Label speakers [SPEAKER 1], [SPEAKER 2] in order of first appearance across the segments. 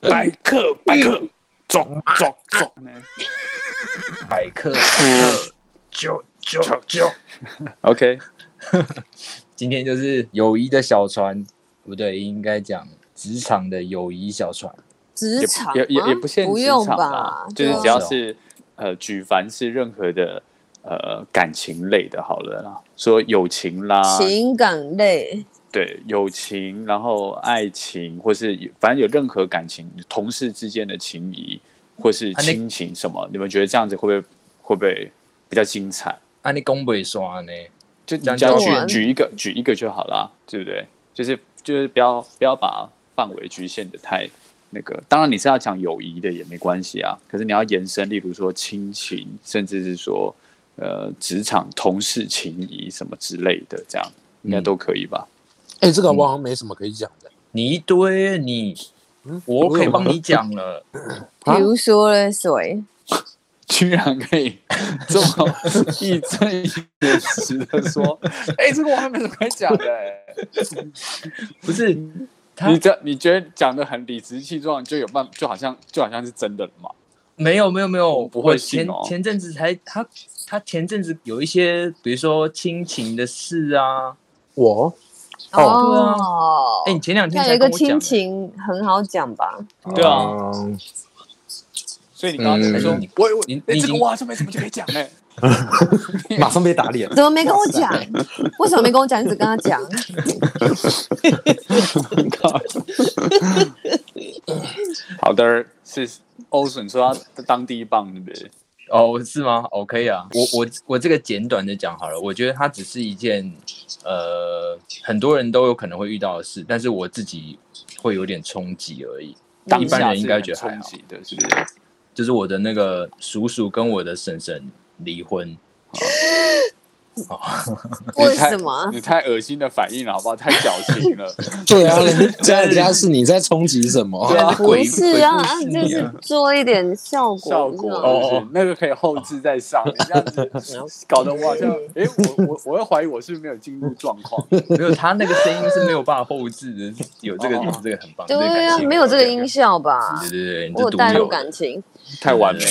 [SPEAKER 1] 百克百克，
[SPEAKER 2] 嗯
[SPEAKER 1] 走走走，
[SPEAKER 3] 百克克九九九。
[SPEAKER 2] OK，
[SPEAKER 3] 今天就是友谊的小船，不对，应该讲职场的友谊小船。
[SPEAKER 2] 也
[SPEAKER 4] 职场
[SPEAKER 2] 也也
[SPEAKER 4] 吗
[SPEAKER 2] 也不限
[SPEAKER 4] 不
[SPEAKER 2] 职
[SPEAKER 4] 用
[SPEAKER 2] 场
[SPEAKER 4] 吧
[SPEAKER 2] 啦，，就是
[SPEAKER 4] 对
[SPEAKER 2] 只要
[SPEAKER 4] 啊
[SPEAKER 2] 是呃，举凡是任何的呃感情类的，好了啦，说友情啦，
[SPEAKER 4] 情感类，
[SPEAKER 2] 对友情，然后爱情，或是有反正有任何感情，同事之间的情谊，或是
[SPEAKER 3] 啊那
[SPEAKER 2] 亲情什么，你们觉得这样子会不会会不会比较精彩？
[SPEAKER 3] 啊，你公北刷呢？
[SPEAKER 2] 就你
[SPEAKER 3] 这样
[SPEAKER 2] 只要
[SPEAKER 4] 就
[SPEAKER 2] 举
[SPEAKER 4] 好玩
[SPEAKER 2] 举一个举一个就好啦，对不对？就是就是不要不要把范围局限的太那个。当然你是要讲友谊的也没关系啊，可是你要延伸，例如说亲情，甚至是说呃职场同事情谊什么之类的，这样应该都可以吧？
[SPEAKER 1] 哎，这个我好像没什么可以讲的。
[SPEAKER 3] 你一堆你，
[SPEAKER 1] 嗯
[SPEAKER 3] 我可以帮你讲了。
[SPEAKER 1] 啊
[SPEAKER 4] 比如说嘞，谁？
[SPEAKER 2] 居然可以这么义正言辞的说，哎、这个我还没怎么讲的、欸，
[SPEAKER 3] 不是，他
[SPEAKER 2] 你这你觉得讲的很理直气壮，就有办，就好像就好像是真的了嘛？
[SPEAKER 3] 没有没有没有，
[SPEAKER 2] 不会
[SPEAKER 3] 我
[SPEAKER 2] 信
[SPEAKER 3] 前
[SPEAKER 2] 哦
[SPEAKER 3] 前阵子才他他前阵子有一些，比如说亲情的事啊。
[SPEAKER 1] 我
[SPEAKER 4] 哦，
[SPEAKER 3] 哎，你前两天
[SPEAKER 4] 那
[SPEAKER 3] 才
[SPEAKER 4] 有一个
[SPEAKER 3] 跟我讲
[SPEAKER 4] 亲
[SPEAKER 3] 的，
[SPEAKER 4] 情很好讲吧？
[SPEAKER 2] 对啊
[SPEAKER 1] 嗯
[SPEAKER 2] 所以你刚刚才说，
[SPEAKER 3] 嗯
[SPEAKER 2] 我我
[SPEAKER 3] 你
[SPEAKER 2] 哎
[SPEAKER 3] 你已
[SPEAKER 2] 这个
[SPEAKER 3] 经
[SPEAKER 2] 我好像没什么就可以讲哎、
[SPEAKER 5] 马上被打脸。
[SPEAKER 4] 怎么没跟我 讲？为什么没跟我讲？你只跟他讲？
[SPEAKER 2] 好的，是 Ocean 说他当第一棒，对不对？
[SPEAKER 3] 哦，是吗？哦，可以啊。我我我这个简短的讲好了，我觉得它只是一件呃很多人都有可能会遇到的事，但是我自己会有点冲击而已。
[SPEAKER 2] 当
[SPEAKER 3] 一般
[SPEAKER 2] 下
[SPEAKER 3] 人应该觉得
[SPEAKER 2] 是很
[SPEAKER 3] 还
[SPEAKER 2] 冲
[SPEAKER 3] 好，
[SPEAKER 2] 击的，是不是？
[SPEAKER 3] 就是我的那个叔叔跟我的婶婶离婚，
[SPEAKER 4] 为
[SPEAKER 2] 你太
[SPEAKER 4] 什么？
[SPEAKER 2] 你太恶心的反应了，好不好？太矫情 了。
[SPEAKER 5] 对 啊，人家人家是你在冲击什么？
[SPEAKER 2] 对啊
[SPEAKER 4] 不是啊，啊
[SPEAKER 3] 鬼故事
[SPEAKER 4] 就
[SPEAKER 3] 啊
[SPEAKER 4] 是做一点效果，
[SPEAKER 2] 效
[SPEAKER 4] 不哦
[SPEAKER 2] 果
[SPEAKER 4] 是吗
[SPEAKER 3] 哦
[SPEAKER 2] 是不是那个可以后置再上，你这样 子搞得我好像，诶，我我我会怀疑我是不是没有进入状 况，
[SPEAKER 3] 没有他那个声音是没有办法后置的，有这个
[SPEAKER 2] 哦
[SPEAKER 3] 有这个很棒，这个
[SPEAKER 4] 对
[SPEAKER 3] 感
[SPEAKER 4] 啊，
[SPEAKER 3] 谢
[SPEAKER 4] 没有这个
[SPEAKER 3] 对
[SPEAKER 4] 音效吧？
[SPEAKER 3] 对对对，你
[SPEAKER 4] 我
[SPEAKER 3] 这
[SPEAKER 4] 有
[SPEAKER 3] 独
[SPEAKER 4] 带入
[SPEAKER 3] 有
[SPEAKER 4] 感情，
[SPEAKER 2] 太完美了，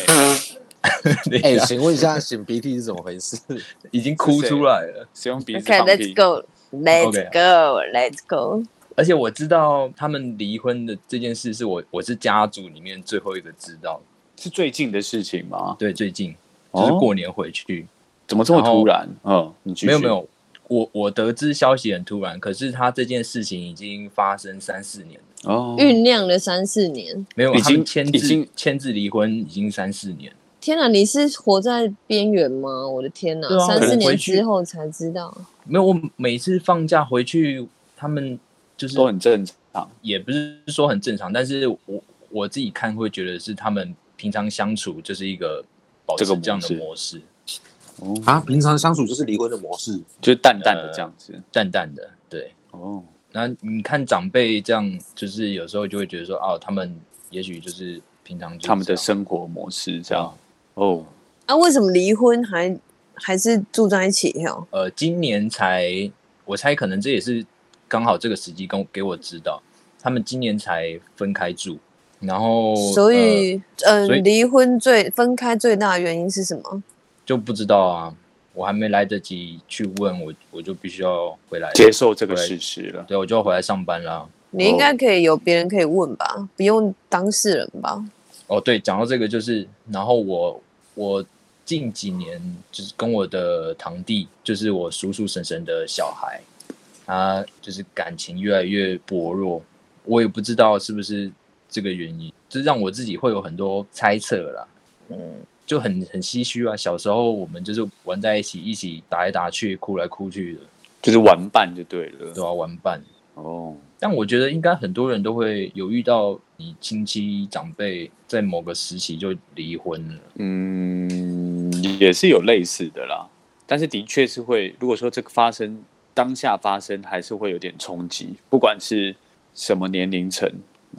[SPEAKER 3] 的，
[SPEAKER 5] 哎
[SPEAKER 3] 哎，，
[SPEAKER 5] 请问一下擤鼻涕是怎么回事？
[SPEAKER 3] 已经哭出来了。
[SPEAKER 2] 使用鼻子放
[SPEAKER 4] OK，Let's
[SPEAKER 2] 屁。
[SPEAKER 4] go，Let's
[SPEAKER 3] OK
[SPEAKER 4] go，Let's go。
[SPEAKER 3] 而且我知道他们离婚的这件事，是我我是家族里面最后一个知道的。
[SPEAKER 2] 是最近的事情吗？
[SPEAKER 3] 对，最近
[SPEAKER 2] 哦
[SPEAKER 3] 就是过年回去，
[SPEAKER 2] 怎么这么突然？嗯，你继
[SPEAKER 3] 啊
[SPEAKER 2] 续
[SPEAKER 3] 没有没，有，我我得知消息很突然，可是他这件事情已经发生三四年了，
[SPEAKER 2] 哦，
[SPEAKER 4] 酝酿了三四年，
[SPEAKER 3] 没有
[SPEAKER 2] 已
[SPEAKER 3] 他们
[SPEAKER 2] 经
[SPEAKER 3] 签
[SPEAKER 2] 已经
[SPEAKER 3] 字签字离婚已经三四年了。
[SPEAKER 4] 天哪！你是活在边缘吗？我的天哪
[SPEAKER 3] 对！啊
[SPEAKER 4] 三
[SPEAKER 2] 可
[SPEAKER 4] 四
[SPEAKER 2] 能
[SPEAKER 4] 年
[SPEAKER 3] 回去
[SPEAKER 4] 之后才知道，
[SPEAKER 3] 没有，我每次放假回去，他们就是
[SPEAKER 2] 都很正常。
[SPEAKER 3] 也不是说很正常，但是我我自己看会觉得是他们平常相处就是一个保持
[SPEAKER 2] 这个模
[SPEAKER 3] 这样的
[SPEAKER 2] 式
[SPEAKER 3] 模式，
[SPEAKER 2] 哦，
[SPEAKER 5] 啊，平常相处就是离婚的模式。
[SPEAKER 2] 就是淡淡
[SPEAKER 3] 呃
[SPEAKER 2] 的这样子。
[SPEAKER 3] 淡淡的对。
[SPEAKER 2] 哦，
[SPEAKER 3] 那你看长辈这样，就是有时候就会觉得说，哦，他们也许就是平常就是
[SPEAKER 2] 他们的
[SPEAKER 3] 这样
[SPEAKER 2] 生活模式这样。哦，
[SPEAKER 4] 啊，为什么离婚还还是住在一起哦？
[SPEAKER 3] 呃，今年才我猜可能这也是刚好这个时机跟我给我知道，他们今年才分开住，然后
[SPEAKER 2] 哦
[SPEAKER 4] 所
[SPEAKER 3] 呃、
[SPEAKER 4] 以，嗯、
[SPEAKER 3] 所以
[SPEAKER 4] 离婚最分开最大的原因是什么？
[SPEAKER 3] 就不知道啊，我还没来得及去问我，我就必须要回来，
[SPEAKER 2] 接受这个事实了。
[SPEAKER 3] 对，我就要回来上班啦。
[SPEAKER 4] 你应该可以有别人可以问吧，不用当事人吧？
[SPEAKER 3] 哦，对，讲到这个就是，然后我我近几年就是跟我的堂弟，就是我叔叔婶婶的小孩，他就是感情越来越薄弱，我也不知道是不是这个原因，这让我自己会有很多猜测啦。
[SPEAKER 4] 嗯，
[SPEAKER 3] 就很很唏嘘啊！小时候我们就是玩在一起，一起打来打去，哭来哭去的，
[SPEAKER 2] 就是玩伴就对了。
[SPEAKER 3] 对吧、啊玩伴。
[SPEAKER 2] 哦，
[SPEAKER 3] 但我觉得应该很多人都会有遇到你亲戚长辈在某个时期就离婚了。
[SPEAKER 2] 嗯，也是有类似的啦，但是的确是会，如果说这个发生当下发生，还是会有点冲击，不管是什么年龄层，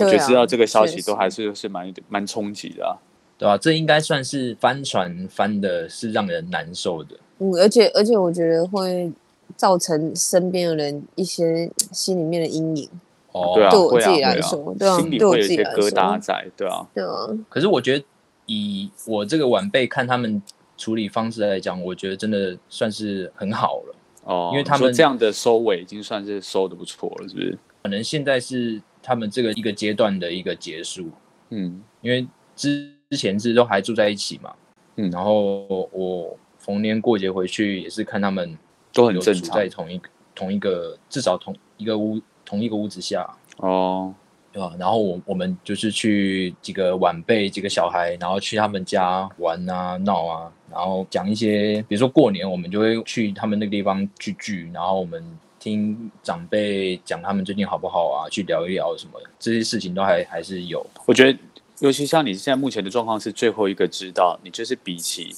[SPEAKER 2] 我
[SPEAKER 4] 对啊
[SPEAKER 2] 就知道这个消息
[SPEAKER 4] 确实
[SPEAKER 2] 都还是是蛮蛮冲击的啊。
[SPEAKER 3] 对吧、这应该算是翻船翻的是让人难受的。
[SPEAKER 4] 嗯，而且而且我觉得会造成身边的人一些心里面的阴影。
[SPEAKER 3] 哦，
[SPEAKER 2] 对啊，
[SPEAKER 4] 对我
[SPEAKER 2] 会啊
[SPEAKER 4] 自己来
[SPEAKER 2] 会啊
[SPEAKER 4] 说对啊
[SPEAKER 2] 心里
[SPEAKER 4] 对我
[SPEAKER 2] 会有一
[SPEAKER 4] 自己
[SPEAKER 2] 些
[SPEAKER 4] 来
[SPEAKER 2] 疙瘩
[SPEAKER 4] 说
[SPEAKER 2] 在，对啊，
[SPEAKER 4] 对啊，
[SPEAKER 3] 可是我觉得以我这个晚辈看他们处理方式来讲，我觉得真的算是很好了。
[SPEAKER 2] 哦，
[SPEAKER 3] 因为他
[SPEAKER 2] 你说
[SPEAKER 3] 们
[SPEAKER 2] 这样的收尾已经算是收的不错了，是不是？
[SPEAKER 3] 可能现在是他们这个一个阶段的一个结束，
[SPEAKER 2] 嗯
[SPEAKER 3] 因为之之前是都还住在一起嘛，
[SPEAKER 2] 嗯，
[SPEAKER 3] 然后我逢年过节回去也是看他们
[SPEAKER 2] 都很
[SPEAKER 3] 有
[SPEAKER 2] 正
[SPEAKER 3] 处
[SPEAKER 2] 常
[SPEAKER 3] 在同一个同一个至少同一个屋同一个屋子下，
[SPEAKER 2] 哦，
[SPEAKER 3] 对吧、然后我我们就是去几个晚辈、几个小孩，然后去他们家玩啊、闹啊，然后讲一些，比如说过年，我们就会去他们那个地方聚聚，然后我们听长辈讲他们最近好不好啊，去聊一聊什么的，这些事情都还还是有。
[SPEAKER 2] 我觉得，尤其像你现在目前的状况是最后一个知道，你就是比起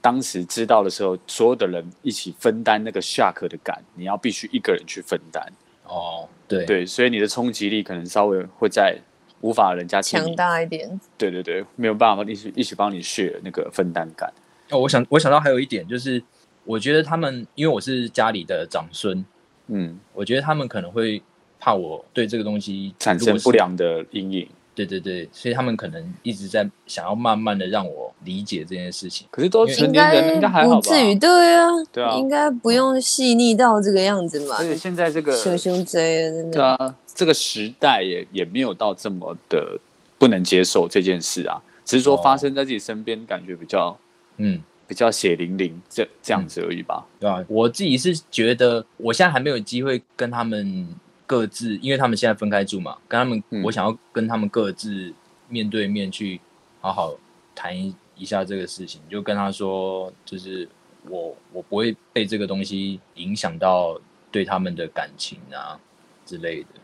[SPEAKER 2] 当时知道的时候，所有的人一起分担那个下课的感，你要必须一个人去分担。
[SPEAKER 3] 哦，对，
[SPEAKER 2] 对，所以你的冲击力可能稍微会在无法人家替你
[SPEAKER 4] 强。大一点，
[SPEAKER 2] 对对对，没有办法一起一起帮你 share 那个分担感。
[SPEAKER 3] 哦，我想我想到还有一点就是，我觉得他们因为我是家里的长孙，
[SPEAKER 2] 嗯，
[SPEAKER 3] 我觉得他们可能会怕我对这个东西
[SPEAKER 2] 产
[SPEAKER 3] 如
[SPEAKER 2] 生
[SPEAKER 3] 果是
[SPEAKER 2] 不良的阴影。
[SPEAKER 3] 对对对，所以他们可能一直在想要慢慢的让我理解这件事情。
[SPEAKER 2] 可是
[SPEAKER 3] 因
[SPEAKER 2] 都
[SPEAKER 3] 为
[SPEAKER 2] 成
[SPEAKER 4] 应
[SPEAKER 2] 年人，
[SPEAKER 4] 该
[SPEAKER 2] 应该还好
[SPEAKER 4] 不
[SPEAKER 2] 吧？
[SPEAKER 4] 至于，对啊，
[SPEAKER 2] 对啊
[SPEAKER 4] 应该不用细腻到这个样子嘛
[SPEAKER 2] 而，且现在这个
[SPEAKER 4] 熊熊贼了，真
[SPEAKER 2] 对
[SPEAKER 4] 的。
[SPEAKER 2] 啊，这个时代也也没有到这么的不能接受这件事啊，只是说
[SPEAKER 3] 哦
[SPEAKER 2] 发生在自己身边，感觉比较
[SPEAKER 3] 嗯，
[SPEAKER 2] 比较血淋淋这这样子而已吧。
[SPEAKER 3] 对吧、我自己是觉得我现在还没有机会跟他们各自，因为他们现在分开住嘛，跟他们，
[SPEAKER 2] 嗯
[SPEAKER 3] 我想要跟他们各自面对面去好好谈一一下这个事情，就跟他说，就是我我不会被这个东西影响到对他们的感情啊之类的。嗯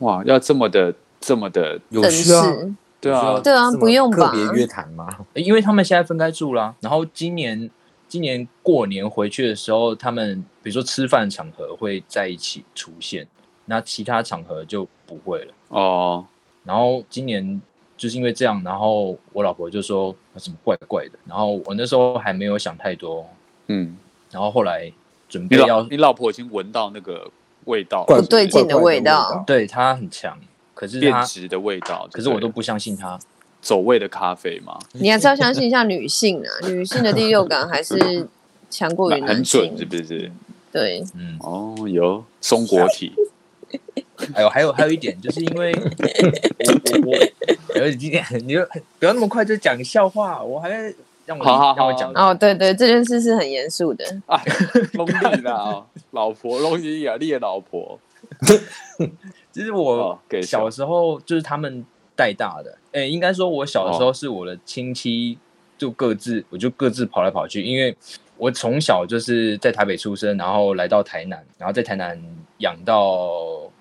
[SPEAKER 2] 哇，要这么的这么的，
[SPEAKER 5] 有
[SPEAKER 4] 等
[SPEAKER 5] 需要
[SPEAKER 4] 式，
[SPEAKER 2] 对啊，
[SPEAKER 4] 对啊，不用吧
[SPEAKER 5] 特？别约谈吗？
[SPEAKER 3] 欸因为他们现在分开住啦。然后今年今年过年回去的时候，他们比如说吃饭场合会在一起出现，那其他场合就不会了。
[SPEAKER 2] 哦，
[SPEAKER 3] 然后今年就是因为这样，然后我老婆就说啊什么怪怪的，然后我那时候还没有想太多，
[SPEAKER 2] 嗯，
[SPEAKER 3] 然后后来准
[SPEAKER 2] 你
[SPEAKER 3] 备
[SPEAKER 2] 老
[SPEAKER 3] 要
[SPEAKER 2] 你老婆已经闻到那个味道，
[SPEAKER 5] 怪
[SPEAKER 4] 不对劲的味
[SPEAKER 5] 怪怪的味
[SPEAKER 4] 道
[SPEAKER 5] 道，
[SPEAKER 3] 对她很强，可是
[SPEAKER 2] 变
[SPEAKER 3] 她
[SPEAKER 2] 质的味道，
[SPEAKER 3] 可是我都
[SPEAKER 2] 对
[SPEAKER 3] 不相信她，
[SPEAKER 2] 走味的咖啡嘛，
[SPEAKER 4] 你还是要相信一下女性啊，女性的第六感还是强过于
[SPEAKER 2] 很
[SPEAKER 4] 男性
[SPEAKER 2] 准，是。不是？
[SPEAKER 4] 对，
[SPEAKER 3] 嗯，
[SPEAKER 2] 哦，有松果 体，
[SPEAKER 3] 还有哎还有还有一点，就是因为我我我，有今天你就不要那么快就讲笑话，我还在让我
[SPEAKER 2] 好好好
[SPEAKER 3] 让我讲，
[SPEAKER 4] 哦，对对，这件事是很严肃的。
[SPEAKER 2] 哎，弄你啦，哦老婆弄你啊，你的老婆，
[SPEAKER 3] 就是我
[SPEAKER 2] 哦给
[SPEAKER 3] 小
[SPEAKER 2] 小
[SPEAKER 3] 时候就是他们带大的，哎，应该说我小
[SPEAKER 2] 哦
[SPEAKER 3] 时候是我的亲戚就各自我就各自跑来跑去，因为我从小就是在台北出生，然后来到台南，然后在台南养到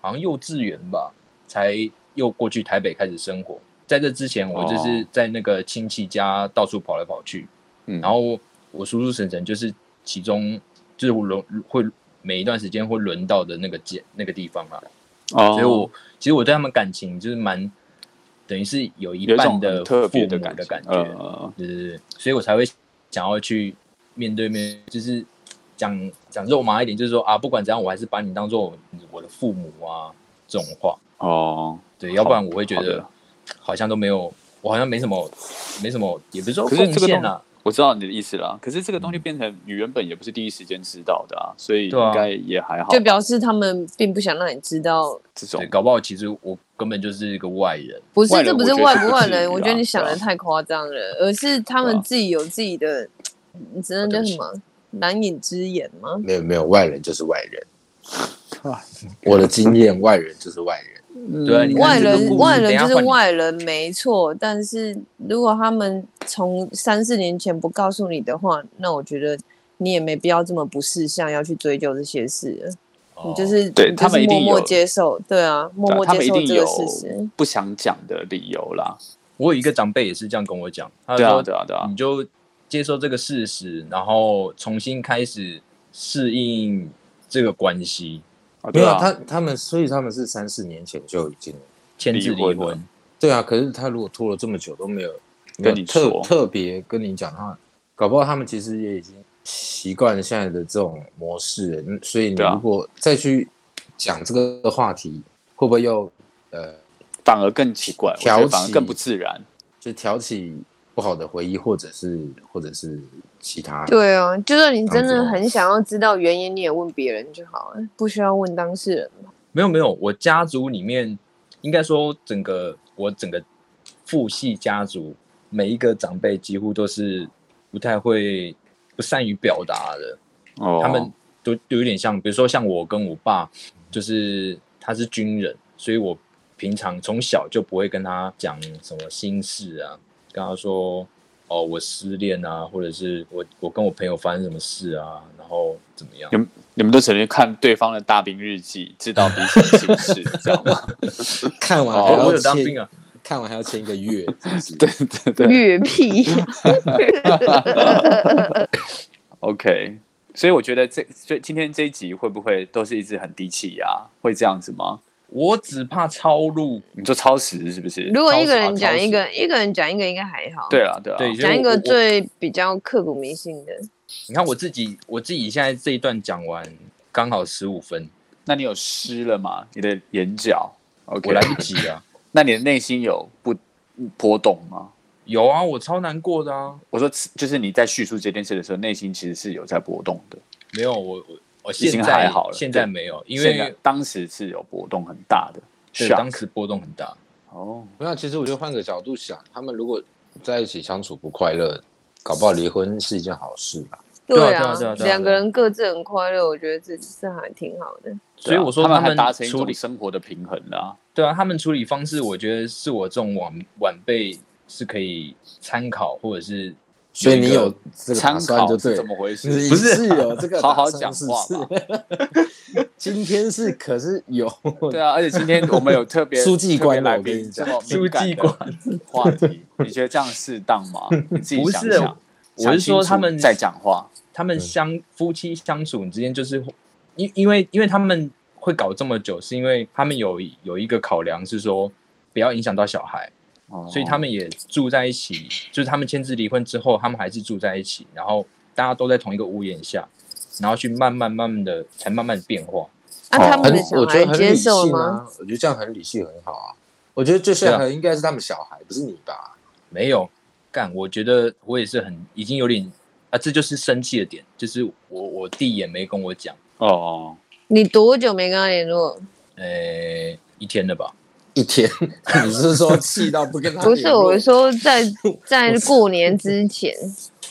[SPEAKER 3] 好像幼稚园吧，才又过去台北开始生活。在这之前，我就是
[SPEAKER 2] 哦
[SPEAKER 3] 在那个亲戚家到处跑来跑去，
[SPEAKER 2] 嗯
[SPEAKER 3] 然后我叔叔婶婶就是其中就是我轮会每一段时间会轮到的那个街那个地方啊啦，
[SPEAKER 2] 哦
[SPEAKER 3] 所以我其实我对他们感情就是蛮等于是有一
[SPEAKER 2] 有一
[SPEAKER 3] 半
[SPEAKER 2] 种
[SPEAKER 3] 的
[SPEAKER 2] 很特
[SPEAKER 3] 父
[SPEAKER 2] 别
[SPEAKER 3] 母
[SPEAKER 2] 的
[SPEAKER 3] 的感
[SPEAKER 2] 感觉，
[SPEAKER 3] 觉，
[SPEAKER 2] 呃，
[SPEAKER 3] 对对对，所以我才会想要去面对面，就是讲讲肉麻一点，就是说啊，不管怎样，我还是把你当做我的父母啊这种话，
[SPEAKER 2] 哦，
[SPEAKER 3] 对，要不然我会觉
[SPEAKER 2] 好
[SPEAKER 3] 得
[SPEAKER 2] 的
[SPEAKER 3] 好像都没有，我好像没什么没什么，也不是说
[SPEAKER 2] 可是
[SPEAKER 3] 贡
[SPEAKER 2] 这个
[SPEAKER 3] 献
[SPEAKER 2] 东
[SPEAKER 3] 啊，
[SPEAKER 2] 我知道你的意思啦。可是这个东西变成你原本也不是第一时间知道的啊，所以
[SPEAKER 3] 对啊
[SPEAKER 2] 应该也还好。
[SPEAKER 4] 就表示他们并不想让你知道，
[SPEAKER 2] 这种啊
[SPEAKER 3] 对，搞不好其实我根本就是一个外人，
[SPEAKER 4] 不是
[SPEAKER 2] 外人
[SPEAKER 4] 这不是
[SPEAKER 2] 我觉得
[SPEAKER 4] 外
[SPEAKER 2] 是
[SPEAKER 4] 不
[SPEAKER 2] 不
[SPEAKER 4] 外
[SPEAKER 2] 至于
[SPEAKER 4] 人，我
[SPEAKER 2] 啦
[SPEAKER 4] 觉得你想
[SPEAKER 2] 对
[SPEAKER 4] 的
[SPEAKER 2] 啊
[SPEAKER 4] 太夸张了，而是他
[SPEAKER 2] 对
[SPEAKER 4] 们
[SPEAKER 2] 啊哦
[SPEAKER 4] 自己有自己的，你真的叫什么难以之眼吗？
[SPEAKER 5] 没有没有，外人就是外 人。我的经验，外人就是外人。
[SPEAKER 3] 对啊你看
[SPEAKER 4] 嗯外
[SPEAKER 3] 这个
[SPEAKER 4] 人
[SPEAKER 3] 故事
[SPEAKER 4] 外
[SPEAKER 3] 等一
[SPEAKER 4] 人
[SPEAKER 3] 下
[SPEAKER 4] 就是
[SPEAKER 3] 换你
[SPEAKER 4] 外人，没错。但是如果他们从三四年前不告诉你的话，那我觉得你也没必要这么不识相要去追究这些事了。你就
[SPEAKER 3] 哦
[SPEAKER 4] 是
[SPEAKER 2] 对
[SPEAKER 4] 你就
[SPEAKER 2] 他们
[SPEAKER 4] 是
[SPEAKER 2] 一定
[SPEAKER 4] 默默
[SPEAKER 2] 有
[SPEAKER 4] 接受，对啊，默
[SPEAKER 2] 对啊
[SPEAKER 4] 默
[SPEAKER 2] 他
[SPEAKER 4] 接
[SPEAKER 2] 们一
[SPEAKER 4] 受
[SPEAKER 2] 定
[SPEAKER 4] 这
[SPEAKER 2] 有
[SPEAKER 4] 个事实。
[SPEAKER 2] 不想讲的理由啦。
[SPEAKER 3] 我有一个长辈也是这样跟我讲，他
[SPEAKER 2] 对啊，
[SPEAKER 3] 说嗯
[SPEAKER 2] 对啊，对啊
[SPEAKER 3] 你，就接受这个事实，然后重新开始适应这个关系，
[SPEAKER 2] 啊
[SPEAKER 5] 没
[SPEAKER 2] 对
[SPEAKER 5] 有
[SPEAKER 2] 啊，
[SPEAKER 5] 他，他们所以他们是三四年前就已经
[SPEAKER 3] 签字
[SPEAKER 2] 离婚
[SPEAKER 3] 离
[SPEAKER 2] 了
[SPEAKER 3] 婚。
[SPEAKER 5] 对啊。可是他如果拖了这么久都没有
[SPEAKER 2] 跟你
[SPEAKER 5] 没有特
[SPEAKER 2] 说
[SPEAKER 5] 特别跟你讲的话，搞不好他们其实也已经习惯了现在的这种模式了。嗯所以你
[SPEAKER 2] 对啊
[SPEAKER 5] 如果再去讲这个话题，会不会又呃，
[SPEAKER 2] 反而更奇怪，我觉
[SPEAKER 5] 挑
[SPEAKER 2] 得
[SPEAKER 5] 起
[SPEAKER 2] 反而更不自然。
[SPEAKER 5] 就挑起不好的回忆，或者是或者是其他。
[SPEAKER 4] 对啊，就算你真
[SPEAKER 5] 这
[SPEAKER 4] 的
[SPEAKER 5] 样子哦
[SPEAKER 4] 很想要知道原因，你也问别人就好了，不需要问当事人。
[SPEAKER 3] 没有没有，我家族里面应该说整个我整个父系家族每一个长辈几乎都是不太会不善于表达的，
[SPEAKER 2] 哦，
[SPEAKER 3] 他们都都有点像，比如说像我跟我爸，就是他是军人，所以我平常从小就不会跟他讲什么心事啊，跟他说哦我失恋啊，或者是我我跟我朋友发生什么事啊，然后怎么样。
[SPEAKER 2] 你们都只能看对方的大兵日记，知道彼此的心事，知道 吗？
[SPEAKER 5] 看完还
[SPEAKER 3] 哦，我
[SPEAKER 5] 要
[SPEAKER 3] 有当
[SPEAKER 5] 签，
[SPEAKER 3] 兵啊，
[SPEAKER 5] 看完还要签一 个月，是不是？
[SPEAKER 2] 对对对
[SPEAKER 4] 越屁，
[SPEAKER 2] ，OK。所以我觉得这，所以今天这一集会不会都是一直很低气压，会这样子吗？
[SPEAKER 3] 我只怕超录。
[SPEAKER 2] 你说超时是不是？
[SPEAKER 4] 如果
[SPEAKER 3] 超
[SPEAKER 4] 一个人
[SPEAKER 3] 超
[SPEAKER 4] 讲一
[SPEAKER 3] 时
[SPEAKER 4] 个，一个人讲一个，应该还好。
[SPEAKER 2] 对，啊了对了，
[SPEAKER 3] 对，
[SPEAKER 4] 讲一
[SPEAKER 3] 所以我
[SPEAKER 4] 个
[SPEAKER 3] 我
[SPEAKER 4] 最比较刻骨铭心的。
[SPEAKER 3] 你看我自己，我自己现在这一段讲完刚好十五分，
[SPEAKER 2] 那你有湿了吗？你的眼角，OK，
[SPEAKER 3] 我来不及啊。
[SPEAKER 2] 那你的内心有不波动吗？
[SPEAKER 3] 有啊，我超难过的啊。
[SPEAKER 2] 我说，就是你在叙述这件事的时候，内心其实是有在波动的，
[SPEAKER 3] 没有，我我我
[SPEAKER 2] 经
[SPEAKER 3] 现在
[SPEAKER 2] 还好了
[SPEAKER 3] 现在
[SPEAKER 2] 对
[SPEAKER 3] 没有，因
[SPEAKER 2] 现在
[SPEAKER 3] 为
[SPEAKER 2] 当时是有波动很大的。
[SPEAKER 3] 对
[SPEAKER 2] shock
[SPEAKER 3] 当时波动很大。
[SPEAKER 2] 哦，
[SPEAKER 5] 没有，其实我就换个角度想，他们如果在一起相处不快乐，搞不好离婚是一件好事吧？
[SPEAKER 3] 对啊对啊
[SPEAKER 4] 啊
[SPEAKER 3] 对啊，对啊
[SPEAKER 4] 两个人各自很快乐，我觉得这这还挺好的。
[SPEAKER 3] 所以我说
[SPEAKER 2] 对啊他
[SPEAKER 3] 们
[SPEAKER 2] 还达成一
[SPEAKER 3] 处
[SPEAKER 2] 种
[SPEAKER 3] 理，
[SPEAKER 2] 生活的平衡啦、
[SPEAKER 3] 对啊，他们处理方式，我觉得是我这种晚晚辈是可以参考，或者是
[SPEAKER 5] 所以
[SPEAKER 3] 一
[SPEAKER 5] 你
[SPEAKER 3] 个
[SPEAKER 5] 有这个
[SPEAKER 2] 参
[SPEAKER 5] 打算
[SPEAKER 2] 考
[SPEAKER 5] 就是对
[SPEAKER 2] 怎
[SPEAKER 5] 了。
[SPEAKER 2] 么回事？
[SPEAKER 5] 不是有这个
[SPEAKER 2] 好好
[SPEAKER 5] 打算
[SPEAKER 2] 讲
[SPEAKER 5] 是
[SPEAKER 2] 话嘛
[SPEAKER 5] 是 今天是可是有
[SPEAKER 2] 对啊，而且今天我们有特别
[SPEAKER 5] 书记官
[SPEAKER 2] 特别来
[SPEAKER 5] 我跟
[SPEAKER 2] 宾
[SPEAKER 5] 你
[SPEAKER 2] 这
[SPEAKER 5] 讲
[SPEAKER 2] 么敏感的
[SPEAKER 3] 书
[SPEAKER 2] 话题，你觉得这样适当 吗？你自己
[SPEAKER 3] 不
[SPEAKER 2] 想
[SPEAKER 3] 是
[SPEAKER 2] 想，
[SPEAKER 3] 我是说他们
[SPEAKER 2] 在讲话，
[SPEAKER 3] 他
[SPEAKER 5] 嗯
[SPEAKER 3] 们相、夫妻相处之间，就是因因为因为他们会搞这么久，是因为他们有有一个考量是说不要影响到小孩，所以他
[SPEAKER 2] 们
[SPEAKER 3] 们也住在一起。就是他们签字离婚之后，他们还是住在一起，然后大家都在同一个屋檐下，然后去慢慢慢慢的才慢慢变化。
[SPEAKER 4] 那
[SPEAKER 2] 哦
[SPEAKER 4] 他们
[SPEAKER 5] 很
[SPEAKER 4] 的小
[SPEAKER 5] 我觉
[SPEAKER 4] 孩
[SPEAKER 5] 得很
[SPEAKER 4] 接
[SPEAKER 5] 理
[SPEAKER 4] 受了
[SPEAKER 5] 性
[SPEAKER 4] 吗？
[SPEAKER 5] 啊，我觉得这样很理性很好啊。我觉得最适
[SPEAKER 3] 对
[SPEAKER 5] 合应该是他们小孩，不是你吧？
[SPEAKER 3] 没有干，我觉得我也是很已经有点啊，这就是生气的点，就是我我弟也没跟我讲，
[SPEAKER 2] 哦，
[SPEAKER 4] 你多久没跟他联络？
[SPEAKER 3] 呃，一天了吧。
[SPEAKER 5] 一 天，你是说气到不跟他
[SPEAKER 4] 不是，
[SPEAKER 5] 联络
[SPEAKER 4] 我是说在在过年之前，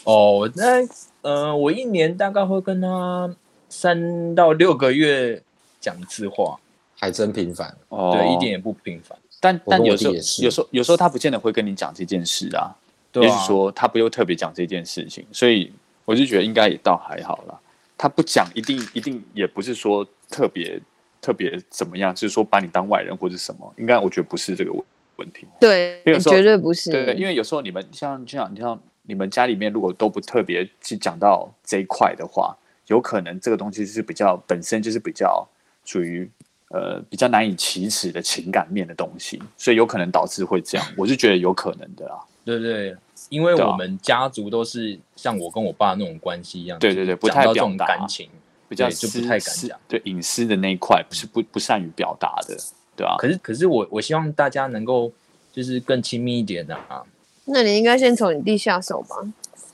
[SPEAKER 3] 哦，我在呃，我一年大概会跟他三到六个月讲一次话，
[SPEAKER 5] 还真频繁，
[SPEAKER 2] 哦
[SPEAKER 3] 对，一点，也不频繁，
[SPEAKER 2] 但
[SPEAKER 5] 我跟
[SPEAKER 2] 但有
[SPEAKER 5] 我弟
[SPEAKER 2] 时候
[SPEAKER 5] 也是
[SPEAKER 2] 有时候有时候他不见得会跟你讲这件事啊，
[SPEAKER 3] 对
[SPEAKER 2] 也
[SPEAKER 3] 啊
[SPEAKER 2] 是，说他不用特别讲这件事情，所以我就觉得应该也倒还好啦。他不讲，一定一定也不是说特别特别怎么样，就是说把你当外人或者什么，应该我觉得不是这个问问题。
[SPEAKER 4] 对
[SPEAKER 2] 因为，有时候
[SPEAKER 4] 绝对不是。
[SPEAKER 2] 对，因为有时候你们像就像你像你们家里面如果都不特别去讲到这一块的话，有可能这个东西是比较本身就是比较属于呃比较难以启齿的情感面的东西，所以有可能导致会这样，我是觉得有可能的啦。
[SPEAKER 3] 对对，因为
[SPEAKER 2] 对啊
[SPEAKER 3] 我们家族都是像我跟我爸那种关系一样，
[SPEAKER 2] 对对对不
[SPEAKER 3] 讲
[SPEAKER 2] 太
[SPEAKER 3] 到这
[SPEAKER 2] 表
[SPEAKER 3] 种
[SPEAKER 2] 达
[SPEAKER 3] 感情，
[SPEAKER 2] 比较
[SPEAKER 3] 对就不
[SPEAKER 2] 私
[SPEAKER 3] 太敢
[SPEAKER 2] 私
[SPEAKER 3] 讲
[SPEAKER 2] 对隐私的那一块不是不不善于表达的，对啊吧、
[SPEAKER 3] 可是可是我我希望大家能够就是更亲密一点啊，
[SPEAKER 4] 那你应该先从你弟下手吧？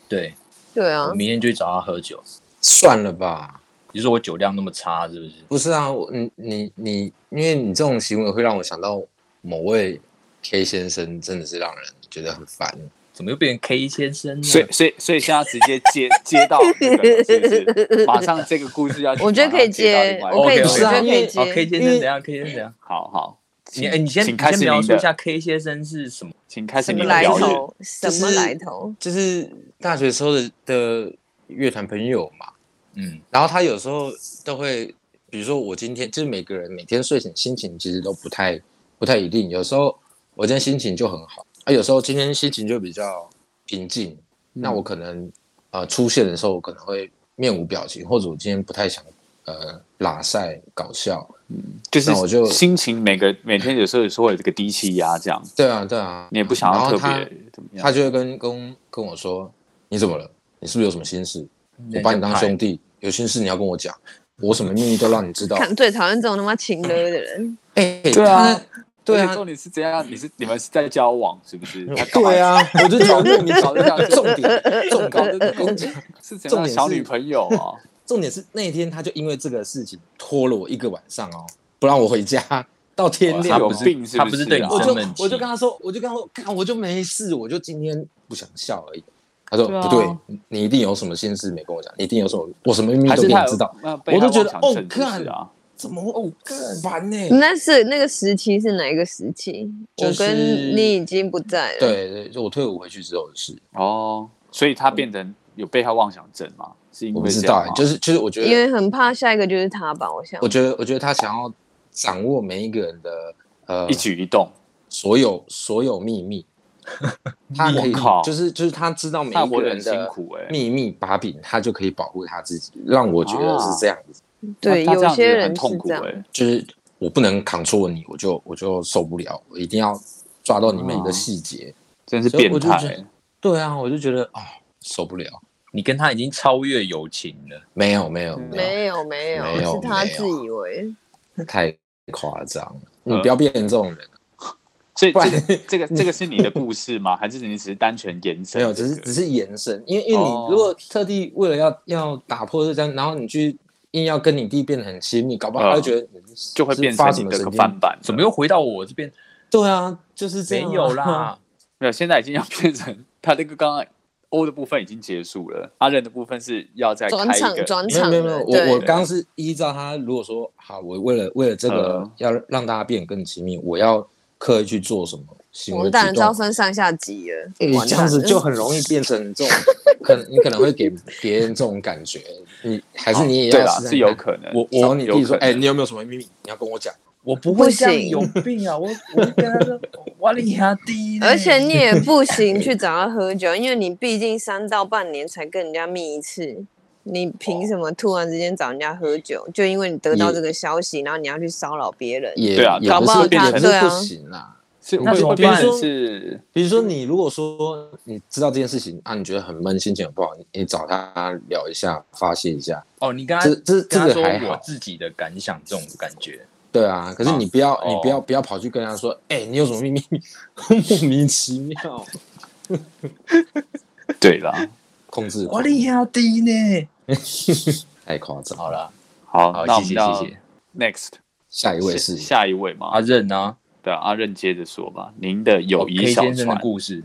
[SPEAKER 3] 对
[SPEAKER 4] 对啊
[SPEAKER 3] 我，明天就去找他喝酒，
[SPEAKER 5] 算了吧。
[SPEAKER 3] 你说我酒量那么差是不是？
[SPEAKER 5] 不是啊，我你你你，因为你这种行为会让我想到某位 K 先生，真的是让人觉得很烦。
[SPEAKER 3] 怎么又变成 K 先生呢？哦
[SPEAKER 2] 所以，所以，所以现在直接接接到那个，是不 是马上这个故事要，
[SPEAKER 4] 我觉得可以接，
[SPEAKER 2] 马上接到另外一个
[SPEAKER 4] 我可以，
[SPEAKER 3] OK，OK
[SPEAKER 4] 我觉得可以
[SPEAKER 3] 哦，K
[SPEAKER 4] 接。
[SPEAKER 3] 先生怎样？K 先生怎样？
[SPEAKER 2] 好好，
[SPEAKER 3] 你哎，你先
[SPEAKER 2] 请
[SPEAKER 3] 你
[SPEAKER 2] 开
[SPEAKER 3] 先
[SPEAKER 2] 始
[SPEAKER 3] 描
[SPEAKER 2] 您
[SPEAKER 3] 述一
[SPEAKER 2] 的，
[SPEAKER 3] 下 K 先生是什么？
[SPEAKER 2] 请开始
[SPEAKER 4] 什
[SPEAKER 2] 您
[SPEAKER 4] 么
[SPEAKER 2] 的
[SPEAKER 4] 来
[SPEAKER 2] 表演。
[SPEAKER 4] 头？什么来头？
[SPEAKER 5] 就是大学时候的的乐团朋友嘛，
[SPEAKER 3] 嗯，
[SPEAKER 5] 然后他有时候都会，比如说我今天就是每个人每天睡醒心情其实都不太不太一定，有时候我今天心情就很好，啊，有时候今天心情就比较平静，
[SPEAKER 2] 嗯
[SPEAKER 5] 那我可能呃出现的时候我可能会面无表情，或者我今天不太想呃拉塞搞笑，
[SPEAKER 2] 就是
[SPEAKER 5] 那我就
[SPEAKER 2] 心情每个每天有时候有时候有这个低气压这样，
[SPEAKER 5] 对啊对啊，
[SPEAKER 2] 你也不想
[SPEAKER 5] 然
[SPEAKER 2] 要
[SPEAKER 5] 后
[SPEAKER 2] 特
[SPEAKER 5] 他
[SPEAKER 2] 别怎么样。
[SPEAKER 5] 他就会跟跟跟我说你怎么了？你是不是有什么心事？我把你当兄弟，有心事你要跟我
[SPEAKER 2] 哦
[SPEAKER 5] 讲，我什么秘密都让你知道。
[SPEAKER 4] 看最讨厌这种他妈情勒的人，
[SPEAKER 5] 哎、
[SPEAKER 2] 对啊
[SPEAKER 5] 他，对
[SPEAKER 2] 而且
[SPEAKER 5] 啊，
[SPEAKER 2] 重点是这样，你是你们是在交往是不是？他干嘛
[SPEAKER 5] 对，啊，我就觉得你找
[SPEAKER 2] 搞得像
[SPEAKER 5] 重点，重
[SPEAKER 2] 搞得
[SPEAKER 5] 点，重点，
[SPEAKER 2] 是怎样
[SPEAKER 5] 重
[SPEAKER 2] 的
[SPEAKER 5] 点是
[SPEAKER 2] 小女朋友啊？
[SPEAKER 5] 重点是那天他就因为这个事情拖了我一个晚上哦，不让我回家，到天
[SPEAKER 2] 他
[SPEAKER 5] 亮。
[SPEAKER 2] 有
[SPEAKER 3] 不是
[SPEAKER 2] 病是
[SPEAKER 3] 他
[SPEAKER 2] 不
[SPEAKER 3] 不是
[SPEAKER 2] 是
[SPEAKER 3] 对你
[SPEAKER 2] 啊
[SPEAKER 5] 我
[SPEAKER 3] 生
[SPEAKER 5] 就
[SPEAKER 3] 闷气，
[SPEAKER 5] 我就跟他说，我就跟他说，看我就没事，我就今天不想笑而已。他说、
[SPEAKER 4] 对啊
[SPEAKER 5] 不对，你你一定有什么心事没跟我讲，你一定有什么我什么秘密
[SPEAKER 2] 还
[SPEAKER 5] 都
[SPEAKER 2] 是
[SPEAKER 5] 不
[SPEAKER 2] 他
[SPEAKER 5] 想
[SPEAKER 2] 有
[SPEAKER 5] 知道，，
[SPEAKER 2] 那被他
[SPEAKER 5] 我就觉得
[SPEAKER 2] 妄想症
[SPEAKER 5] 哦
[SPEAKER 2] 是不
[SPEAKER 5] 干
[SPEAKER 2] 是啊，
[SPEAKER 5] 怎么哦，更烦呢、
[SPEAKER 2] 嗯
[SPEAKER 4] 那是那个时期是哪一个时期？
[SPEAKER 5] 就是
[SPEAKER 4] 我跟你已经不在了。，
[SPEAKER 5] 对对，就我退伍回去之后的事，
[SPEAKER 2] 哦，所以他变成有被害妄想症嘛？是因
[SPEAKER 5] 我
[SPEAKER 2] 为
[SPEAKER 5] 不知
[SPEAKER 2] 这
[SPEAKER 5] 道、
[SPEAKER 2] 样
[SPEAKER 5] 欸
[SPEAKER 2] 吗，
[SPEAKER 5] 就是就是我觉
[SPEAKER 4] 因
[SPEAKER 5] 得，
[SPEAKER 4] 为很怕下一个就是他吧，我想
[SPEAKER 5] 我。觉得我觉得他想要掌握每一个人的呃
[SPEAKER 2] 一举一动，
[SPEAKER 5] 所有所有 秘密，他可
[SPEAKER 2] 我
[SPEAKER 5] 以
[SPEAKER 2] 靠
[SPEAKER 5] 就是就是他知道每
[SPEAKER 2] 他
[SPEAKER 5] 一
[SPEAKER 2] 活
[SPEAKER 5] 个
[SPEAKER 2] 得
[SPEAKER 5] 人
[SPEAKER 2] 很辛
[SPEAKER 5] 的
[SPEAKER 2] 苦哎。
[SPEAKER 5] 秘密把柄，他就可以保护他自己，让我觉得是这样
[SPEAKER 2] 啊
[SPEAKER 5] 子，
[SPEAKER 4] 对，
[SPEAKER 2] 他他这
[SPEAKER 4] 有
[SPEAKER 2] 样子
[SPEAKER 4] 些
[SPEAKER 2] 很
[SPEAKER 4] 人
[SPEAKER 2] 痛
[SPEAKER 4] 是
[SPEAKER 2] 苦
[SPEAKER 4] 这样。
[SPEAKER 2] 哎。
[SPEAKER 5] 就是我不能 control 你，我就我就受不了，我一定要抓到你每一个细节。
[SPEAKER 2] 真是
[SPEAKER 5] 所以
[SPEAKER 2] 变
[SPEAKER 5] 我就
[SPEAKER 2] 态
[SPEAKER 5] 觉得
[SPEAKER 2] 欸。
[SPEAKER 5] 对啊，我就觉得哦，受不了。
[SPEAKER 3] 你跟他已经超越友情了。
[SPEAKER 5] 没有没有
[SPEAKER 2] 嗯
[SPEAKER 5] 有，
[SPEAKER 4] 没有没有，
[SPEAKER 5] 没有
[SPEAKER 4] 是他
[SPEAKER 5] 没有
[SPEAKER 4] 自以为。
[SPEAKER 5] 太夸张了，
[SPEAKER 2] 嗯
[SPEAKER 5] 你不要变成这种人。
[SPEAKER 2] 所以
[SPEAKER 5] 不
[SPEAKER 2] 这
[SPEAKER 5] 然
[SPEAKER 2] 个这个这个是你的故事吗？还是你只是单纯延伸？
[SPEAKER 5] 没有，只是只是延伸，因为因为你
[SPEAKER 2] 哦
[SPEAKER 5] 如果特地为了要要打破这张，然后你去硬要跟你弟变得很亲密，搞不好
[SPEAKER 2] 嗯
[SPEAKER 5] 他会觉得你是
[SPEAKER 2] 就会
[SPEAKER 5] 是
[SPEAKER 2] 变成
[SPEAKER 5] 发什
[SPEAKER 2] 你
[SPEAKER 5] 么
[SPEAKER 2] 的
[SPEAKER 5] 神经
[SPEAKER 2] 翻版。
[SPEAKER 3] 怎么又回到我这边？
[SPEAKER 5] 对啊，就是这
[SPEAKER 3] 没
[SPEAKER 5] 样啊
[SPEAKER 3] 有，啦，
[SPEAKER 2] 没有？现在已经要变成他那个刚刚 O 的部分已经结束了，阿任的部分是要再
[SPEAKER 4] 转
[SPEAKER 2] 开一
[SPEAKER 4] 场
[SPEAKER 2] 个。
[SPEAKER 4] 转
[SPEAKER 5] 没有
[SPEAKER 4] 场
[SPEAKER 5] 没有没有，
[SPEAKER 4] 了，
[SPEAKER 5] 我我
[SPEAKER 4] 对，
[SPEAKER 5] 刚刚是依照他，如果说好，我为了为了这个
[SPEAKER 2] 嗯
[SPEAKER 5] 要让大家变得更亲密，我要刻意去做什么行
[SPEAKER 4] 我
[SPEAKER 5] 为
[SPEAKER 4] 们
[SPEAKER 5] 举
[SPEAKER 4] 当然
[SPEAKER 5] 动
[SPEAKER 4] 招。分上下级了，
[SPEAKER 5] 诶
[SPEAKER 4] 完蛋
[SPEAKER 5] 哎这样子
[SPEAKER 4] 了
[SPEAKER 5] 就很容易变成这种，可能你可能会给别人这种感觉，你还是你也
[SPEAKER 2] 哦对
[SPEAKER 5] 要
[SPEAKER 2] 啦
[SPEAKER 5] 试，试
[SPEAKER 2] 是有可能。
[SPEAKER 5] 我我你
[SPEAKER 2] 有
[SPEAKER 5] 弟说，
[SPEAKER 2] 可能
[SPEAKER 5] 哎，你有没有什么秘密？你要跟我讲。
[SPEAKER 3] 我不会这样
[SPEAKER 4] 不，行
[SPEAKER 3] 有病啊！我我跟他说，我厉害的呢，
[SPEAKER 4] 而且你也不行去找他喝酒，因为你毕竟三到半年才跟人家密一次，你凭什么突然之间找人家喝酒？就因为你得到
[SPEAKER 5] 也
[SPEAKER 4] 这个消息，然后你要去骚扰别人，
[SPEAKER 5] 也
[SPEAKER 2] 对啊
[SPEAKER 5] 也
[SPEAKER 4] 搞
[SPEAKER 5] 不
[SPEAKER 4] 不好
[SPEAKER 5] 是
[SPEAKER 4] 他
[SPEAKER 5] 也不
[SPEAKER 4] 对
[SPEAKER 5] 是
[SPEAKER 4] 啊
[SPEAKER 5] 不行啦。
[SPEAKER 2] 是
[SPEAKER 3] 那
[SPEAKER 2] 会
[SPEAKER 3] 怎么
[SPEAKER 2] 会变
[SPEAKER 3] 办
[SPEAKER 2] 成是
[SPEAKER 5] 比如说你如果说你知道这件事情啊，你觉得很闷，心情很不好，你你找他聊一下，发泄一下，
[SPEAKER 3] 哦，你跟他
[SPEAKER 5] 这这
[SPEAKER 3] 跟他
[SPEAKER 5] 这个还
[SPEAKER 3] 说我
[SPEAKER 5] 好，
[SPEAKER 3] 自己的感想，这种感觉，
[SPEAKER 5] 对啊。可是你不要
[SPEAKER 3] 啊
[SPEAKER 5] 你不要
[SPEAKER 3] 哦
[SPEAKER 5] 不要跑去跟他说，哎，你有什么秘密？ 莫名其妙，
[SPEAKER 2] 对啦。
[SPEAKER 5] 控制
[SPEAKER 3] 我厉害的呢。
[SPEAKER 5] 太夸张。
[SPEAKER 3] 好了，
[SPEAKER 2] 好，
[SPEAKER 3] 好，
[SPEAKER 2] 那
[SPEAKER 3] 谢
[SPEAKER 2] 我们
[SPEAKER 3] 谢
[SPEAKER 2] 要
[SPEAKER 3] 谢谢。
[SPEAKER 2] next
[SPEAKER 5] 下一位
[SPEAKER 2] 下
[SPEAKER 5] 是
[SPEAKER 2] 下一位
[SPEAKER 3] 阿
[SPEAKER 2] 嘛？
[SPEAKER 3] 任啊，
[SPEAKER 2] 对啊，阿任接着说吧。您的友
[SPEAKER 3] 哦
[SPEAKER 2] 谊
[SPEAKER 3] K
[SPEAKER 2] 小
[SPEAKER 3] 先生的
[SPEAKER 2] 船
[SPEAKER 3] 故事，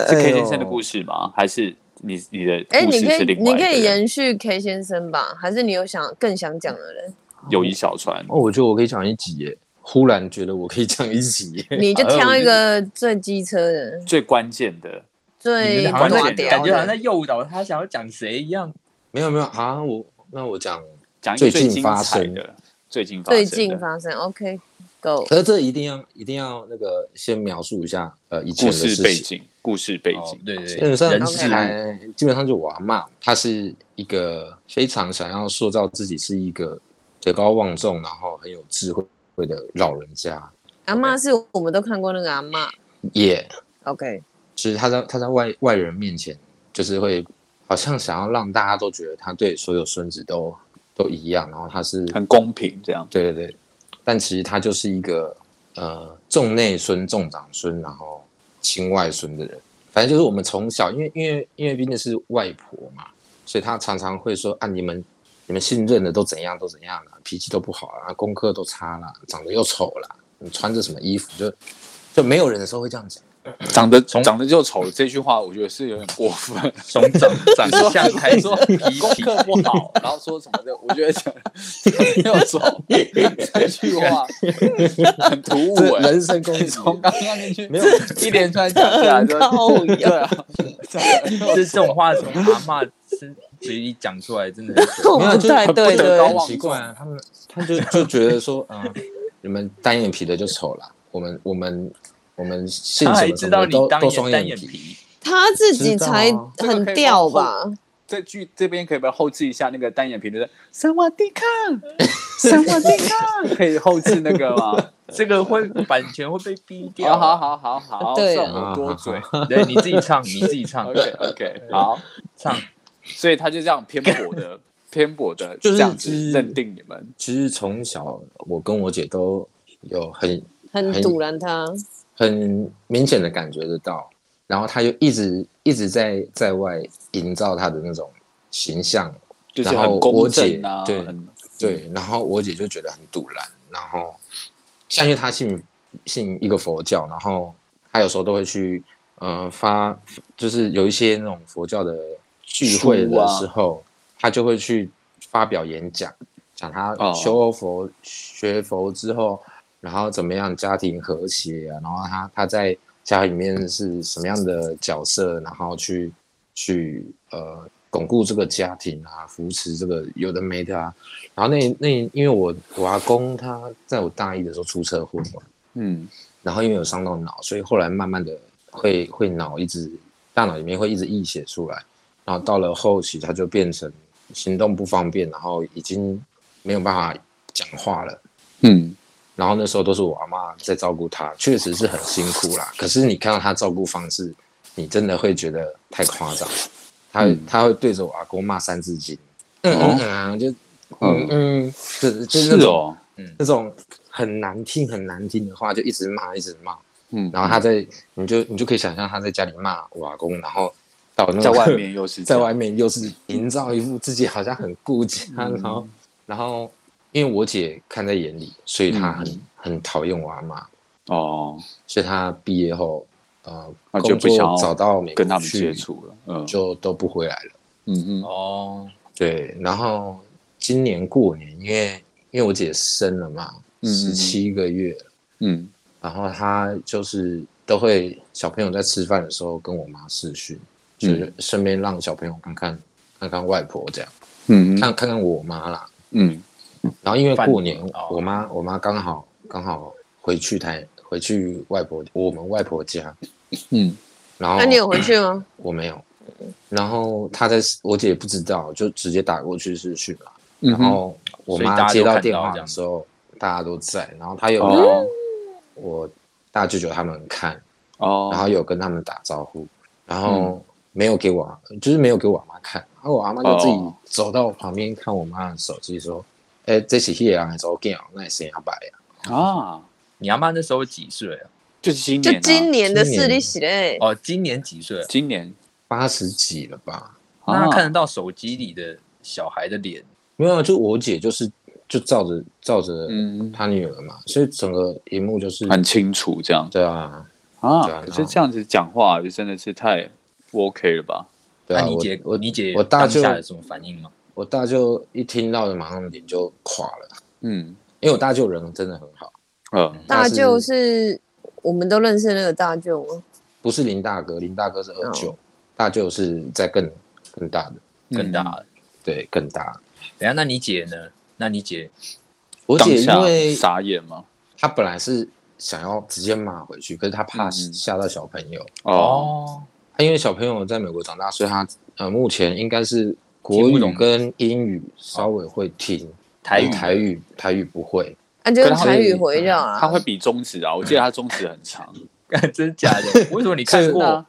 [SPEAKER 2] 是 K
[SPEAKER 5] 哎呦
[SPEAKER 2] 先生的故事吗？还是你你的
[SPEAKER 4] 哎，
[SPEAKER 2] 故
[SPEAKER 4] 你
[SPEAKER 2] 事
[SPEAKER 4] 可
[SPEAKER 2] 是
[SPEAKER 4] 以
[SPEAKER 2] 另
[SPEAKER 4] 你
[SPEAKER 2] 外一个人？
[SPEAKER 4] 可以延续 K 先生吧，还是你有想更想讲的人，
[SPEAKER 2] 友谊小船
[SPEAKER 5] 哦，我觉得我可以讲一集耶，忽然觉得我可以讲一集耶。
[SPEAKER 4] 你就
[SPEAKER 3] 哎我
[SPEAKER 4] 挑一
[SPEAKER 3] 觉
[SPEAKER 4] 个最机车的、
[SPEAKER 2] 最关键的
[SPEAKER 3] 你
[SPEAKER 4] 最
[SPEAKER 3] 们好像
[SPEAKER 4] 挂
[SPEAKER 3] 在感
[SPEAKER 4] 屌
[SPEAKER 3] 觉好像在
[SPEAKER 4] 的。
[SPEAKER 3] 诱导他想要讲谁一样。
[SPEAKER 5] 没有没有啊，我那我讲，
[SPEAKER 2] 讲一个
[SPEAKER 5] 最近
[SPEAKER 2] 精
[SPEAKER 5] 发
[SPEAKER 2] 彩
[SPEAKER 5] 生
[SPEAKER 2] 的，最近发生
[SPEAKER 4] 最
[SPEAKER 2] 的
[SPEAKER 4] 近发生，OK，Go，
[SPEAKER 5] 可是这一定要一定要那个先描述一下呃以前
[SPEAKER 2] 故
[SPEAKER 5] 的事
[SPEAKER 2] 事
[SPEAKER 5] 情
[SPEAKER 2] 背景，故事背
[SPEAKER 3] 哦
[SPEAKER 2] 景，
[SPEAKER 3] 对对
[SPEAKER 5] 基本上
[SPEAKER 3] 对，人
[SPEAKER 4] 事
[SPEAKER 3] 是
[SPEAKER 4] 物
[SPEAKER 5] 才基本上就我阿妈，她是一个非常想要塑造自己是一个德高望重，然后很有智慧的老人家。
[SPEAKER 4] 阿妈是我们都看过那个阿妈
[SPEAKER 5] 也、
[SPEAKER 4] ，OK，
[SPEAKER 5] 就是她在她在外外人面前，就是会好像想要让大家都觉得她对所有孙子都都一样，然后她是
[SPEAKER 2] 很公平这样。
[SPEAKER 5] 对对对，但其实她就是一个呃重内孙、重长孙，然后亲外孙的人。反正就是我们从小，因为因为因为毕竟是外婆嘛，所以她常常会说啊，你们你们信任的都怎样都怎样了、脾气都不好啦，功课都差啦，长得又丑啦，你穿着什么衣服就就没有人的时候会这样讲。
[SPEAKER 2] 长得长得就丑这句话，我觉得是有点过分。
[SPEAKER 3] 从长长相开
[SPEAKER 2] 还
[SPEAKER 3] 始
[SPEAKER 2] 说功课不好，然后说什么的，我觉得讲又丑这句话很突兀
[SPEAKER 5] 这
[SPEAKER 2] 哎、
[SPEAKER 5] 人身攻
[SPEAKER 2] 你
[SPEAKER 5] 击，
[SPEAKER 2] 从刚刚那句
[SPEAKER 5] 没有
[SPEAKER 2] 一连串讲下来之后，
[SPEAKER 4] 靠
[SPEAKER 2] 对啊，长得又
[SPEAKER 3] 就是这种话从阿妈身嘴里讲出来，真的很
[SPEAKER 4] 我
[SPEAKER 5] 没有
[SPEAKER 4] 不
[SPEAKER 5] 就是
[SPEAKER 4] 太
[SPEAKER 5] 很
[SPEAKER 4] 对欸
[SPEAKER 2] 不
[SPEAKER 4] 对
[SPEAKER 2] 得高
[SPEAKER 5] 很
[SPEAKER 2] 望
[SPEAKER 5] 奇怪啊，他们他就就觉得说，啊、你们单眼皮的就丑啦，我们我们我们性
[SPEAKER 3] 他
[SPEAKER 5] 什
[SPEAKER 3] 还
[SPEAKER 5] 么什
[SPEAKER 3] 知
[SPEAKER 5] 么
[SPEAKER 3] 道
[SPEAKER 5] 的
[SPEAKER 3] 你
[SPEAKER 5] 都
[SPEAKER 3] 当
[SPEAKER 5] 都双
[SPEAKER 3] 眼单眼
[SPEAKER 5] 皮，
[SPEAKER 3] 皮，
[SPEAKER 4] 他自己
[SPEAKER 5] 知道啊
[SPEAKER 4] 才
[SPEAKER 2] 这个
[SPEAKER 4] 很
[SPEAKER 2] 可以
[SPEAKER 4] 吊
[SPEAKER 2] 往后
[SPEAKER 4] 吧？
[SPEAKER 2] 这句这边可以不要后置一下那个单眼皮的“生瓦迪卡，生 瓦迪卡”，可以后置那个 吗？哦
[SPEAKER 3] 这个会版权会被逼掉。
[SPEAKER 2] 好好，好好好，
[SPEAKER 4] 对
[SPEAKER 2] 算我多 嘴。
[SPEAKER 3] 对，你自己唱，你自己唱，
[SPEAKER 2] OK OK，好，
[SPEAKER 3] 唱。
[SPEAKER 2] 所以他就这样偏颇 的、偏颇的，
[SPEAKER 5] 就是
[SPEAKER 2] 这样
[SPEAKER 5] 就是
[SPEAKER 2] 子认定你们。
[SPEAKER 5] 其实从小我跟我姐都有很
[SPEAKER 4] 很
[SPEAKER 5] 很
[SPEAKER 4] 堵拦他，
[SPEAKER 2] 哦
[SPEAKER 5] 很明显的感觉得到。然后他又一直一直在在外营造他的那种形象，
[SPEAKER 2] 就是
[SPEAKER 5] 然后
[SPEAKER 2] 很
[SPEAKER 5] 我
[SPEAKER 2] 公
[SPEAKER 5] 姐
[SPEAKER 2] 正啊，
[SPEAKER 5] 对
[SPEAKER 2] 很
[SPEAKER 5] 对。然后我姐就觉得很堵然，然后像因为她信信一个佛教，然后她有时候都会去呃发，就是有一些那种佛教的聚会
[SPEAKER 2] 书
[SPEAKER 5] 的
[SPEAKER 2] 啊
[SPEAKER 5] 时候，她就会去发表演讲，讲她
[SPEAKER 2] 哦
[SPEAKER 5] 修佛、学佛之后，然后怎么样家庭和谐啊，然后她她在家里面是什么样的角色，然后去去呃巩固这个家庭啊，扶持这个有的没的啊。然后那那因为我我阿公他在我大一的时候出车祸嘛，
[SPEAKER 2] 嗯
[SPEAKER 5] 然后因为有伤到脑，所以后来慢慢的会会脑一直大脑里面会一直溢血出来，然后到了后期他就变成行动不方便，然后已经没有办法讲话了。
[SPEAKER 2] 嗯，
[SPEAKER 5] 然后那时候都是我阿妈在照顾他，确实是很辛苦啦。可是你看到他照顾方式，你真的会觉得太夸张。他、
[SPEAKER 2] 嗯哦
[SPEAKER 5] 他会对着我阿公骂三字经，嗯嗯嗯啊，就嗯嗯，是就是
[SPEAKER 2] 是
[SPEAKER 5] 那种嗯
[SPEAKER 2] 哦，
[SPEAKER 5] 那种很难听很难听的话，就一直骂一直骂。
[SPEAKER 2] 嗯，
[SPEAKER 5] 然后他在你就你就可以想象他在家里骂我阿公，然后到那个
[SPEAKER 2] 在外 面又是这
[SPEAKER 5] 在
[SPEAKER 2] 样
[SPEAKER 5] 外面又是营造一副自己好像很顾家，然
[SPEAKER 2] 嗯
[SPEAKER 5] 后然后因为我姐看在眼里，所以她很、
[SPEAKER 2] 嗯
[SPEAKER 5] 很讨厌我阿妈，
[SPEAKER 2] 哦，
[SPEAKER 5] 所以她毕业后呃
[SPEAKER 2] 啊就
[SPEAKER 5] 工
[SPEAKER 2] 不想要
[SPEAKER 5] 作找到美国
[SPEAKER 2] 跟他们
[SPEAKER 5] 去
[SPEAKER 2] 接触了，嗯
[SPEAKER 5] 就都不回来了。
[SPEAKER 2] 嗯嗯
[SPEAKER 3] 哦，
[SPEAKER 5] 对，然后今年过年，因为因为我姐生了嘛，
[SPEAKER 2] 嗯嗯嗯
[SPEAKER 5] 十七个月，
[SPEAKER 2] 嗯，
[SPEAKER 5] 然后他就是都会小朋友在吃饭的时候跟我妈视讯，
[SPEAKER 3] 嗯
[SPEAKER 5] 就是顺便让小朋友看看看看外婆这样，
[SPEAKER 2] 嗯嗯
[SPEAKER 5] 看看看我妈啦。
[SPEAKER 2] 嗯
[SPEAKER 5] 然后因为
[SPEAKER 3] 饭
[SPEAKER 5] 过年
[SPEAKER 3] 哦，
[SPEAKER 5] 我妈我妈刚好刚好回去台回去外婆我们外婆家，
[SPEAKER 2] 嗯
[SPEAKER 5] 然后
[SPEAKER 4] 啊那你有回去吗？
[SPEAKER 5] 我没有，然后她在我姐也不知道，就直接打过去视讯了。
[SPEAKER 2] 嗯，
[SPEAKER 5] 然后我
[SPEAKER 3] 所以大
[SPEAKER 5] 妈
[SPEAKER 3] 家
[SPEAKER 5] 接
[SPEAKER 3] 都
[SPEAKER 5] 到
[SPEAKER 3] 看
[SPEAKER 5] 电
[SPEAKER 3] 到
[SPEAKER 5] 话
[SPEAKER 3] 这
[SPEAKER 5] 的
[SPEAKER 3] 样
[SPEAKER 5] 时候，大家都在，然后她
[SPEAKER 4] 嗯
[SPEAKER 5] 有
[SPEAKER 2] 哦
[SPEAKER 5] 跟我大舅舅他们看。
[SPEAKER 2] 哦，嗯
[SPEAKER 5] 然后有跟他们打招呼，然后没有给我阿，就是没有给我阿妈看，然后我阿妈就自己
[SPEAKER 2] 哦
[SPEAKER 5] 走到我旁边看我妈的手机，说：“哎、这是叶啊，还是我见那也谁阿白呀
[SPEAKER 2] 啊，
[SPEAKER 3] 你阿妈那时候几岁啊？
[SPEAKER 2] 就是今
[SPEAKER 4] 就
[SPEAKER 2] 年啊，
[SPEAKER 4] 今年的事
[SPEAKER 5] 今
[SPEAKER 4] 你
[SPEAKER 5] 年
[SPEAKER 4] 写嘞，
[SPEAKER 3] 哦，今年几岁啊？
[SPEAKER 2] 今年，？”
[SPEAKER 5] 八十几了吧？
[SPEAKER 3] 那
[SPEAKER 2] 啊
[SPEAKER 3] 她看得到手机里的小孩的脸，
[SPEAKER 5] 没有啊，就我姐就是就照着照着
[SPEAKER 2] 嗯
[SPEAKER 5] 她女儿嘛，所以整个荧幕就是
[SPEAKER 2] 很清楚这样
[SPEAKER 5] 对啊对
[SPEAKER 2] 啊，
[SPEAKER 5] 啊
[SPEAKER 2] 可
[SPEAKER 5] 然
[SPEAKER 2] 是
[SPEAKER 5] 后
[SPEAKER 2] 这样子讲话就真的是太不 OK 了吧？
[SPEAKER 5] 对啊，
[SPEAKER 3] 那你
[SPEAKER 5] 我
[SPEAKER 3] 姐
[SPEAKER 5] 我
[SPEAKER 3] 你姐
[SPEAKER 5] 我大
[SPEAKER 3] 当
[SPEAKER 5] 舅
[SPEAKER 3] 下有什么反应吗？
[SPEAKER 5] 我大舅一听到的马上脸就垮了，
[SPEAKER 2] 嗯
[SPEAKER 5] 因为我大舅人真的很好，
[SPEAKER 2] 呃
[SPEAKER 5] 那
[SPEAKER 4] 大
[SPEAKER 5] 是
[SPEAKER 4] 舅是我们都认识的那个大舅吗？
[SPEAKER 5] 不是林大哥，林大哥是
[SPEAKER 2] 哦
[SPEAKER 5] 二舅，大舅是在更更大的，
[SPEAKER 3] 更大了。
[SPEAKER 5] 对更大的。
[SPEAKER 3] 等一下，那你姐呢？那你姐
[SPEAKER 5] 我
[SPEAKER 2] 当
[SPEAKER 5] 姐因
[SPEAKER 2] 下
[SPEAKER 5] 为
[SPEAKER 2] 傻眼吗？
[SPEAKER 5] 她本来是想要直接骂回去，可是她怕
[SPEAKER 2] 嗯嗯
[SPEAKER 5] 吓到小朋友。
[SPEAKER 2] 哦，
[SPEAKER 5] 她因为小朋友在美国长大，所以她呃目前应该是国
[SPEAKER 3] 听不
[SPEAKER 5] 语
[SPEAKER 3] 懂
[SPEAKER 5] 跟英语
[SPEAKER 2] 哦
[SPEAKER 5] 稍微会听，嗯
[SPEAKER 3] 台语
[SPEAKER 5] 台语台语不会。
[SPEAKER 4] 啊，就用
[SPEAKER 2] 可是他
[SPEAKER 4] 台语
[SPEAKER 5] 会
[SPEAKER 4] 回掉
[SPEAKER 2] 他
[SPEAKER 4] 啊。
[SPEAKER 2] 会比中指啊，我记得他中指很长，
[SPEAKER 5] 嗯
[SPEAKER 3] 干真假的？为什么你看
[SPEAKER 2] 真的
[SPEAKER 3] 过
[SPEAKER 2] 啊？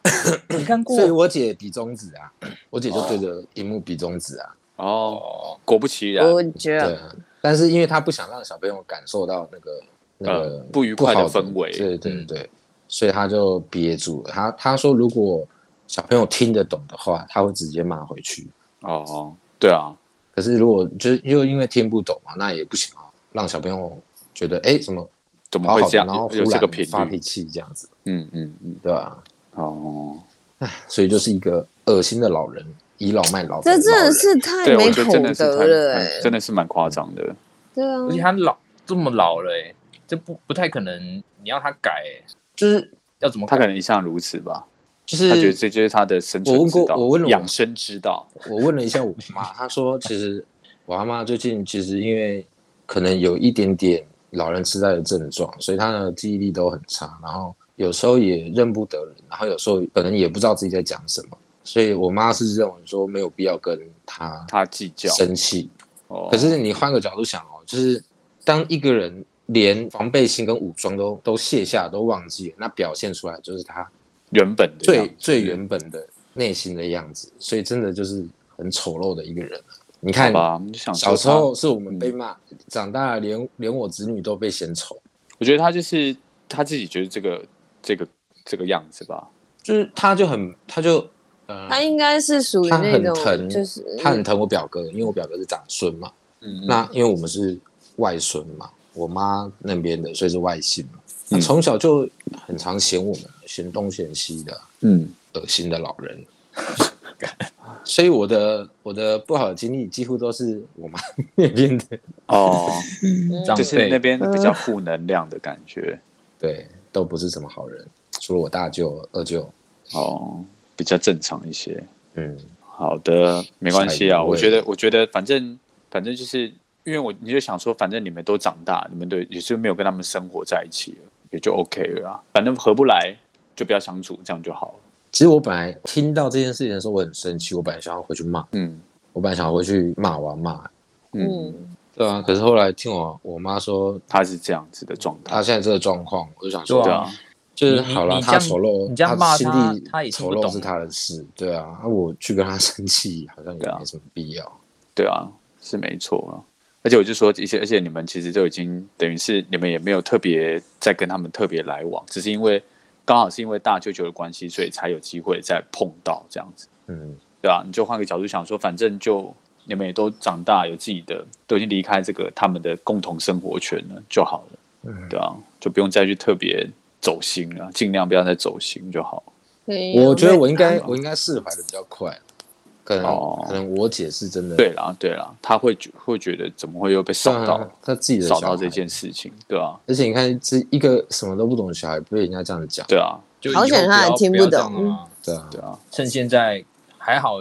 [SPEAKER 3] 你看
[SPEAKER 5] 所以
[SPEAKER 3] 过？
[SPEAKER 5] 我姐比中指啊，我姐就对着荧幕比中指啊，
[SPEAKER 2] 哦，
[SPEAKER 3] 哦，
[SPEAKER 2] 果不其然，
[SPEAKER 4] 我觉
[SPEAKER 5] 对
[SPEAKER 4] 得
[SPEAKER 5] 啊。但是因为她不想让小朋友感受到那个那个
[SPEAKER 2] 呃不愉快的
[SPEAKER 5] 好
[SPEAKER 2] 氛围
[SPEAKER 5] 对对
[SPEAKER 3] 嗯
[SPEAKER 5] 对，所以她就憋住了。她她说如果小朋友听得懂的话，她会直接骂回去。
[SPEAKER 2] 哦，对啊，
[SPEAKER 5] 可是如果就是又因为听不懂嘛，那也不行啊，让小朋友觉得哎、诶怎么
[SPEAKER 2] 怎么
[SPEAKER 5] 好
[SPEAKER 2] 会
[SPEAKER 5] 好
[SPEAKER 2] 这
[SPEAKER 5] 的，
[SPEAKER 2] 样？
[SPEAKER 5] 然后忽
[SPEAKER 2] 有这个频
[SPEAKER 5] 然发
[SPEAKER 2] 率？
[SPEAKER 5] 脾气这样子，
[SPEAKER 2] 嗯嗯嗯，
[SPEAKER 5] 对吧、
[SPEAKER 2] 哦，
[SPEAKER 5] 所以就是一个恶心的老人，倚老卖老的老
[SPEAKER 4] 这
[SPEAKER 5] 人。
[SPEAKER 4] 真的是太
[SPEAKER 2] 对，我
[SPEAKER 4] 没
[SPEAKER 2] 觉得
[SPEAKER 4] 口
[SPEAKER 2] 真的是
[SPEAKER 4] 德了，
[SPEAKER 2] 太蛮，
[SPEAKER 4] 哎，
[SPEAKER 2] 真的是蛮夸张的。
[SPEAKER 4] 对
[SPEAKER 3] 而且
[SPEAKER 4] 啊，
[SPEAKER 3] 她老这么老了，哎，这不不太可能。你要她改，哎
[SPEAKER 5] 就是
[SPEAKER 3] 要怎么
[SPEAKER 2] 他
[SPEAKER 3] 改？
[SPEAKER 2] 可能一向如此吧，
[SPEAKER 5] 就
[SPEAKER 2] 他觉得
[SPEAKER 5] 是
[SPEAKER 2] 这就是他的生存
[SPEAKER 5] 我问过
[SPEAKER 2] 之道，
[SPEAKER 5] 我问了我
[SPEAKER 2] 养生之道。
[SPEAKER 5] 我问了一下我妈， 她说其实我阿妈最近其实因为可能有一点点老人痴呆的症状，所以她的记忆力都很差，然后有时候也认不得人，然后有时候可能也不知道自己在讲什么，所以我妈是认为说没有必要跟她
[SPEAKER 2] 他计较，
[SPEAKER 5] 生气，
[SPEAKER 2] 哦
[SPEAKER 5] 可是你换个角度想哦，就是当一个人连防备心跟武装都都卸下，都忘记了，那表现出来就是他
[SPEAKER 2] 原本的样
[SPEAKER 5] 最
[SPEAKER 2] 子
[SPEAKER 5] 最原本的内心的样子。所以真的就是很丑陋的一个人啊。你
[SPEAKER 2] 好
[SPEAKER 5] 看，
[SPEAKER 2] 吧？我们就想说
[SPEAKER 5] 小时
[SPEAKER 2] 他
[SPEAKER 5] 嗯候是我们被骂，长大了连连我子女都被嫌丑。
[SPEAKER 2] 我觉得他就是他自己觉得这个这个这个样子吧。
[SPEAKER 5] 就是他就很他就呃，
[SPEAKER 4] 他应该是属于
[SPEAKER 5] 他
[SPEAKER 4] 那
[SPEAKER 5] 很
[SPEAKER 4] 种
[SPEAKER 5] 疼，
[SPEAKER 4] 就是
[SPEAKER 5] 他很疼我表哥，因为我表哥是长孙嘛。
[SPEAKER 2] 嗯
[SPEAKER 5] 那因为我们是外孙嘛，我妈那边的，所以是外姓嘛。那
[SPEAKER 2] 嗯
[SPEAKER 5] 从小就很常嫌我们嫌东嫌西的，
[SPEAKER 2] 嗯，
[SPEAKER 5] 恶心的老 人。所以我的我的不好的经历几乎都是我妈 那边的，
[SPEAKER 2] 哦，
[SPEAKER 3] 长
[SPEAKER 2] 就
[SPEAKER 3] 辈
[SPEAKER 2] 是那边比较负能量的感觉，
[SPEAKER 5] 对，都不是什么好人，除了我大舅、二舅，
[SPEAKER 2] 哦，比较正常一些。
[SPEAKER 5] 嗯，
[SPEAKER 2] 好的，没关系
[SPEAKER 5] 下
[SPEAKER 2] 啊。
[SPEAKER 5] 一位
[SPEAKER 2] 我觉得，我觉得反正反正就是因为我你就想说，反正你们都长大，你们对也是没有跟他们生活在一起了，也就 OK 了啊。反正合不来就不要相处，这样就好了。
[SPEAKER 5] 其实我本来听到这件事情的时候，我很生气，我本来想要回去骂，
[SPEAKER 2] 嗯
[SPEAKER 5] 我本来想要回去骂我阿妈，
[SPEAKER 2] 嗯，
[SPEAKER 4] 嗯，
[SPEAKER 5] 对啊，可是后来听我我妈说
[SPEAKER 2] 他是这样子的状态
[SPEAKER 5] 她。现在这个状况，我就想
[SPEAKER 3] 对
[SPEAKER 5] 说，
[SPEAKER 2] 对
[SPEAKER 3] 啊
[SPEAKER 2] 啊，
[SPEAKER 5] 就是
[SPEAKER 3] 你你
[SPEAKER 5] 好啦，
[SPEAKER 3] 你
[SPEAKER 5] 她
[SPEAKER 3] 这样
[SPEAKER 5] 丑陋，
[SPEAKER 3] 你这样骂
[SPEAKER 5] 心
[SPEAKER 3] 她
[SPEAKER 5] 地
[SPEAKER 3] 她也听
[SPEAKER 5] 丑
[SPEAKER 3] 不
[SPEAKER 5] 陋
[SPEAKER 3] 懂
[SPEAKER 5] 是她的事，对啊，啊我去跟她 生气好像也
[SPEAKER 2] 对啊
[SPEAKER 5] 没什么必要，
[SPEAKER 2] 对啊，是没错啊。而且我就说一些，而且你们其实都已经等于是你们也没有特别在跟他们特别来往，只是因为刚好是因为大舅舅的关系，所以才有机会再碰到这样子。
[SPEAKER 5] 嗯，
[SPEAKER 2] 对啊，你就换个角度想说，反正就你们也都长大，有自己的，都已经离开这个他们的共同生活圈了就好了，
[SPEAKER 5] 嗯
[SPEAKER 2] 对啊，就不用再去特别走心了，尽量不要再走心就好。
[SPEAKER 4] 可以啊
[SPEAKER 5] 我觉得我应该
[SPEAKER 2] 啊
[SPEAKER 5] 我应该释怀的比较快，可能、
[SPEAKER 2] 哦
[SPEAKER 5] 可能我姐是真的
[SPEAKER 2] 对啦，对啦，他会觉会觉得怎么会又被
[SPEAKER 5] 上
[SPEAKER 2] 扫到
[SPEAKER 5] 她自己的
[SPEAKER 2] 扫
[SPEAKER 5] 啊小
[SPEAKER 2] 到这
[SPEAKER 5] 孩
[SPEAKER 2] 件事情，对啊，
[SPEAKER 5] 而且你看，这一个什么都不懂的小孩被人家这样讲，
[SPEAKER 2] 对啊，
[SPEAKER 3] 就
[SPEAKER 4] 好
[SPEAKER 3] 以后
[SPEAKER 4] 险
[SPEAKER 3] 不
[SPEAKER 4] 他还
[SPEAKER 3] 要
[SPEAKER 4] 听
[SPEAKER 3] 不
[SPEAKER 4] 不
[SPEAKER 3] 要这样
[SPEAKER 4] 懂
[SPEAKER 3] 啊
[SPEAKER 5] 对啊，
[SPEAKER 2] 对啊，
[SPEAKER 3] 趁现在还好，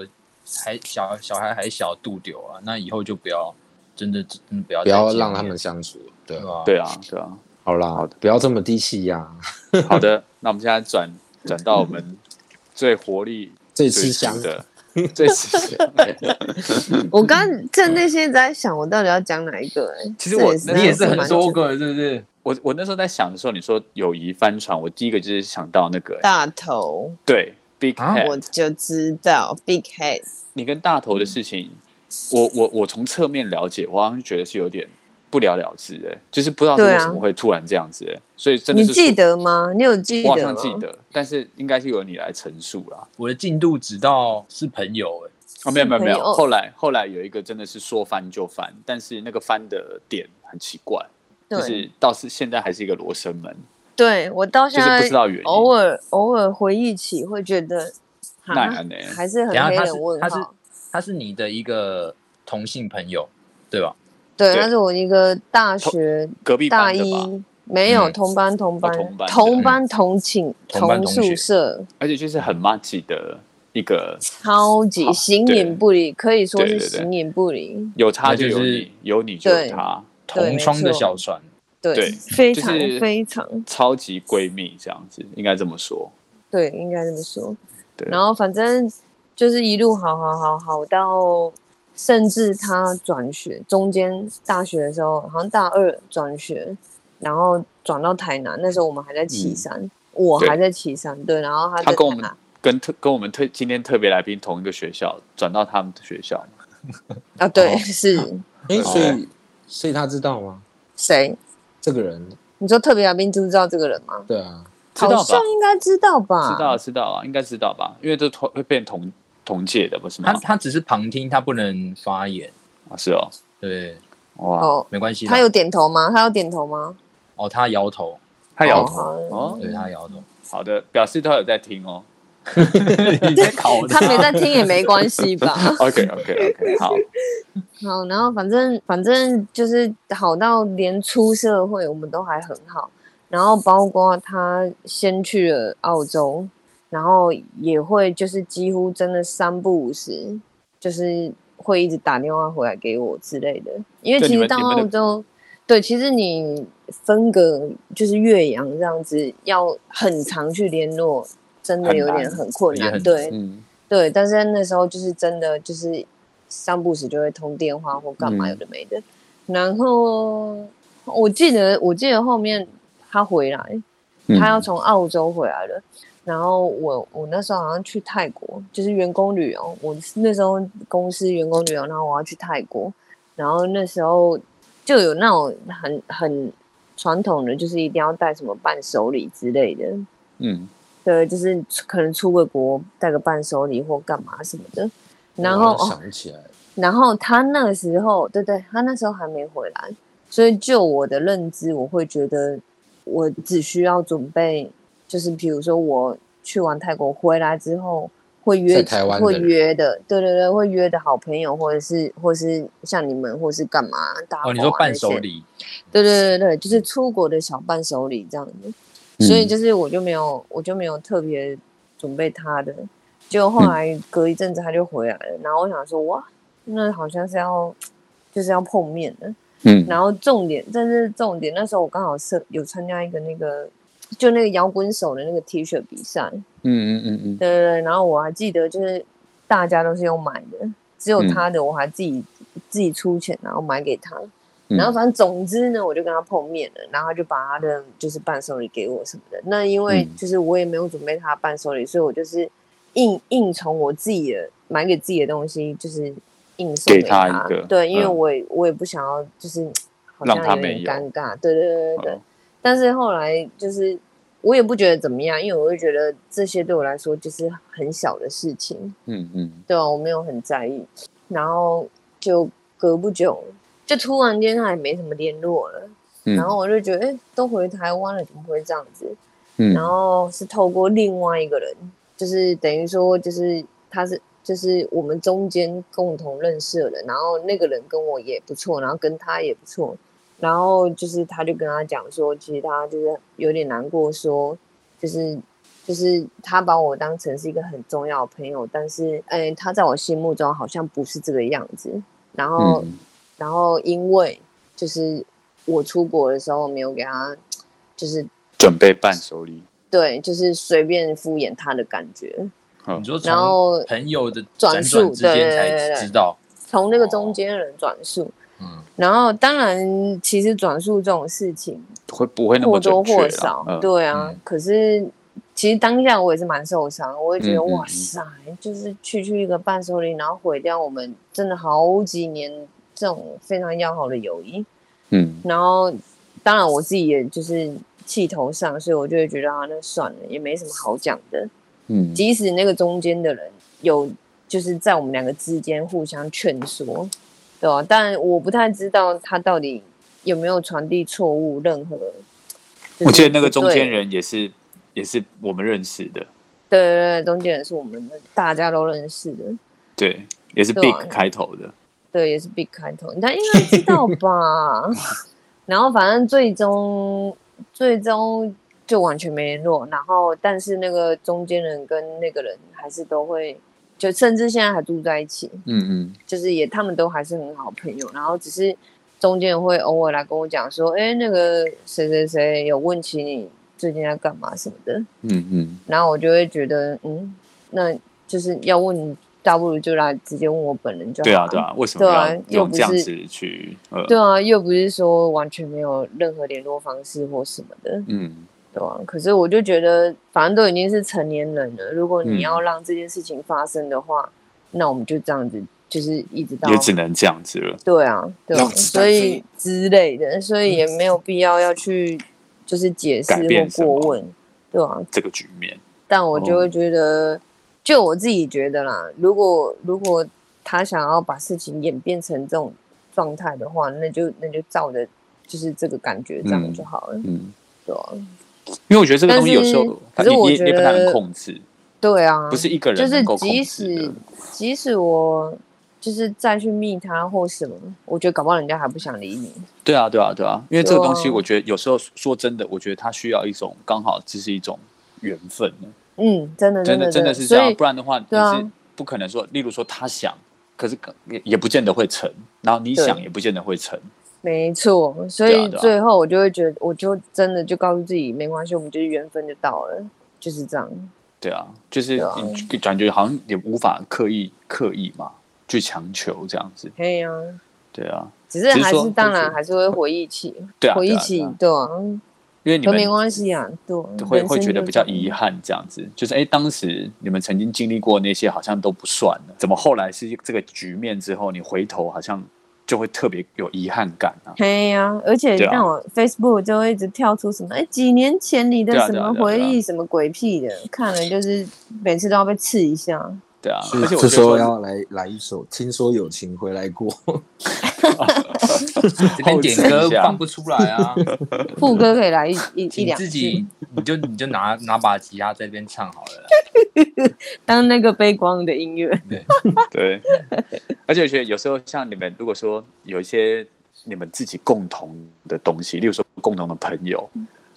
[SPEAKER 3] 还小小孩还小，度丢啊，那以后就不要真的真的不要
[SPEAKER 5] 不
[SPEAKER 3] 再
[SPEAKER 5] 要
[SPEAKER 3] 见
[SPEAKER 5] 让
[SPEAKER 3] 面
[SPEAKER 5] 他们相处，对
[SPEAKER 3] 对
[SPEAKER 5] 啊，
[SPEAKER 3] 吧？
[SPEAKER 2] 对啊，对啊。
[SPEAKER 5] 好啦，
[SPEAKER 2] 好的
[SPEAKER 5] 不要这么低气压，
[SPEAKER 2] 好的，那我们现在转转到我们最活力、
[SPEAKER 5] 最
[SPEAKER 2] 最
[SPEAKER 5] 吃
[SPEAKER 2] 足
[SPEAKER 5] 香，
[SPEAKER 2] 的、 最吃香。
[SPEAKER 4] 我刚趁那些在想，我到底要讲哪一个、欸？
[SPEAKER 2] 其实我
[SPEAKER 4] 这
[SPEAKER 3] 你也是
[SPEAKER 4] 让我
[SPEAKER 3] 很
[SPEAKER 4] 蛮
[SPEAKER 3] 多个，是不是？
[SPEAKER 2] 我我那时候在想的时候，你说友谊帆船，我第一个就是想到那个、
[SPEAKER 4] 大头，
[SPEAKER 2] 对 Big
[SPEAKER 3] 啊
[SPEAKER 2] Head，、
[SPEAKER 4] 我就知道 Big Head
[SPEAKER 2] 你跟大
[SPEAKER 4] 嗯
[SPEAKER 2] 头的事情，我我我从侧面了解，我好像觉得是有点不了了之哎、就是不知道是
[SPEAKER 4] 对啊
[SPEAKER 2] 为什么会突然这样子哎、所以真的
[SPEAKER 4] 你
[SPEAKER 2] 是
[SPEAKER 4] 记得吗？你有记
[SPEAKER 2] 我好
[SPEAKER 4] 得
[SPEAKER 2] 像
[SPEAKER 4] 吗？
[SPEAKER 2] 记得，但是应该是由你来陈述啦。
[SPEAKER 3] 我的进度只到是朋友、欸，
[SPEAKER 2] 哦，没有没有没有
[SPEAKER 4] 朋，友
[SPEAKER 2] 后来后来有一个真的是说翻就翻，但是那个翻的点很奇怪，就
[SPEAKER 4] 对
[SPEAKER 2] 是到是现在还是一个罗生门，
[SPEAKER 4] 对，我到现
[SPEAKER 2] 就是不
[SPEAKER 4] 在
[SPEAKER 2] 知道原因。
[SPEAKER 4] 偶尔偶尔回忆起，会觉得哈
[SPEAKER 2] 那样呢
[SPEAKER 4] 还是很
[SPEAKER 3] 等一下
[SPEAKER 4] 黑
[SPEAKER 3] 他是
[SPEAKER 4] 人问
[SPEAKER 3] 他是
[SPEAKER 4] 号。
[SPEAKER 3] 他是你的一个同性朋友，对吧？
[SPEAKER 4] 对，
[SPEAKER 2] 对
[SPEAKER 4] 他是我一个大学
[SPEAKER 2] 隔壁
[SPEAKER 4] 大
[SPEAKER 2] 班的吧，哦
[SPEAKER 4] 一，没有
[SPEAKER 3] 嗯
[SPEAKER 4] 同班同班
[SPEAKER 2] 同班的嗯
[SPEAKER 4] 同班同寝
[SPEAKER 3] 同班同
[SPEAKER 4] 宿
[SPEAKER 3] 学
[SPEAKER 4] 舍，
[SPEAKER 2] 而且就是很 m a g 的一个
[SPEAKER 4] 超级
[SPEAKER 2] 好
[SPEAKER 4] 形
[SPEAKER 2] 对
[SPEAKER 4] 影不离，可以说
[SPEAKER 2] 对
[SPEAKER 4] 是
[SPEAKER 2] 对对
[SPEAKER 4] 形影不离。
[SPEAKER 2] 有他就有
[SPEAKER 3] 那就
[SPEAKER 2] 你，
[SPEAKER 3] 是
[SPEAKER 2] 有你就
[SPEAKER 4] 对
[SPEAKER 2] 有他，
[SPEAKER 4] 对
[SPEAKER 3] 同窗
[SPEAKER 4] 没
[SPEAKER 3] 的
[SPEAKER 4] 错
[SPEAKER 3] 小船，
[SPEAKER 4] 对
[SPEAKER 2] 对，
[SPEAKER 4] 非
[SPEAKER 2] 就
[SPEAKER 4] 常
[SPEAKER 2] 是
[SPEAKER 4] 非常
[SPEAKER 2] 超级闺蜜这样子，应该这么说。
[SPEAKER 4] 对，应该这么说。
[SPEAKER 2] 对
[SPEAKER 4] 然后反正就是一路好好好好到，甚至他转学，中间大学的时候，好像大二转学，然后转到台南，那时候我们还在岐山，
[SPEAKER 2] 嗯
[SPEAKER 4] 我还在岐山，对，然后他
[SPEAKER 2] 他
[SPEAKER 4] 在
[SPEAKER 2] 跟我
[SPEAKER 4] 台
[SPEAKER 2] 们
[SPEAKER 4] 南
[SPEAKER 2] 跟特跟我们特今天特别来宾同一个学校，转到他们的学校，
[SPEAKER 4] 啊，对，是
[SPEAKER 5] 哎，
[SPEAKER 2] 哦
[SPEAKER 5] 所以所以他知道吗？
[SPEAKER 4] 谁？
[SPEAKER 5] 这个人，
[SPEAKER 4] 你说特别来宾知不知道这个人吗？
[SPEAKER 5] 对啊，
[SPEAKER 2] 知道吧
[SPEAKER 4] 好像应该知道吧？
[SPEAKER 2] 知道知道啊，应该知道吧？因为这同会变同同届的，不是吗
[SPEAKER 3] 他？他只是旁听，他不能发言，
[SPEAKER 2] 啊是哦，
[SPEAKER 3] 对，
[SPEAKER 2] 哇，
[SPEAKER 4] 哦，
[SPEAKER 3] 没关系啦。
[SPEAKER 4] 他有点头吗？他有点头吗？
[SPEAKER 3] 哦，他摇头，
[SPEAKER 2] 他摇头
[SPEAKER 4] 哦好
[SPEAKER 2] 哦，
[SPEAKER 3] 对他摇头，
[SPEAKER 2] 好的，表示他有在听 哦。
[SPEAKER 3] 你在考
[SPEAKER 4] 他没在听也没关系吧？
[SPEAKER 2] OK OK OK，好，
[SPEAKER 4] 好，然后反正反正就是好到连出社会我们都还很好，然后包括他先去了澳洲，然后也会就是几乎真的三不五时，就是会一直打电话回来给我之类的。因为
[SPEAKER 2] 对你
[SPEAKER 4] 其实
[SPEAKER 2] 们
[SPEAKER 4] 到
[SPEAKER 2] 你们的
[SPEAKER 4] 澳洲，对，其实你分隔就是岳阳这样子，要很常去联络，真的
[SPEAKER 2] 很
[SPEAKER 4] 有点
[SPEAKER 2] 难
[SPEAKER 4] 很困
[SPEAKER 3] 也
[SPEAKER 4] 难，
[SPEAKER 3] 很
[SPEAKER 4] 对。
[SPEAKER 2] 嗯，
[SPEAKER 4] 对，但是那时候就是真的就是三不时就会通电话或干
[SPEAKER 2] 嗯
[SPEAKER 4] 嘛有的没的。然后我记得我记得后面他回来，
[SPEAKER 2] 嗯
[SPEAKER 4] 他要从澳洲回来了。然后我我那时候好像去泰国，就是员工旅游。我那时候公司员工旅游，然后我要去泰国，然后那时候就有那种很很传统的就是一定要带什么伴手礼之类的，
[SPEAKER 2] 嗯，
[SPEAKER 4] 对，就是可能出个国带个伴手礼或干嘛什么的。然后
[SPEAKER 5] 我
[SPEAKER 4] 哦，
[SPEAKER 5] 想起来了，
[SPEAKER 4] 然后他那个时候，对对，他那时候还没回来，所以就我的认知，我会觉得我只需要准备，就是比如说我去完泰国回来之后会约
[SPEAKER 5] 在台湾的
[SPEAKER 4] 会
[SPEAKER 5] 人
[SPEAKER 4] 约的，对对对，会约的好朋友，或者是或是像你们，或是干嘛搭
[SPEAKER 3] 哦，你
[SPEAKER 4] 伙
[SPEAKER 3] 说
[SPEAKER 4] 啊
[SPEAKER 3] 伴
[SPEAKER 4] 那
[SPEAKER 3] 手
[SPEAKER 4] 些
[SPEAKER 3] 礼，
[SPEAKER 4] 对对对对，就是出国的小伴手礼这样子，所以就是我就没有我就没有特别准备他的，就后来隔一阵子他就回来了，然后我想说哇，那好像是要就是要碰面的，
[SPEAKER 2] 嗯
[SPEAKER 4] 然后重点这是重点，那时候我刚好是有参加一个那个就那个摇滚手的那个 T 恤比赛，
[SPEAKER 2] 嗯嗯嗯
[SPEAKER 4] 对对对，然后我还记得就是大家都是用买的，只有
[SPEAKER 2] 嗯
[SPEAKER 4] 他的我还自己、自己出钱然后买给他。
[SPEAKER 2] 嗯
[SPEAKER 4] 然后反正总之呢，我就跟他碰面了，然后他就把他的就是伴手礼给我什么的。那因为
[SPEAKER 2] 嗯
[SPEAKER 4] 就是我也没有准备他的伴手礼，所以我就是硬硬从我自己的买给自己的东西，就是硬送
[SPEAKER 2] 给
[SPEAKER 4] 他
[SPEAKER 2] 他一个
[SPEAKER 4] 对，因为
[SPEAKER 2] 嗯
[SPEAKER 4] 我也、我也不想要就是好
[SPEAKER 2] 让
[SPEAKER 4] 像
[SPEAKER 2] 他
[SPEAKER 4] 有点
[SPEAKER 2] 没有
[SPEAKER 4] 尴尬，对对对
[SPEAKER 2] 嗯，
[SPEAKER 4] 对对。
[SPEAKER 2] 哦
[SPEAKER 4] 但是后来就是我也不觉得怎么样，因为我就觉得这些对我来说就是很小的事情，
[SPEAKER 2] 嗯嗯
[SPEAKER 4] 对啊，我没有很在意。然后就隔不久，就突然间他也没什么联络了，
[SPEAKER 2] 嗯，
[SPEAKER 4] 然后我就觉得，哎、都回台湾了，怎么会这样子？
[SPEAKER 2] 嗯
[SPEAKER 4] 然后是透过另外一个人，就是等于说，就是他是就是我们中间共同认识的人，然后那个人跟我也不错，然后跟他也不错，然后就是他就跟他讲说，其实他就是有点难过说，就是。就是他把我当成是一个很重要的朋友，但是，哎、他在我心目中好像不是这个样子。然后，
[SPEAKER 2] 嗯
[SPEAKER 4] 然后因为就是我出国的时候没有给他，就是
[SPEAKER 2] 准备伴手礼，
[SPEAKER 4] 对，就是随便敷衍他的感觉。
[SPEAKER 2] 嗯
[SPEAKER 3] 你说
[SPEAKER 4] 然
[SPEAKER 3] 从
[SPEAKER 4] 后
[SPEAKER 3] 朋友的
[SPEAKER 4] 转
[SPEAKER 3] 辗
[SPEAKER 4] 述
[SPEAKER 3] 转之
[SPEAKER 4] 对
[SPEAKER 3] 间
[SPEAKER 4] 对对对
[SPEAKER 3] 才
[SPEAKER 4] 对
[SPEAKER 3] 知道，
[SPEAKER 4] 从那个中间人转述，
[SPEAKER 3] 嗯，
[SPEAKER 4] 然后当然其实转述这种事情
[SPEAKER 2] 会不会那
[SPEAKER 4] 或
[SPEAKER 2] 么
[SPEAKER 4] 多
[SPEAKER 2] 准确
[SPEAKER 4] 或
[SPEAKER 2] 啦
[SPEAKER 4] 少，
[SPEAKER 2] 嗯
[SPEAKER 4] 对啊。
[SPEAKER 3] 嗯
[SPEAKER 4] 可是其实当下我也是蛮受伤的，我也觉得、
[SPEAKER 2] 嗯嗯
[SPEAKER 4] 哇塞，就是去去一个伴手礼，然后毁掉我们真的好几年这种非常要好的友谊。
[SPEAKER 2] 嗯
[SPEAKER 4] 然后当然我自己也就是气头上，所以我就会觉得啊，那算了，也没什么好讲的。
[SPEAKER 2] 嗯
[SPEAKER 4] 即使那个中间的人有就是在我们两个之间互相劝说，对啊，但我不太知道他到底有没有传递错误任何。就是
[SPEAKER 2] 我记得那个
[SPEAKER 4] 不对
[SPEAKER 2] 中间，人也是也是我们认识的，
[SPEAKER 4] 对对对，中间人是我们的大家都认识的，
[SPEAKER 2] 对，也是
[SPEAKER 4] 对
[SPEAKER 2] Big
[SPEAKER 4] 啊
[SPEAKER 2] 开头的，
[SPEAKER 4] 对，也是 B 开头，他应该知道吧？然后反正最终最终就完全没联络，然后但是那个中间人跟那个人还是都会，就甚至现在还住在一起，
[SPEAKER 2] 嗯嗯
[SPEAKER 4] 就是也他们都还是很好朋友，然后只是中间会偶尔来跟我讲说，哎，那个谁谁谁有问起你最近在干嘛什么的，
[SPEAKER 2] 嗯嗯，
[SPEAKER 4] 然后我就会觉得，嗯，那就是要问你，大不如就来直接问我本人就好
[SPEAKER 2] 对啊
[SPEAKER 4] 了
[SPEAKER 2] 对啊，为什么
[SPEAKER 4] 对啊
[SPEAKER 2] 要
[SPEAKER 4] 又
[SPEAKER 2] 用
[SPEAKER 4] 不
[SPEAKER 2] 这样
[SPEAKER 4] 是
[SPEAKER 2] 子去呃，
[SPEAKER 4] 对啊，又不是说完全没有任何联络方式或什么的，
[SPEAKER 2] 嗯
[SPEAKER 4] 对啊。可是我就觉得，反正都已经是成年人了，如果你
[SPEAKER 2] 嗯
[SPEAKER 4] 要让这件事情发生的话，那我们就这样子，就是一直到
[SPEAKER 2] 也只能这样子了，
[SPEAKER 4] 对啊，对啊，
[SPEAKER 1] 让子弹
[SPEAKER 4] 所以之类的，所以也没有必要要去就是解
[SPEAKER 2] 嗯
[SPEAKER 4] 释
[SPEAKER 2] 改变
[SPEAKER 4] 或
[SPEAKER 2] 什么
[SPEAKER 4] 过问，对啊。
[SPEAKER 2] 这个局面，
[SPEAKER 4] 但我就
[SPEAKER 2] 哦
[SPEAKER 4] 会觉得，就我自己觉得啦，如果如果他想要把事情演变成这种状态的话，那就那就照着就是这个感觉这样
[SPEAKER 2] 嗯
[SPEAKER 4] 就好了，
[SPEAKER 2] 嗯，
[SPEAKER 4] 对啊，
[SPEAKER 2] 因为我觉得这个东西有时
[SPEAKER 4] 但
[SPEAKER 2] 候
[SPEAKER 4] 是
[SPEAKER 2] 它
[SPEAKER 4] 可
[SPEAKER 2] 你
[SPEAKER 4] 是我
[SPEAKER 2] 你
[SPEAKER 4] 觉
[SPEAKER 2] 你不太
[SPEAKER 4] 得
[SPEAKER 2] 能控制，
[SPEAKER 4] 对啊，
[SPEAKER 2] 不是一个
[SPEAKER 4] 就
[SPEAKER 2] 人
[SPEAKER 4] 是
[SPEAKER 2] 能够控
[SPEAKER 4] 即
[SPEAKER 2] 制
[SPEAKER 4] 使
[SPEAKER 2] 的，
[SPEAKER 4] 即使我就是再去密他或什么，我觉得搞不好人家还不想理你，
[SPEAKER 2] 对啊对啊对啊，因为这个东西
[SPEAKER 4] 对啊
[SPEAKER 2] 我觉得有时候说真的，我觉得它需要一种刚好这是一种缘分，
[SPEAKER 4] 嗯，真的
[SPEAKER 2] 真
[SPEAKER 4] 的
[SPEAKER 2] 的真的是这
[SPEAKER 4] 所
[SPEAKER 2] 样，
[SPEAKER 4] 以
[SPEAKER 2] 不然的话你
[SPEAKER 4] 对啊
[SPEAKER 2] 是不可能说，例如说他想，可是可也也不见得会成，然后你
[SPEAKER 4] 对
[SPEAKER 2] 想也不见得会成，
[SPEAKER 4] 没错，所
[SPEAKER 2] 对啊
[SPEAKER 4] 以
[SPEAKER 2] 对啊
[SPEAKER 4] 最后我就会觉得，我就真的就告诉自己没关系，我们就是缘分就到了，就是这样。
[SPEAKER 2] 对啊，就是
[SPEAKER 4] 对啊
[SPEAKER 2] 你感觉好像也无法刻意刻意嘛，去强求这样子，
[SPEAKER 4] 嘿呀、
[SPEAKER 2] 对啊，
[SPEAKER 4] 只是
[SPEAKER 2] 只是
[SPEAKER 4] 还
[SPEAKER 2] 说
[SPEAKER 4] 是当
[SPEAKER 2] 就是
[SPEAKER 4] 然还是会回忆起，
[SPEAKER 2] 对啊，
[SPEAKER 4] 回
[SPEAKER 2] 对
[SPEAKER 4] 忆
[SPEAKER 2] 啊
[SPEAKER 4] 起
[SPEAKER 2] 对啊，
[SPEAKER 4] 对啊，
[SPEAKER 2] 因为你
[SPEAKER 4] 可没
[SPEAKER 2] 们
[SPEAKER 4] 关系啊，对啊，
[SPEAKER 2] 会
[SPEAKER 4] 人
[SPEAKER 2] 会
[SPEAKER 4] 生
[SPEAKER 2] 觉得
[SPEAKER 4] 就
[SPEAKER 2] 比
[SPEAKER 4] 这
[SPEAKER 2] 较
[SPEAKER 4] 样
[SPEAKER 2] 遗憾这样子，就是哎，当时你们曾经经历过那些好像都不算了，怎么后来是这个局面之后，你回头好像就会特别有遗憾感啊。
[SPEAKER 4] 嘿呀、而且
[SPEAKER 2] 对啊
[SPEAKER 4] 让我 Facebook 就会一直跳出什么，哎、几年前你的
[SPEAKER 2] 对啊
[SPEAKER 4] 什
[SPEAKER 2] 对啊
[SPEAKER 4] 么
[SPEAKER 2] 对啊
[SPEAKER 4] 回
[SPEAKER 2] 对啊
[SPEAKER 4] 忆，什么鬼屁的，看了就是每次都要被刺一下。
[SPEAKER 2] 对啊，而且我
[SPEAKER 5] 是这
[SPEAKER 2] 觉得
[SPEAKER 5] 时候
[SPEAKER 2] 说
[SPEAKER 5] 要来来一首《听说友情回来过》，
[SPEAKER 3] 这边点
[SPEAKER 2] 好
[SPEAKER 3] 歌
[SPEAKER 2] 吃一下
[SPEAKER 3] 放不出来 啊，
[SPEAKER 4] 副歌可 以来一一一
[SPEAKER 3] 你
[SPEAKER 4] 两
[SPEAKER 3] 自
[SPEAKER 4] 句，
[SPEAKER 3] 己你就你就拿拿把吉他在这边唱好 了啦。
[SPEAKER 4] 当那个背光的音乐。
[SPEAKER 2] 对，而且我觉得有时候像你们，如果说有一些你们自己共同的东西，例如说共同的朋友，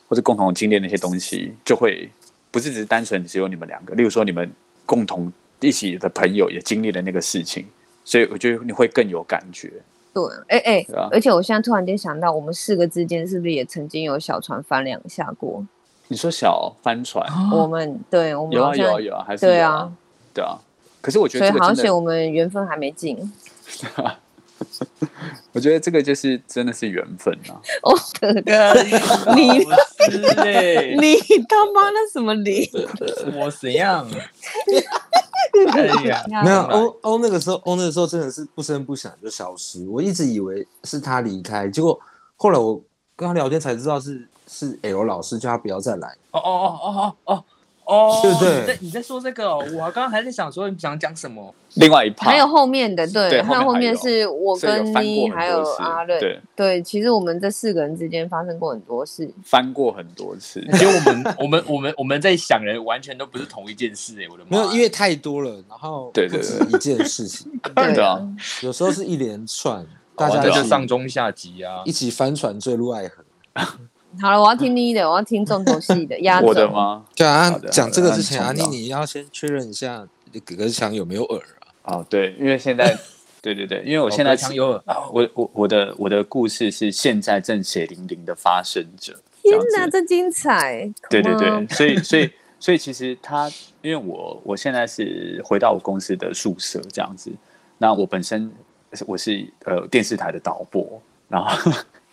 [SPEAKER 2] 或者共同经历的一些东西，就会不是只是单纯只有你们两个。例如说你们共同一起的朋友也经历了那个事情，所以我觉得你会更有感觉。
[SPEAKER 4] 对啊，哎、哎、
[SPEAKER 2] 对啊
[SPEAKER 4] 而且我现在突然间想到，我们四个之间是不是也曾经有小船翻两下过？
[SPEAKER 2] 你说小帆船
[SPEAKER 4] 我们对，我们
[SPEAKER 2] 哦有
[SPEAKER 4] 哦好
[SPEAKER 2] 啊
[SPEAKER 4] 像
[SPEAKER 2] 有啊有啊，还是
[SPEAKER 4] 对
[SPEAKER 2] 有
[SPEAKER 4] 啊
[SPEAKER 2] 啊，对啊。可是我觉
[SPEAKER 4] 所
[SPEAKER 2] 得
[SPEAKER 4] 以
[SPEAKER 2] 这个
[SPEAKER 4] 好
[SPEAKER 2] 真
[SPEAKER 4] 险
[SPEAKER 2] 的，
[SPEAKER 4] 我们缘分还没尽。
[SPEAKER 2] 我觉得这个就是真的是缘分啊。
[SPEAKER 4] 哦，可你
[SPEAKER 3] 嘞，
[SPEAKER 4] 你他妈那什么理？
[SPEAKER 3] 我怎 样？哎呀，
[SPEAKER 2] 啊
[SPEAKER 5] 没有
[SPEAKER 3] 明白
[SPEAKER 5] 欧欧那个时候，欧那个时候真的是不声不响就消失。我一直以为是他离开，结果后来我跟他聊天才知道是是 L 老师叫他不要再来。
[SPEAKER 3] 哦哦哦哦哦哦，
[SPEAKER 5] 对不对
[SPEAKER 3] 你在你在说这个哦，我刚刚还在想说你想讲什么。
[SPEAKER 2] 另外一趴
[SPEAKER 4] 还有后面的对，
[SPEAKER 2] 对
[SPEAKER 4] 还有
[SPEAKER 2] 后面还
[SPEAKER 4] 面
[SPEAKER 2] 有
[SPEAKER 4] 是我
[SPEAKER 2] 所以有
[SPEAKER 4] 跟
[SPEAKER 2] 翻过
[SPEAKER 4] 你
[SPEAKER 2] 很
[SPEAKER 4] 还有
[SPEAKER 2] 多次
[SPEAKER 4] 阿瑞，
[SPEAKER 2] 对
[SPEAKER 4] 对，其实我们这四个人之间发生过很多事。
[SPEAKER 2] 翻过很 多次，
[SPEAKER 3] 因为我们我们我们我们在想的完全都不是同一件事哎，我的
[SPEAKER 5] 没
[SPEAKER 3] 妈！
[SPEAKER 5] 有，因为太多了，然后
[SPEAKER 2] 对
[SPEAKER 5] 不
[SPEAKER 2] 对
[SPEAKER 5] 止
[SPEAKER 2] 对
[SPEAKER 5] 一件事情，
[SPEAKER 4] 对
[SPEAKER 2] 对啊，
[SPEAKER 5] 有时候是一连
[SPEAKER 2] 哦
[SPEAKER 5] 串，大
[SPEAKER 3] 大
[SPEAKER 5] 家
[SPEAKER 3] 家
[SPEAKER 2] 啊
[SPEAKER 5] 一
[SPEAKER 3] 就
[SPEAKER 5] 起
[SPEAKER 3] 哦啊上中下级啊
[SPEAKER 5] 一，起帆船坠入爱河。
[SPEAKER 4] 好了，我要听你的，我要听重头戏的压 轴。
[SPEAKER 2] 我的吗？
[SPEAKER 5] 对啊
[SPEAKER 2] 好的，
[SPEAKER 5] 讲这个之前，
[SPEAKER 2] 好
[SPEAKER 5] 安
[SPEAKER 2] 的
[SPEAKER 5] 妮你要先确认一下哥哥强有没有耳啊？
[SPEAKER 2] 哦，对，因为 现在，对对对，因为我现在
[SPEAKER 3] 哦隔墙有耳，
[SPEAKER 2] 啊我我我的我的故事是现在正血淋淋的发生着，
[SPEAKER 4] 天
[SPEAKER 2] 哪
[SPEAKER 4] 哪，，这精彩！
[SPEAKER 2] 对对
[SPEAKER 4] Come
[SPEAKER 2] 对
[SPEAKER 4] on，，
[SPEAKER 2] 所以所以所以其实他，因为我我现在是回到我公司的宿舍这样子，那我本身我是呃电视台的导播，然后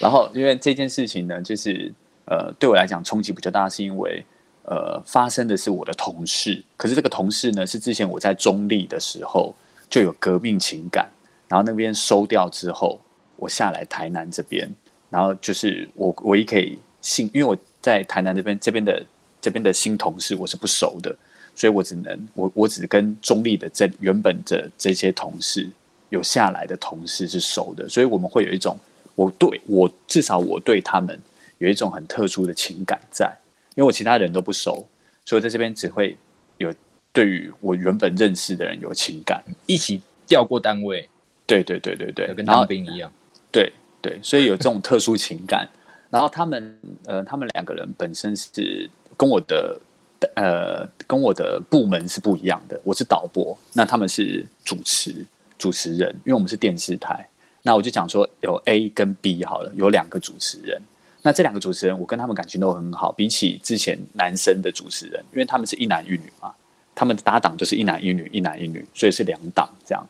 [SPEAKER 2] 然后因为这件事情呢，就是呃对我来讲冲击比较大，是因为呃发生的是我的同事，可是这个同事呢是之前我在中立的时候就有革命情感，然后那边收掉之后，我下来台南这边，然后就是我我唯一可以信，因为我在台南这边这边的这边的新同事我是不熟的，所以我只能我我只跟中立的这原本的这些同事有下来的同事是熟的，所以我们会有一种我对我至少我对他们有一种很特殊的情感在，因为我其他人都不熟，所以我在这边只会有对于我原本认识的人有情感。
[SPEAKER 3] 一起调过单位，
[SPEAKER 2] 对对对对对，
[SPEAKER 3] 跟
[SPEAKER 2] 然后
[SPEAKER 3] 当兵一样。
[SPEAKER 2] 对对，所以有这种特殊情感。然后他们呃，他们两个人本身是跟我的呃跟我的部门是不一样的，我是导播，那他们是主持主持人，因为我们是电视台。那我就讲说有 A 跟 B 好了，有两个主持人。那这两个主持人，我跟他们感情都很好，比起之前男生的主持人，因为他们是一男一女嘛，他们的搭档就是一男一女，一男一女，所以是两档这样。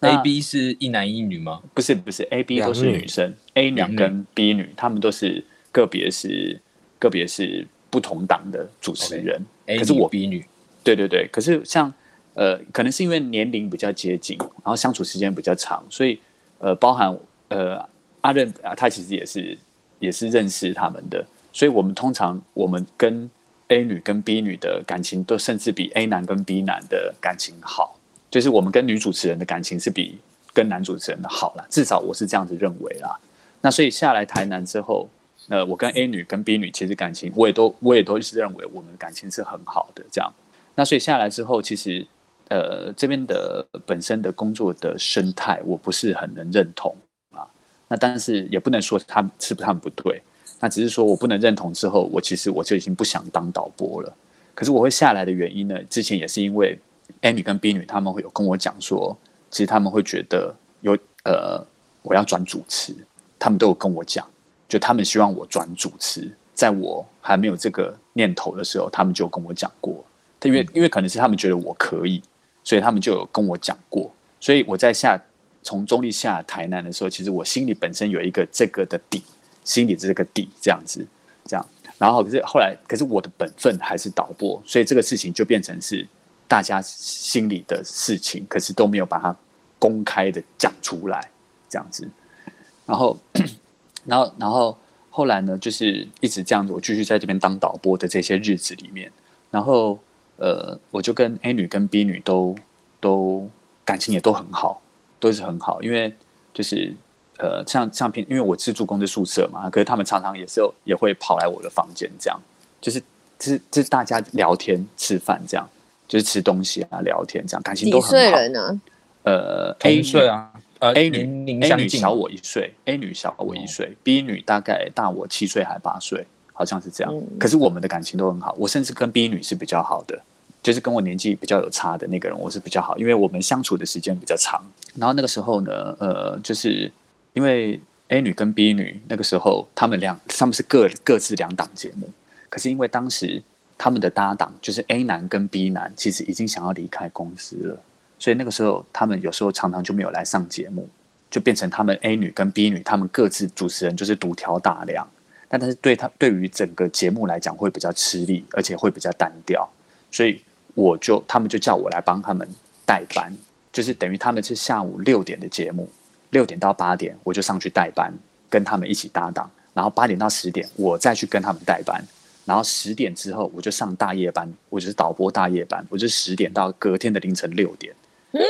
[SPEAKER 2] 那
[SPEAKER 3] A B 是一男一女吗？
[SPEAKER 2] 不是不是，A、B
[SPEAKER 5] 两
[SPEAKER 2] 都是
[SPEAKER 5] 女
[SPEAKER 2] 女生，A 女
[SPEAKER 3] 两女
[SPEAKER 2] 跟 B 女，她们都是个别是个别是不同党的主持
[SPEAKER 3] OK
[SPEAKER 2] 人。
[SPEAKER 3] A
[SPEAKER 2] 可是
[SPEAKER 3] 女
[SPEAKER 2] 我
[SPEAKER 3] B 女，
[SPEAKER 2] 对对对，可是像呃，可能是因为年龄比较接近，然后相处时间比较长，所以呃，包含呃阿任啊，他其实也是也是认识他们的，所以我们通常我们跟 A 女跟 B 女的感情都甚至比 A 男跟 B 男的感情好，就是我们跟女主持人的感情是比跟男主持人的好啦，至少我是这样子认为啦。那所以下来台南之后，呃，我跟 A 女跟 B 女其实感情我也都我也都是认为我们感情是很好的这样。那所以下来之后，其实呃这边的本身的工作的生态，我不是很能认同啊。那但是也不能说他们是不是他们不对，那只是说我不能认同之后，我其实我就已经不想当导播了。可是我会下来的原因呢，之前也是因为 A 女跟 B 女他们会有跟我讲说，其实他们会觉得有呃我要转主持，他们都有跟我讲，就他们希望我转主持，在我还没有这个念头的时候，他们就有跟我讲过。因为因为可能是他们觉得我可以，所以他们就有跟我讲过。所以我在下从中立下台南的时候，其实我心里本身有一个这个的底，心里这个底这样子，这样。然后可是后来，可是我的本分还是导播，所以这个事情就变成是大家心里的事情，可是都没有把它公开的讲出来。这样子。然后， 然后，然后后来呢，就是一直这样子，我继续在这边当导播的这些日子里面，然后呃，我就跟 A 女跟 B 女都都感情也都很好，都是很好，因为就是呃，像像平，因为我是住公司宿舍嘛，可是他们常常也是有也会跑来我的房间，这样就是就是就是大家聊天吃饭这样。就是吃东西啊，聊天这样，感情都
[SPEAKER 4] 几
[SPEAKER 2] 很
[SPEAKER 4] 岁
[SPEAKER 2] 好。
[SPEAKER 4] 人啊呢？
[SPEAKER 2] 呃，A
[SPEAKER 3] 同岁
[SPEAKER 2] 女
[SPEAKER 3] 啊，呃
[SPEAKER 2] ，A 女
[SPEAKER 3] 年龄
[SPEAKER 2] A
[SPEAKER 3] 相
[SPEAKER 2] 女哦
[SPEAKER 3] 近
[SPEAKER 2] 小我一岁，A 女小我一岁、b 女大概大我七岁还八岁，好像是这样、
[SPEAKER 4] 嗯
[SPEAKER 2] 可是我们的感情都很好，我甚至跟 B 女是比较好的，就是跟我年纪比较有差的那个人，我是比较好，因为我们相处的时间比较长。然后那个时候呢，呃，就是因为 A 女跟 B 女那个时候，他们两他们是各各自两档节目，可是因为当时他们的搭档就是 A 男跟 B 男，其实已经想要离开公司了，所以那个时候他们有时候常常就没有来上节目，就变成他们 A 女跟 B 女他们各自主持人就是独挑大梁。但但是对他对于整个节目来讲会比较吃力，而且会比较单调，所以我就他们就叫我来帮他们代班，就是等于他们是下午六点的节目，六点到八点我就上去代班，跟他们一起搭档，然后八点到十点我再去跟他们代班，然后十点之后我就上大夜班，我就是导播大夜班，我就十点到隔天的凌晨六点，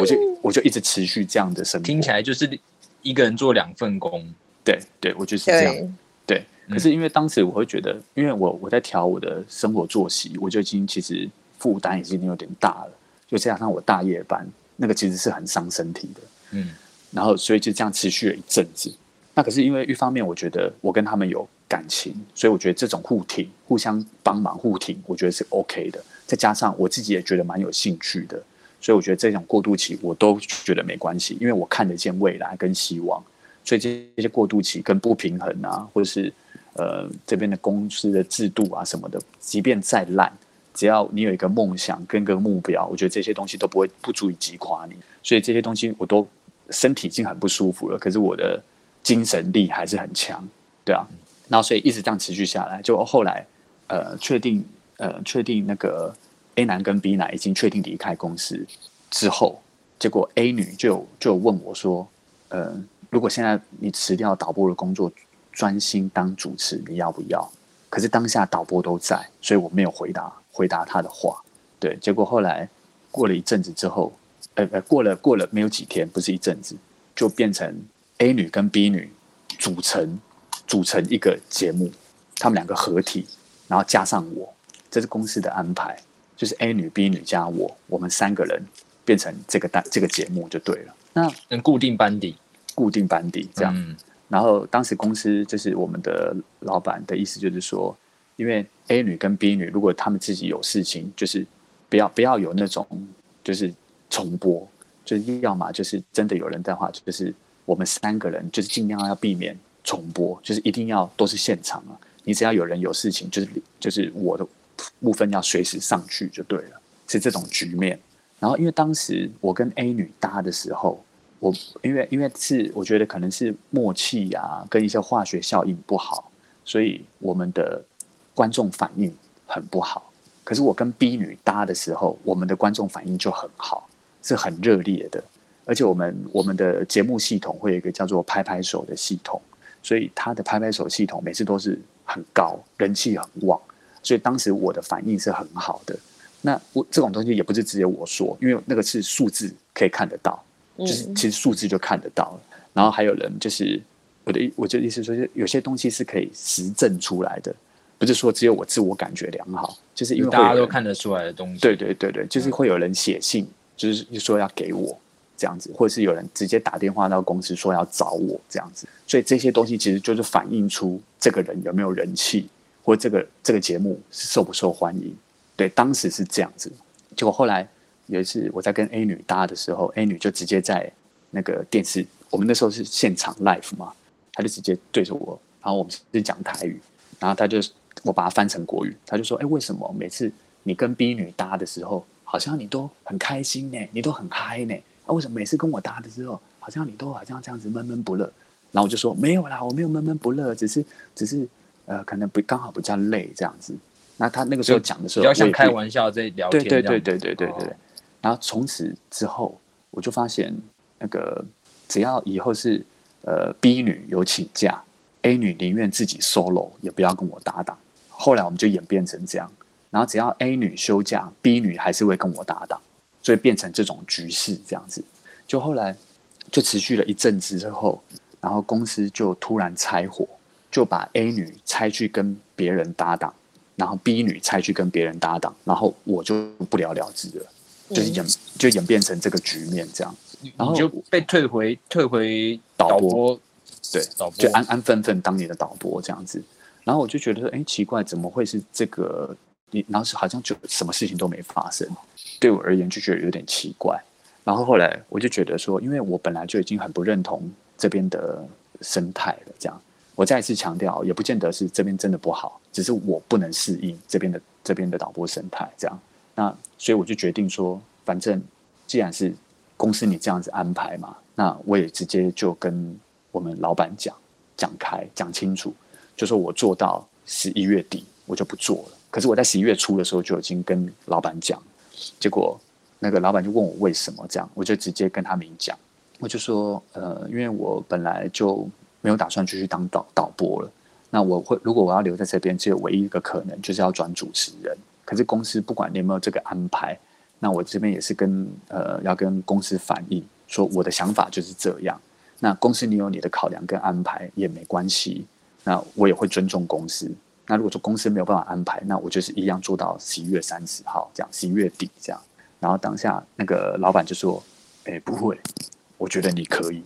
[SPEAKER 2] 我就我就一直持续这样的生活，
[SPEAKER 3] 听起来就是一个人做两份工，
[SPEAKER 2] 对对，我就是这样。
[SPEAKER 4] 对，
[SPEAKER 2] 对，
[SPEAKER 3] 嗯
[SPEAKER 2] 可是因为当时我会觉得，因为我我在调我的生活作息，我就已经其实负担已经有点大了，就加上我大夜班，那个其实是很伤身体的。
[SPEAKER 3] 嗯，
[SPEAKER 2] 然后所以就这样持续了一阵子。那可是因为一方面，我觉得我跟他们有感情，所以我觉得这种互挺、互相帮忙、互挺，我觉得是 OK 的。再加上我自己也觉得蛮有兴趣的，所以我觉得这种过渡期我都觉得没关系，因为我看得见未来跟希望。所以这些过渡期跟不平衡啊，或者是呃这边的公司的制度啊什么的，即便再烂，只要你有一个梦想跟个目标，我觉得这些东西都不会不足以击垮你。所以这些东西我都身体已经很不舒服了，可是我的精神力还是很强，对啊。然后所以一直这样持续下来，就后来呃确定呃确定那个 A 男跟 B 男已经确定离开公司之后，结果 A 女就有就有问我说，呃，如果现在你辞掉导播的工作，专心当主持，你要不要？可是当下导播都在，所以我没有回答回答他的话。对，结果后来过了一阵子之后，呃呃，过了过了没有几天，不是一阵子，就变成 A 女跟 B 女组成组成一个节目，他们两个合体，然后加上我，这是公司的安排，就是 A 女、B 女加我，我们三个人变成这个单这个节目就对了。那
[SPEAKER 3] 能固定班底
[SPEAKER 2] 固定班底这样，
[SPEAKER 3] 嗯
[SPEAKER 2] 然后当时公司就是我们的老板的意思就是说，因为 A 女跟 B 女如果她们自己有事情，就是不要不要有那种就是重播，就是要么就是真的有人在话，就是我们三个人就是尽量要避免重播，就是一定要都是现场啊。你只要有人有事情，就是就是我的部分要随时上去就对了，是这种局面。然后因为当时我跟 A 女搭的时候，我因为因为是我觉得可能是默契啊，跟一些化学效应不好，所以我们的观众反应很不好。可是我跟 B 女搭的时候，我们的观众反应就很好，是很热烈的。而且我们我们的节目系统会有一个叫做拍拍手的系统，所以它的拍拍手系统每次都是很高，人气很旺。所以当时我的反应是很好的。那我这种东西也不是只有我说，因为那个是数字可以看得到。就是
[SPEAKER 4] 嗯，
[SPEAKER 2] 其实数字就看得到了。然后还有人就是我的意，我就意思说，就是有些东西是可以实证出来的，不是说只有我自我感觉良好，就是因
[SPEAKER 3] 就
[SPEAKER 2] 为会有
[SPEAKER 3] 大家都
[SPEAKER 2] 人
[SPEAKER 3] 看得出来的东西。嗯
[SPEAKER 2] 对对对对，就是会有人写信，就是说要给我这样子，或者是有人直接打电话到公司说要找我这样子，所以这些东西其实就是反映出这个人有没有人气，或这个这个节目是受不受欢迎。对，当时是这样子，结果后来有一次我在跟 A 女搭的时候，A 女就直接在那个电视，我们那时候是现场 live 嘛，她就直接对着我，然后我们是讲台语，然后他就我把它翻成国语，他就说：“哎，为什么每次你跟 B 女搭的时候，好像你都很开心呢，你都很嗨呢？啊，为什么每次跟我搭的时候，好像你都好像这样子闷闷不乐？”然后我就说：“没有啦，我没有闷闷不乐，只是只是呃，可能不刚好比较累这样子。”那他那个时候讲的时
[SPEAKER 3] 比较
[SPEAKER 2] 候，啊我
[SPEAKER 3] 像
[SPEAKER 2] 也不
[SPEAKER 3] 开玩笑在聊
[SPEAKER 2] 对
[SPEAKER 3] 天这
[SPEAKER 2] 对
[SPEAKER 3] 样子。
[SPEAKER 2] 对对对对对对
[SPEAKER 3] 哦。
[SPEAKER 2] 呃然后从此之后，我就发现那个只要以后是呃 B 女有请假，A 女宁愿自己 solo 也不要跟我搭档。后来我们就演变成这样，然后只要 A 女休假，B 女还是会跟我搭档，所以变成这种局势这样子。就后来就持续了一阵子之后，然后公司就突然拆伙，就把 A 女拆去跟别人搭档，然后 B 女拆去跟别人搭档，然后我就不了了之了，就是演就演变成这个局面这样。
[SPEAKER 3] 你
[SPEAKER 2] 然后
[SPEAKER 3] 你就被退回退回
[SPEAKER 2] 导播
[SPEAKER 3] 播，
[SPEAKER 2] 对
[SPEAKER 3] 导播
[SPEAKER 2] 就安安分分当你的导播这样子。然后我就觉得说，哎，奇怪，怎么会是这个？你然后是好像就什么事情都没发生，对我而言就觉得有点奇怪。然后后来我就觉得说，因为我本来就已经很不认同这边的生态了，这样。我再一次强调，也不见得是这边真的不好，只是我不能适应这边的这边的导播生态这样。那所以我就决定说，反正既然是公司你这样子安排嘛，那我也直接就跟我们老板讲讲开讲清楚，就说我做到十一月底我就不做了。可是我在十一月初的时候就已经跟老板讲，结果那个老板就问我为什么这样，我就直接跟他明讲，我就说呃，因为我本来就没有打算继续当导导播了。那我会，如果我要留在这边，只有唯一一个可能，就是要转主持人。可是公司不管你有没有这个安排，那我这边也是跟呃要跟公司反映，说我的想法就是这样。那公司你有你的考量跟安排也没关系，那我也会尊重公司。那如果说公司没有办法安排，那我就是一样做到十一月三十号这样，十一月底这样。然后当下那个老板就说：“哎、不会，我觉得你可以。”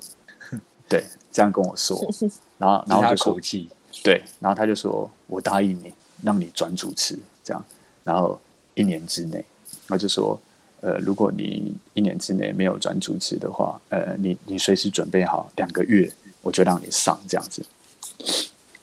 [SPEAKER 2] 对，这样跟我说。然后，然后
[SPEAKER 3] 他
[SPEAKER 2] 就
[SPEAKER 3] 的
[SPEAKER 2] 说
[SPEAKER 3] 口气，
[SPEAKER 2] 对，然后他就说：“我答应你，让你转主持这样。”然后一年之内，我就说：“呃，如果你一年之内没有转主持的话，呃，你你随时准备好两个月，我就让你上这样子。”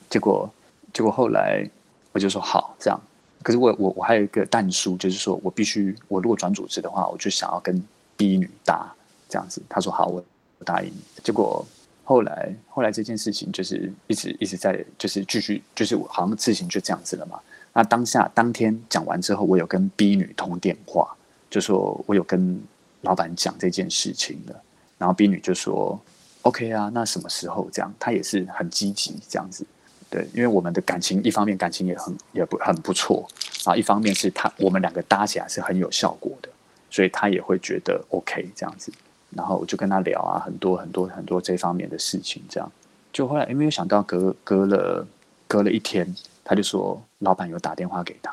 [SPEAKER 2] 结果，结果后来我就说好这样。可是我我我还有一个蛋书，就是说我必须，我如果转主持的话，我就想要跟 B 女搭这样子。他说好，我我答应你。结果后来后来这件事情就是一直一直在就是继续就是我好像事情就这样子了嘛。那当下当天讲完之后，我有跟 B 女通电话，就说我有跟老板讲这件事情了。然后 B 女就说 OK 啊，那什么时候这样？她也是很积极这样子。对，因为我们的感情，一方面感情也很也不很不错，然后一方面是他我们两个搭起来是很有效果的，所以他也会觉得 OK 这样子。然后我就跟他聊啊，很多很多很多这方面的事情，这样。就后来也没有想到隔隔了隔了一天，他就说老板有打电话给他，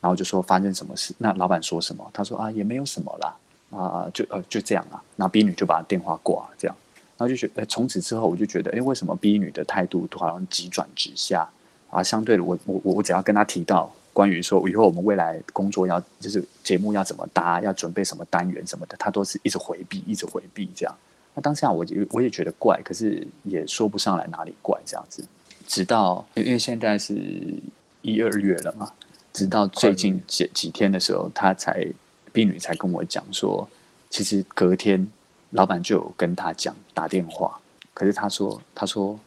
[SPEAKER 2] 然后就说发生什么事，那老板说什么？他说啊也没有什么啦，啊、就呃就这样啊。那 B 女就把电话挂了，这样。然后就觉得，呃从此之后我就觉得，哎，为什么 B 女的态度都好像急转直下啊？相对的，我我我我只要跟她提到关于说以后我们未来工作要就是节目要怎么搭，要准备什么单元什么的，她都是一直回避，一直回避这样。那当下我就我也觉得怪，可是也说不上来哪里怪这样子。直到因为因为现在是一二月了嘛，直到最近几几天的时候，她才 B 女才跟我讲说，其实隔天老板就有跟他讲打电话，可是他说他说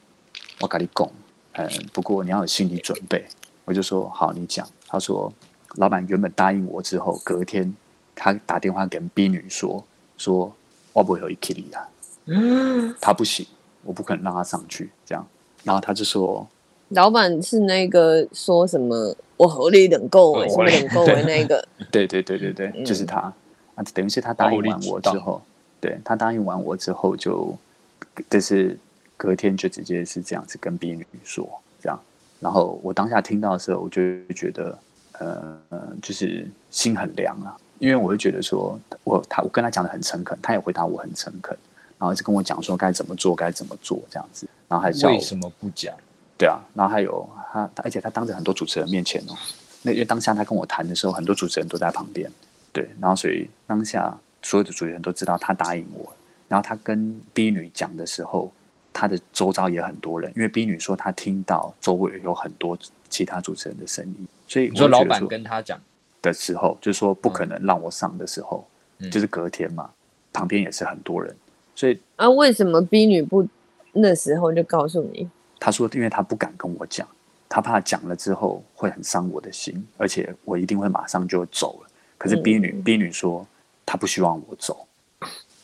[SPEAKER 2] 我跟你讲，呃，不过你要有心理准备。我就说好，你讲。他说老板原本答应我之后，隔天他打电话给 B 女说说我不会有一 k i t 啊，他不行，我不可能让他上去这样。然后他就说
[SPEAKER 4] 老板是那个说什么我合理等够哎，什么等够哎那个，
[SPEAKER 2] 对对对对对，
[SPEAKER 4] 嗯
[SPEAKER 2] 就是他啊，等于是他答应完我之
[SPEAKER 3] 暴力
[SPEAKER 2] 后，对他答应完我之后就，就是隔天就直接是这样子跟 B 女说这样，然后我当下听到的时候，我就觉得呃，就是心很凉啊，因为我会觉得说我他我跟他讲的很诚恳，他也回答我很诚恳，然后一直跟我讲说该怎么做该怎么做这样子，然后还叫我
[SPEAKER 3] 为什么不讲？
[SPEAKER 2] 对啊，然后还有他，他而且他当着很多主持人面前哦，那因为当下他跟我谈的时候，很多主持人都在旁边，对，然后所以当下所有的主持人都知道他答应我，然后他跟 B 女讲的时候，他的周遭也很多人，因为 B 女说她听到周围有很多其他主持人的声音，所以
[SPEAKER 3] 你说
[SPEAKER 2] 我就
[SPEAKER 3] 老
[SPEAKER 2] 觉得
[SPEAKER 3] 板跟他讲，
[SPEAKER 2] 的时候，就说不可能让我上的时候，
[SPEAKER 3] 嗯
[SPEAKER 2] 就是隔天嘛，旁边也是很多人，所以
[SPEAKER 4] 啊，为什么 B 女不那时候就告诉你？
[SPEAKER 2] 他说，因为他不敢跟我讲，他怕讲了之后会很伤我的心，而且我一定会马上就走了。可是 B 女、
[SPEAKER 4] 嗯
[SPEAKER 2] B 女说，她不希望我走，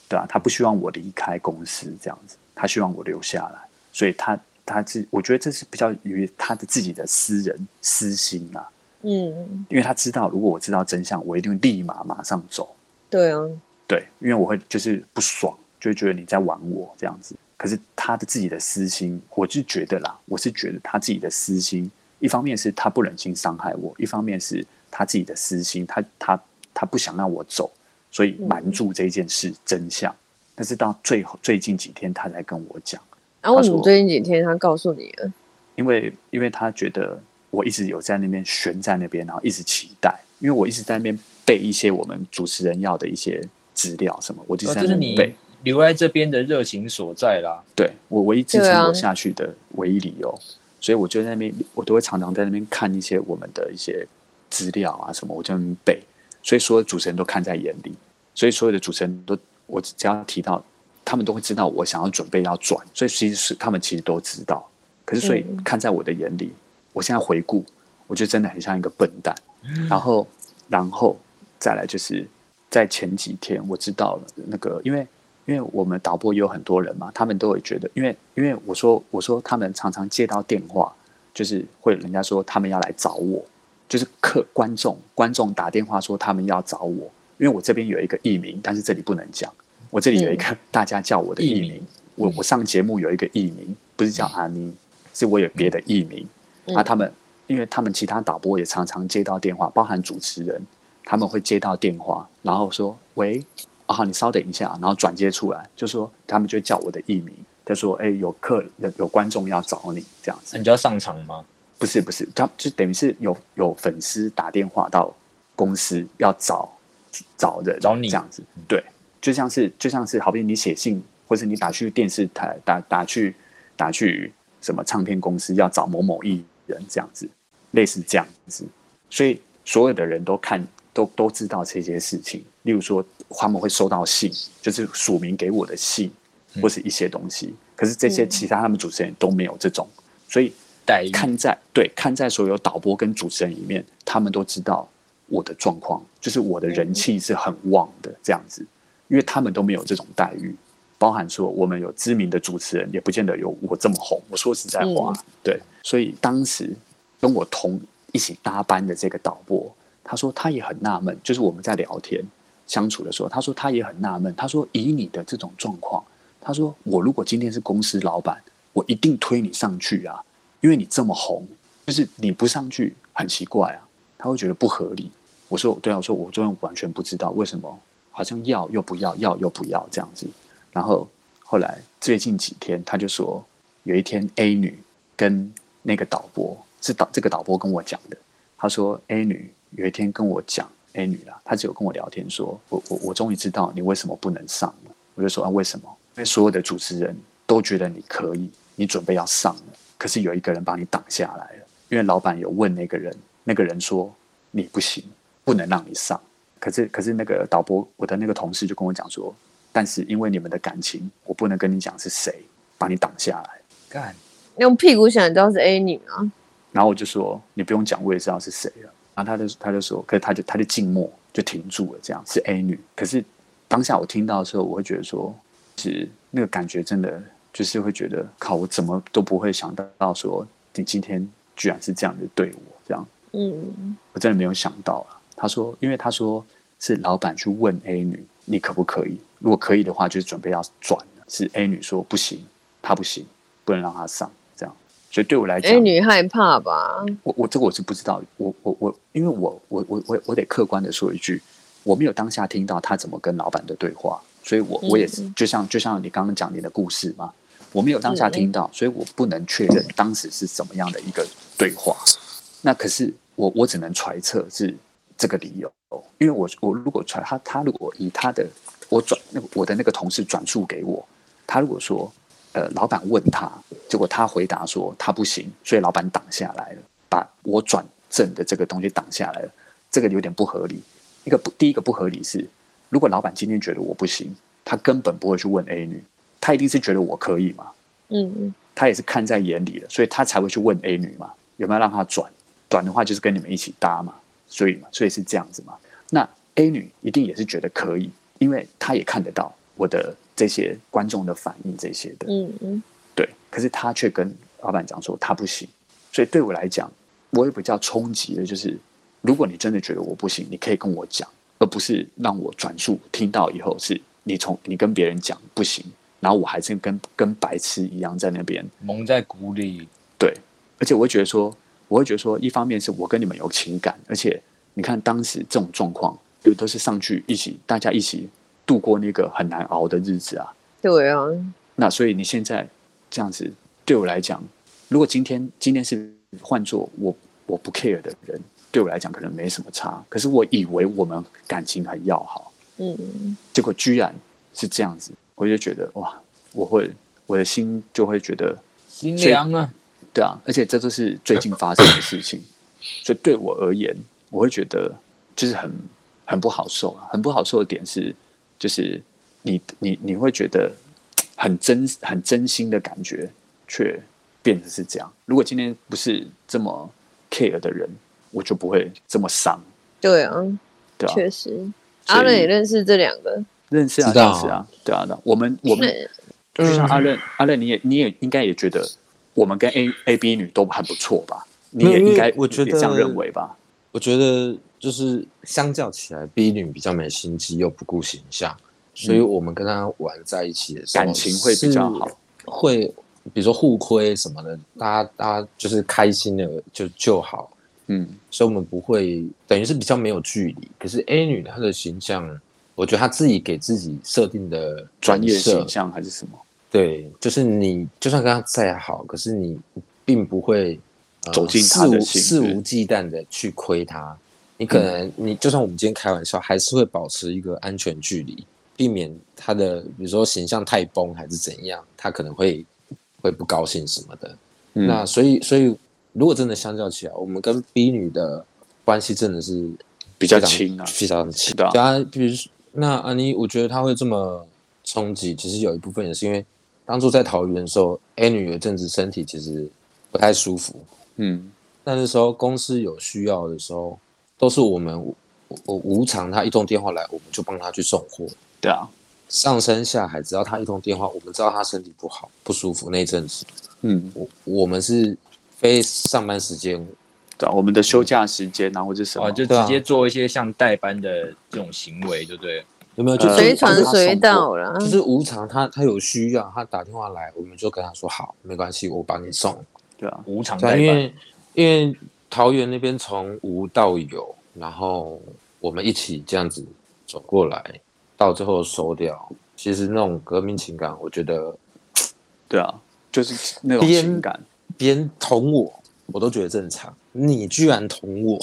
[SPEAKER 2] 对啊，她不希望我离开公司这样子，她希望我留下来。所以他他是我觉得这是比较于他的自己的私人私心啊，
[SPEAKER 4] 嗯，
[SPEAKER 2] 因为他知道如果我知道真相，我一定立马马上走，
[SPEAKER 4] 对啊，
[SPEAKER 2] 对，因为我会就是不爽，就会觉得你在玩我这样子。可是他的自己的私心，我是觉得啦，我是觉得他自己的私心，一方面是他不忍心伤害我，一方面是他自己的私心，他他他不想让我走，所以
[SPEAKER 3] 嗯
[SPEAKER 2] 瞒住这件事真相。但是到最后最近几天，他才跟我讲，
[SPEAKER 4] 然后为什
[SPEAKER 2] 他
[SPEAKER 4] 么
[SPEAKER 2] 说
[SPEAKER 4] 最近几天他告诉你了？
[SPEAKER 2] 因为因为他觉得我一直有在那边悬在那边，然后一直期待，因为我一直在那边背一些我们主持人要的一些资料什么，我就
[SPEAKER 3] 哦
[SPEAKER 2] 在
[SPEAKER 3] 这
[SPEAKER 2] 那
[SPEAKER 3] 是
[SPEAKER 2] 边
[SPEAKER 3] 你
[SPEAKER 2] 背。
[SPEAKER 3] 留在这边的热情所在啦。
[SPEAKER 2] 对我唯一支
[SPEAKER 4] 对
[SPEAKER 2] 撑
[SPEAKER 4] 啊
[SPEAKER 2] 我下去的唯一理由，所以我就在那边，我都会常常在那边看一些我们的一些资料啊什么，我就在那边背，所以所有的主持人都看在眼里，所以所有的主持人都，我只要提到，他们都会知道我想要准备要转，所以其实是他们其实都知道，可是所以
[SPEAKER 4] 嗯
[SPEAKER 2] 看在我的眼里，我现在回顾，我就真的很像一个笨蛋，然后然后再来就是在前几天我知道了那个，因为因为我们导播也有很多人嘛，他们都会觉得，因为因为我说我说他们常常接到电话，就是会有人家说他们要来找我，就是客观众观众打电话说他们要找我，因为我这边有一个艺名，但是这里不能讲，我这里有一个大家叫我的嗯艺
[SPEAKER 3] 艺
[SPEAKER 2] 名
[SPEAKER 3] 名，
[SPEAKER 2] 我我上节目有一个艺名，不是叫阿妮，是我有别的艺名。
[SPEAKER 4] 嗯
[SPEAKER 2] 啊，他们因为他们其他导播也常常接到电话，包含主持人，他们会接到电话，然后说喂，啊，你稍等一下，然后转接出来，就说他们就叫我的艺名，他说哎，有客有有观众要找你这样子
[SPEAKER 3] 你，就要上场吗？
[SPEAKER 2] 不是不是，他就等于是有有粉丝打电话到公司要找找人
[SPEAKER 3] 找你嗯
[SPEAKER 2] 这样子，对，就像是就像是好比你写信，或是你打去电视台打打去打去什么唱片公司要找某某艺人这样子，类似这样子，所以所有的人都看都都知道这些事情。例如说，他们会收到信，就是署名给我的信，
[SPEAKER 3] 嗯
[SPEAKER 2] 或是一些东西。可是这些
[SPEAKER 4] 嗯
[SPEAKER 2] 其他他们主持人都没有这种，所以
[SPEAKER 3] 待遇
[SPEAKER 2] 看在对看在所有导播跟主持人里面，他们都知道我的状况，就是我的人气是很旺的这样子，因为他们都没有这种待遇。包含说我们有知名的主持人，也不见得有我这么红。我说实在话，对，所以当时跟我同一起搭班的这个导播，他说他也很纳闷，就是我们在聊天相处的时候，他说他也很纳闷，他说以你的这种状况，他说我如果今天是公司老板，我一定推你上去啊，因为你这么红，就是你不上去很奇怪啊，他会觉得不合理。我说对啊，我说我真的完全不知道为什么，好像要又不要，要又不要这样子。然后后来最近几天，他就说有一天 A 女跟那个导播是导这个导播跟我讲的，他说 A 女有一天跟我讲 A 女啦，她只有跟我聊天说，我我我终于知道你为什么不能上了。我就说啊为什么？因为所有的主持人都觉得你可以，你准备要上了，可是有一个人把你挡下来了，因为老板有问那个人，那个人说你不行，不能让你上。可是可是那个导播，我的那个同事就跟我讲说，但是因为你们的感情，我不能跟你讲是谁把你挡下来。
[SPEAKER 3] 干，
[SPEAKER 4] 用屁股想，你知道是 A 女啊？
[SPEAKER 2] 然后我就说你不用讲，我也知道是谁了。然后他就他就说，可是他就他就静默，就停住了，这样是 A 女。可是当下我听到的时候，我会觉得说，是那个感觉真的就是会觉得，靠，我怎么都不会想到说你今天居然是这样的对我，这样
[SPEAKER 4] 嗯，
[SPEAKER 2] 我真的没有想到啊。他说，因为他说是老板去问 A 女，你可不可以？如果可以的话，就是准备要转了。是 A 女说不行，她不行，不能让她上，这样。所以对我来讲
[SPEAKER 4] a 女害怕吧？
[SPEAKER 2] 我我这个我是不知道，我我我，因为我我我我我得客观的说一句，我没有当下听到他怎么跟老板的对话，所以我我也
[SPEAKER 4] 嗯
[SPEAKER 2] 是就像就像你刚刚讲你的故事嘛，我没有当下听到，所以我不能确认当时是怎么样的一个对话。那可是我我只能揣测是这个理由，因为我我如果揣他他如果以他的我转那个我的那个同事转述给我，他如果说，呃，老板问他，结果他回答说他不行，所以老板挡下来了，把我转正的这个东西挡下来了，这个有点不合理。一个不，第一个不合理是，如果老板今天觉得我不行，他根本不会去问 A 女，他一定是觉得我可以嘛，
[SPEAKER 4] 嗯，
[SPEAKER 2] 他也是看在眼里了，所以他才会去问 A 女嘛，有没有让她转？转的话就是跟你们一起搭嘛，所以嘛，所以是这样子嘛。那 A 女一定也是觉得可以，因为她也看得到我的这些观众的反应这些的，
[SPEAKER 4] 嗯嗯
[SPEAKER 2] 对，可是他却跟老板讲说他不行，所以对我来讲，我也比较冲击的就是，如果你真的觉得我不行，你可以跟我讲，而不是让我转述听到以后是你从你跟别人讲不行，然后我还是跟跟白痴一样在那边
[SPEAKER 3] 蒙在鼓里，
[SPEAKER 2] 对，而且我会觉得说，我会觉得说，一方面是我跟你们有情感，而且你看当时这种状况，就都是上去一起，大家一起度过那个很难熬的日子啊。
[SPEAKER 4] 对啊，
[SPEAKER 2] 那所以你现在这样子，对我来讲，如果今天今天是换做我我不 care 的人，对我来讲可能没什么差。可是我以为我们感情很要好，
[SPEAKER 4] 嗯，
[SPEAKER 2] 结果居然是这样子，我就觉得哇，我会我的心就会觉得
[SPEAKER 3] 心凉啊，
[SPEAKER 2] 对啊，而且这都是最近发生的事 情，所以对我而言，我会觉得就是很很不好受啊，很不好受的点是，就是你你你会觉得很真很真心的感觉，却变成是这样。如果今天不是这么 care 的人，我就不会这么伤，
[SPEAKER 4] 对啊，
[SPEAKER 2] 对啊，
[SPEAKER 4] 确实。
[SPEAKER 2] 所以
[SPEAKER 4] 阿伦也认识这两个，
[SPEAKER 2] 认识啊，
[SPEAKER 5] 知道嗯
[SPEAKER 2] 认识啊，对啊，那我们我们
[SPEAKER 4] 那
[SPEAKER 2] 就像阿任阿任，你也你也应该也觉得我们跟 A A B 女都很不错吧？你
[SPEAKER 5] 没
[SPEAKER 2] 也
[SPEAKER 5] 有因为
[SPEAKER 2] 应该
[SPEAKER 5] 我觉
[SPEAKER 2] 也
[SPEAKER 5] 得
[SPEAKER 2] 这样认为吧？
[SPEAKER 5] 我觉得就是相较起来，B 女比较没心机又不顾形象，所以我们跟她玩在一起的时候，
[SPEAKER 2] 嗯感情会比较好，
[SPEAKER 5] 会比如说互亏什么的，大家大家就是开心的就就好，
[SPEAKER 2] 嗯，
[SPEAKER 5] 所以我们不会等于是比较没有距离。可是 A 女她的形象，我觉得她自己给自己设定的
[SPEAKER 2] 专业
[SPEAKER 5] 人设
[SPEAKER 2] 形象还是什么？
[SPEAKER 5] 对，就是你就算跟他再好，可是你并不会、呃
[SPEAKER 2] 走进他的心嗯
[SPEAKER 5] 肆无
[SPEAKER 2] 对
[SPEAKER 5] 肆无忌惮的去亏他。你可能、你就算我们今天开玩笑，还是会保持一个安全距离，避免他的比如说形象太崩还是怎样，他可能会会不高兴什么的。
[SPEAKER 2] 嗯
[SPEAKER 5] 那所以所以如果真的相较起来，我们跟 B 女的关系真的是
[SPEAKER 2] 比较
[SPEAKER 5] 非常
[SPEAKER 2] 亲啊
[SPEAKER 5] 非常亲。
[SPEAKER 2] 对啊
[SPEAKER 5] 对啊，比如说那安妮，我觉得她会这么冲击，其实有一部分也是因为当初在桃园的时候，A 女有一阵子身体其实不太舒服，
[SPEAKER 2] 嗯
[SPEAKER 5] 那那时候公司有需要的时候，都是我们我我无偿，她一通电话来，我们就帮她去送货，
[SPEAKER 2] 对啊，
[SPEAKER 5] 上山下海，只要她一通电话，我们知道她身体不好不舒服那一阵子，
[SPEAKER 2] 嗯，
[SPEAKER 5] 我我们是非上班时间
[SPEAKER 2] 对啊，我们的休假时间啊，或者什
[SPEAKER 3] 哦，
[SPEAKER 2] 么，
[SPEAKER 3] 就
[SPEAKER 5] 对啊
[SPEAKER 3] 直接做一些像代班的这种行为，对不对？
[SPEAKER 5] 有没有？就
[SPEAKER 2] 呃
[SPEAKER 4] 随
[SPEAKER 5] 就帮
[SPEAKER 4] 传
[SPEAKER 5] 她送
[SPEAKER 4] 随
[SPEAKER 5] 货
[SPEAKER 4] 到嗯啦
[SPEAKER 5] 就。是无偿，他他有需要，他打电话来，我们就跟他说好，没关系，我帮你送。
[SPEAKER 2] 对啊，
[SPEAKER 3] 无偿代
[SPEAKER 5] 嗯对，因
[SPEAKER 3] 班，
[SPEAKER 5] 为因为桃园那边从无到有，然后我们一起这样子走过来，到最后收掉。其实那种革命情感，我觉得
[SPEAKER 2] 对啊，就是那种
[SPEAKER 5] 边
[SPEAKER 2] 情感，
[SPEAKER 5] 别人捅我，我都觉得正常。你居然捅我，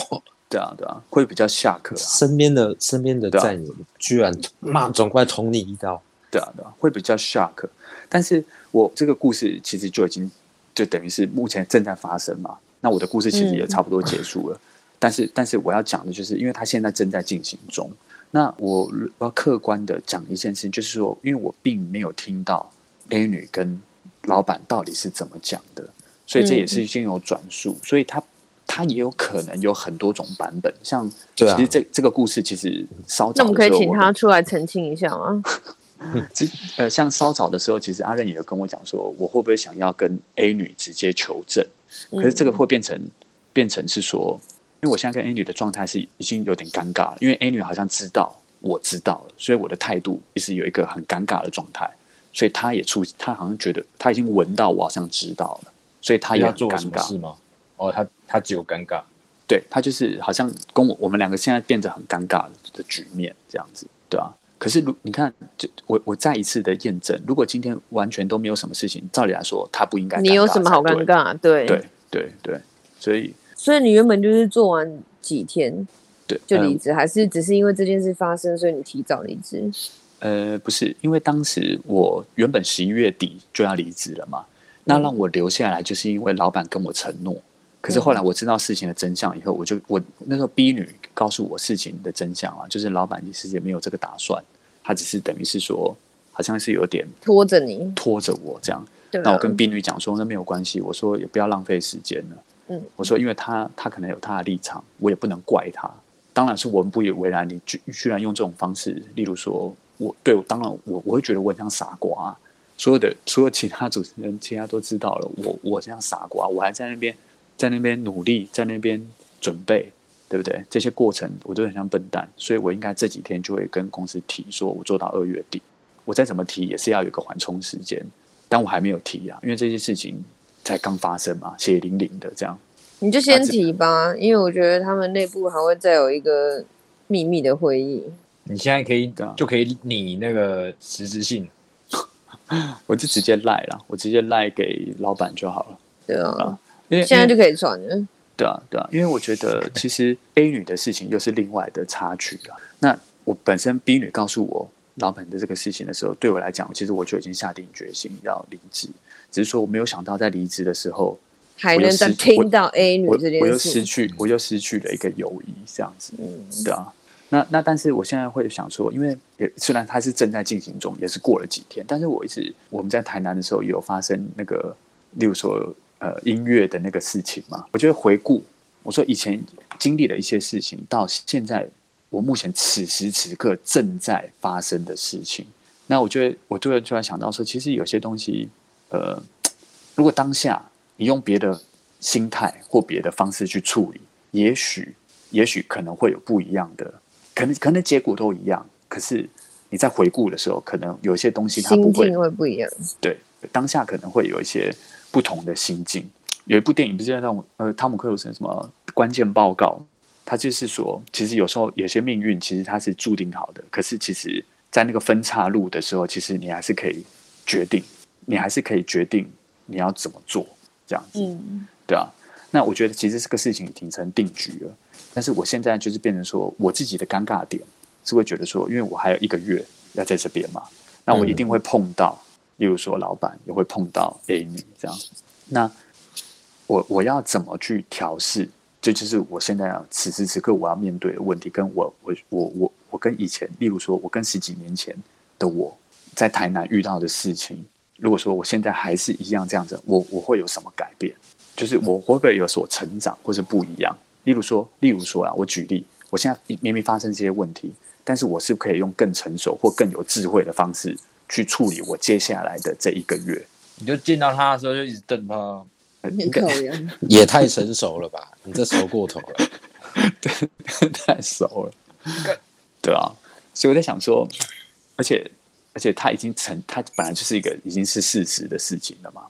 [SPEAKER 2] 对啊对啊，会比较下课啊，
[SPEAKER 5] 身边的身边的
[SPEAKER 2] 对啊
[SPEAKER 5] 战友居然骂，总怪捅你一刀。
[SPEAKER 2] 对啊对啊，会比较 shock。但是我这个故事其实就已经就等于是目前正在发生嘛，那我的故事其
[SPEAKER 4] 嗯
[SPEAKER 2] 实也差不多结束了。但是但是我要讲的就是，因为它现在正在进行中，那我我要客观的讲一件事情，就是说，因为我并没有听到 A 女跟老板到底是怎么讲的，所以这
[SPEAKER 4] 嗯
[SPEAKER 2] 也是先有转述，所以它它也有可能有很多种版本，像其
[SPEAKER 5] 对啊
[SPEAKER 2] 实这、这个故事其实稍早
[SPEAKER 4] 那我们可以
[SPEAKER 2] 的时候
[SPEAKER 4] 请他出来澄清一下吗？
[SPEAKER 2] 之呃，像稍早的时候，其实阿任也有跟我讲说，我会不会想要跟 A 女直接求证？可是
[SPEAKER 3] 嗯
[SPEAKER 2] 这个会变成变成是说，因为我现在跟 A 女的状态是已经有点尴尬了，因为 A 女好像知道我知道了，所以我的态度一直有一个很尴尬的状态，所以她也出，她好像觉得她已经闻到我好像知道了，所以她
[SPEAKER 3] 他
[SPEAKER 2] 也
[SPEAKER 3] 要
[SPEAKER 2] 很
[SPEAKER 3] 做什
[SPEAKER 2] 尴
[SPEAKER 3] 么
[SPEAKER 2] 尬
[SPEAKER 3] 事。吗？哦，他他只有尴尬，
[SPEAKER 2] 对他就是好像跟我我们两个现在变得很尴尬的局面这样子，对啊。可是如你看，就我我再一次的验证，如果今天完全都没有什么事情，照理来说他不应该。
[SPEAKER 4] 你有什么好尴？尬？对，
[SPEAKER 2] 对对对，所以
[SPEAKER 4] 所以你原本就是做完几天
[SPEAKER 2] 对
[SPEAKER 4] 就
[SPEAKER 2] 呃
[SPEAKER 4] 离职，还是只是因为这件事发生，所以你提早离职？
[SPEAKER 2] 呃，不是，因为当时我原本十一月底就要离职了嘛，那让我留下来，就是因为老板跟我承诺。可是后来我知道事情的真相以后，我就我那时候 B 女告诉我事情的真相啊，就是老板其实也没有这个打算，他只是等于是说，好像是有点
[SPEAKER 4] 拖着你，
[SPEAKER 2] 拖着我这样。
[SPEAKER 4] 对啊
[SPEAKER 2] 那我跟 B 女讲说，那没有关系，我说也不要浪费时间了。
[SPEAKER 4] 嗯，
[SPEAKER 2] 我说因为她她可能有她的立场，我也不能怪她。当然是我们不以为然，你居居然用这种方式，例如说我对我，当然我我会觉得我很像傻瓜啊、所有的除了其他主持人，其他都知道了。我我这样傻瓜，我还在那边在那边努力，在那边准备，对不对？这些过程我都很像笨蛋，所以我应该这几天就会跟公司提，说我做到二月底，我再怎么提也是要有一个缓冲时间，但我还没有提啊，因为这些事情才刚发生嘛，血淋淋的这样。
[SPEAKER 4] 你就先提吧，因为我觉得他们内部还会再有一个秘密的会议。
[SPEAKER 3] 你现在可以
[SPEAKER 2] 对啊
[SPEAKER 3] 就可以拟那个实质性，
[SPEAKER 2] 我就直接赖了，我直接赖给老板就好了。
[SPEAKER 4] 对啊
[SPEAKER 2] 啊，因为
[SPEAKER 4] 现在
[SPEAKER 2] 因为
[SPEAKER 4] 就可以传了。
[SPEAKER 2] 对啊对啊，因为我觉得其实 A 女的事情又是另外的插曲了。那我本身 B 女告诉我老板的这个事情的时候，对我来讲，其实我就已经下定决心要离职，只是说我没有想到在离职的时候，
[SPEAKER 4] 还能再听到 A 女
[SPEAKER 2] 我
[SPEAKER 4] 这
[SPEAKER 2] 我
[SPEAKER 4] 件
[SPEAKER 2] 又失
[SPEAKER 4] 事，
[SPEAKER 2] 去我又失去了一个友谊这样子。
[SPEAKER 4] 嗯，
[SPEAKER 2] 对啊，那那但是我现在会想说，因为也虽然它是正在进行中，也是过了几天，但是我一直我们在台南的时候也有发生那个，例如说呃音乐的那个事情嘛，我就会回顾，我说以前经历了一些事情，到现在我目前此时此刻正在发生的事情，那我就会我就会突然想到说，其实有些东西，呃，如果当下你用别的心态或别的方式去处理，也许也许可能会有不一样的，可能可能结果都一样，可是你在回顾的时候，可能有些东西它不
[SPEAKER 4] 心
[SPEAKER 2] 会
[SPEAKER 4] 境会不一样。
[SPEAKER 2] 对，当下可能会有一些不同的心境。有一部电影不是叫那种呃汤姆克鲁斯什么关键报告，他就是说，其实有时候有些命运其实它是注定好的，可是其实在那个分岔路的时候，其实你还是可以决定，你还是可以决定你要怎么做这样子。
[SPEAKER 4] 嗯，
[SPEAKER 2] 对啊，那我觉得其实这个事情挺成定局了，但是我现在就是变成说我自己的尴尬点是会觉得说，因为我还有一个月要在这边嘛，那我一定会碰到，例如说老板也会碰到 A 女这样，那我我要怎么去调试？这就是我现在要此时此刻我要面对的问题，跟我我我我我跟以前，例如说我跟十几年前的我在台南遇到的事情，如果说我现在还是一样这样子，我我会有什么改变？就是我会不会有所成长或是不一样？例如说，例如说啊，我举例，我现在明明发生这些问题，但是我是可以用更成熟或更有智慧的方式去处理我接下来的这一个月。
[SPEAKER 3] 你就见到他的时候就一直瞪他，
[SPEAKER 2] 呃
[SPEAKER 4] 很
[SPEAKER 2] 应该
[SPEAKER 4] 考 量。
[SPEAKER 5] 也太成熟了吧？ 你这熟过头了。
[SPEAKER 2] 太熟了，对啊，所以我在想说，而且而且他已经成，他本来就是一个已经是事实的事情了嘛。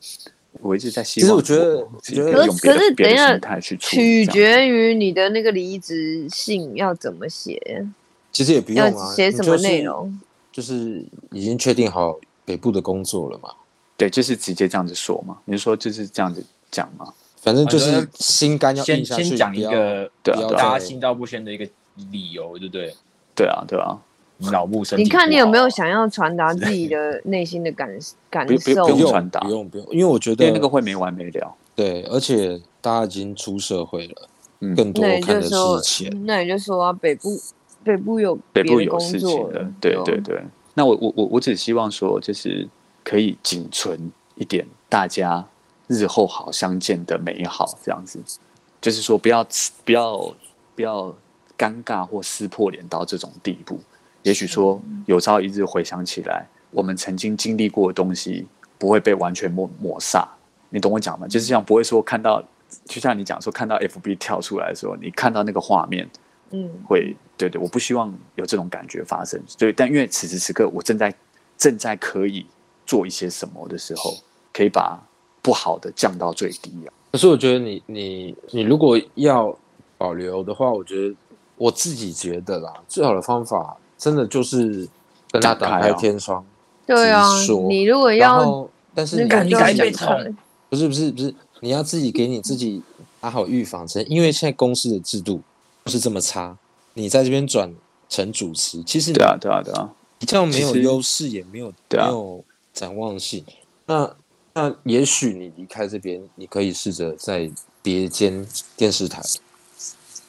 [SPEAKER 2] 我一直在希望
[SPEAKER 5] 其实
[SPEAKER 2] 我，
[SPEAKER 5] 我觉得
[SPEAKER 2] 自己
[SPEAKER 5] 我觉
[SPEAKER 4] 可
[SPEAKER 5] 得
[SPEAKER 2] 以用
[SPEAKER 4] 是
[SPEAKER 2] 别
[SPEAKER 4] 可是
[SPEAKER 2] 的别
[SPEAKER 4] 等一
[SPEAKER 2] 的
[SPEAKER 4] 下
[SPEAKER 2] 心态去，处理这
[SPEAKER 4] 取
[SPEAKER 2] 样
[SPEAKER 4] 决于你的那个离职信要怎么写，
[SPEAKER 5] 其实也不用
[SPEAKER 4] 要
[SPEAKER 5] 啊，
[SPEAKER 4] 写什么内
[SPEAKER 5] 你
[SPEAKER 4] 容。
[SPEAKER 5] 就是？就是已经确定好北部的工作了嘛，
[SPEAKER 2] 对，就是直接这样子说嘛。你是说就是这样子讲嘛？
[SPEAKER 5] 反啊正就
[SPEAKER 3] 反
[SPEAKER 5] 是
[SPEAKER 3] 正
[SPEAKER 5] 心肝要
[SPEAKER 3] 先
[SPEAKER 5] 硬下去。
[SPEAKER 3] 先讲一
[SPEAKER 5] 不要
[SPEAKER 3] 个
[SPEAKER 2] 对啊对啊
[SPEAKER 3] 大家心照不宣的一个理由，对不对？
[SPEAKER 2] 对啊，对啊，
[SPEAKER 3] 你脑部身体
[SPEAKER 4] 你
[SPEAKER 3] 不好啊，
[SPEAKER 4] 看你有没有想要传达自己的内心的感感
[SPEAKER 2] 不
[SPEAKER 4] 受
[SPEAKER 2] 不
[SPEAKER 5] 不？
[SPEAKER 2] 用
[SPEAKER 5] 用
[SPEAKER 2] 传达
[SPEAKER 5] 不用不用，因为我觉
[SPEAKER 2] 因
[SPEAKER 5] 得
[SPEAKER 2] 为那个会没完没了。
[SPEAKER 5] 对，而且大家已经出社会了，
[SPEAKER 2] 嗯
[SPEAKER 5] 更多
[SPEAKER 4] 那你
[SPEAKER 5] 看
[SPEAKER 4] 就
[SPEAKER 5] 的
[SPEAKER 4] 说
[SPEAKER 5] 是钱。，
[SPEAKER 4] 那你就说啊，北部北部有
[SPEAKER 2] 北部
[SPEAKER 4] 别的
[SPEAKER 2] 有
[SPEAKER 4] 工
[SPEAKER 2] 事情
[SPEAKER 4] 作
[SPEAKER 2] 的
[SPEAKER 4] 了，，
[SPEAKER 2] 对
[SPEAKER 4] 吧
[SPEAKER 2] 对对。那我我我我只希望说，就是可以仅存一点大家日后好相见的美好，这样子，就是说不要不要不要尴尬或撕破脸到这种地步。也许说
[SPEAKER 4] 嗯
[SPEAKER 2] 有朝一日回想起来，我们曾经经历过的东西不会被完全抹抹煞，你懂我讲吗？就是像不会说看到，就像你讲说看到 FB 跳出来的时候，你看到那个画面，
[SPEAKER 4] 嗯，
[SPEAKER 2] 会，对对，我不希望有这种感觉发生。所以，但因为此时此刻我正在正在可以做一些什么的时候，可以把不好的降到最低啊。
[SPEAKER 5] 可是我觉得你你你如果要保留的话，我觉得我自己觉得啦，最好的方法真的就是跟他
[SPEAKER 2] 展开
[SPEAKER 5] 打开
[SPEAKER 2] 啊
[SPEAKER 5] 天窗。
[SPEAKER 4] 对啊
[SPEAKER 5] 直说，
[SPEAKER 4] 你如果
[SPEAKER 5] 然
[SPEAKER 4] 要
[SPEAKER 5] 后，但是
[SPEAKER 4] 那
[SPEAKER 5] 你
[SPEAKER 4] 个就
[SPEAKER 5] 自己
[SPEAKER 4] 要
[SPEAKER 3] 你改变
[SPEAKER 4] 讲出来
[SPEAKER 5] 不是不是不是，你要自己给你自己打好预防针，因为现在公司的制度不是这么差，你在这边转成主持，其实你
[SPEAKER 2] 对啊，对啊，对啊，
[SPEAKER 5] 比较没有
[SPEAKER 2] 其实
[SPEAKER 5] 优势，也没有、
[SPEAKER 2] 对啊
[SPEAKER 5] 没有展望性。那那也许你离开这边，你可以试着在别间电视台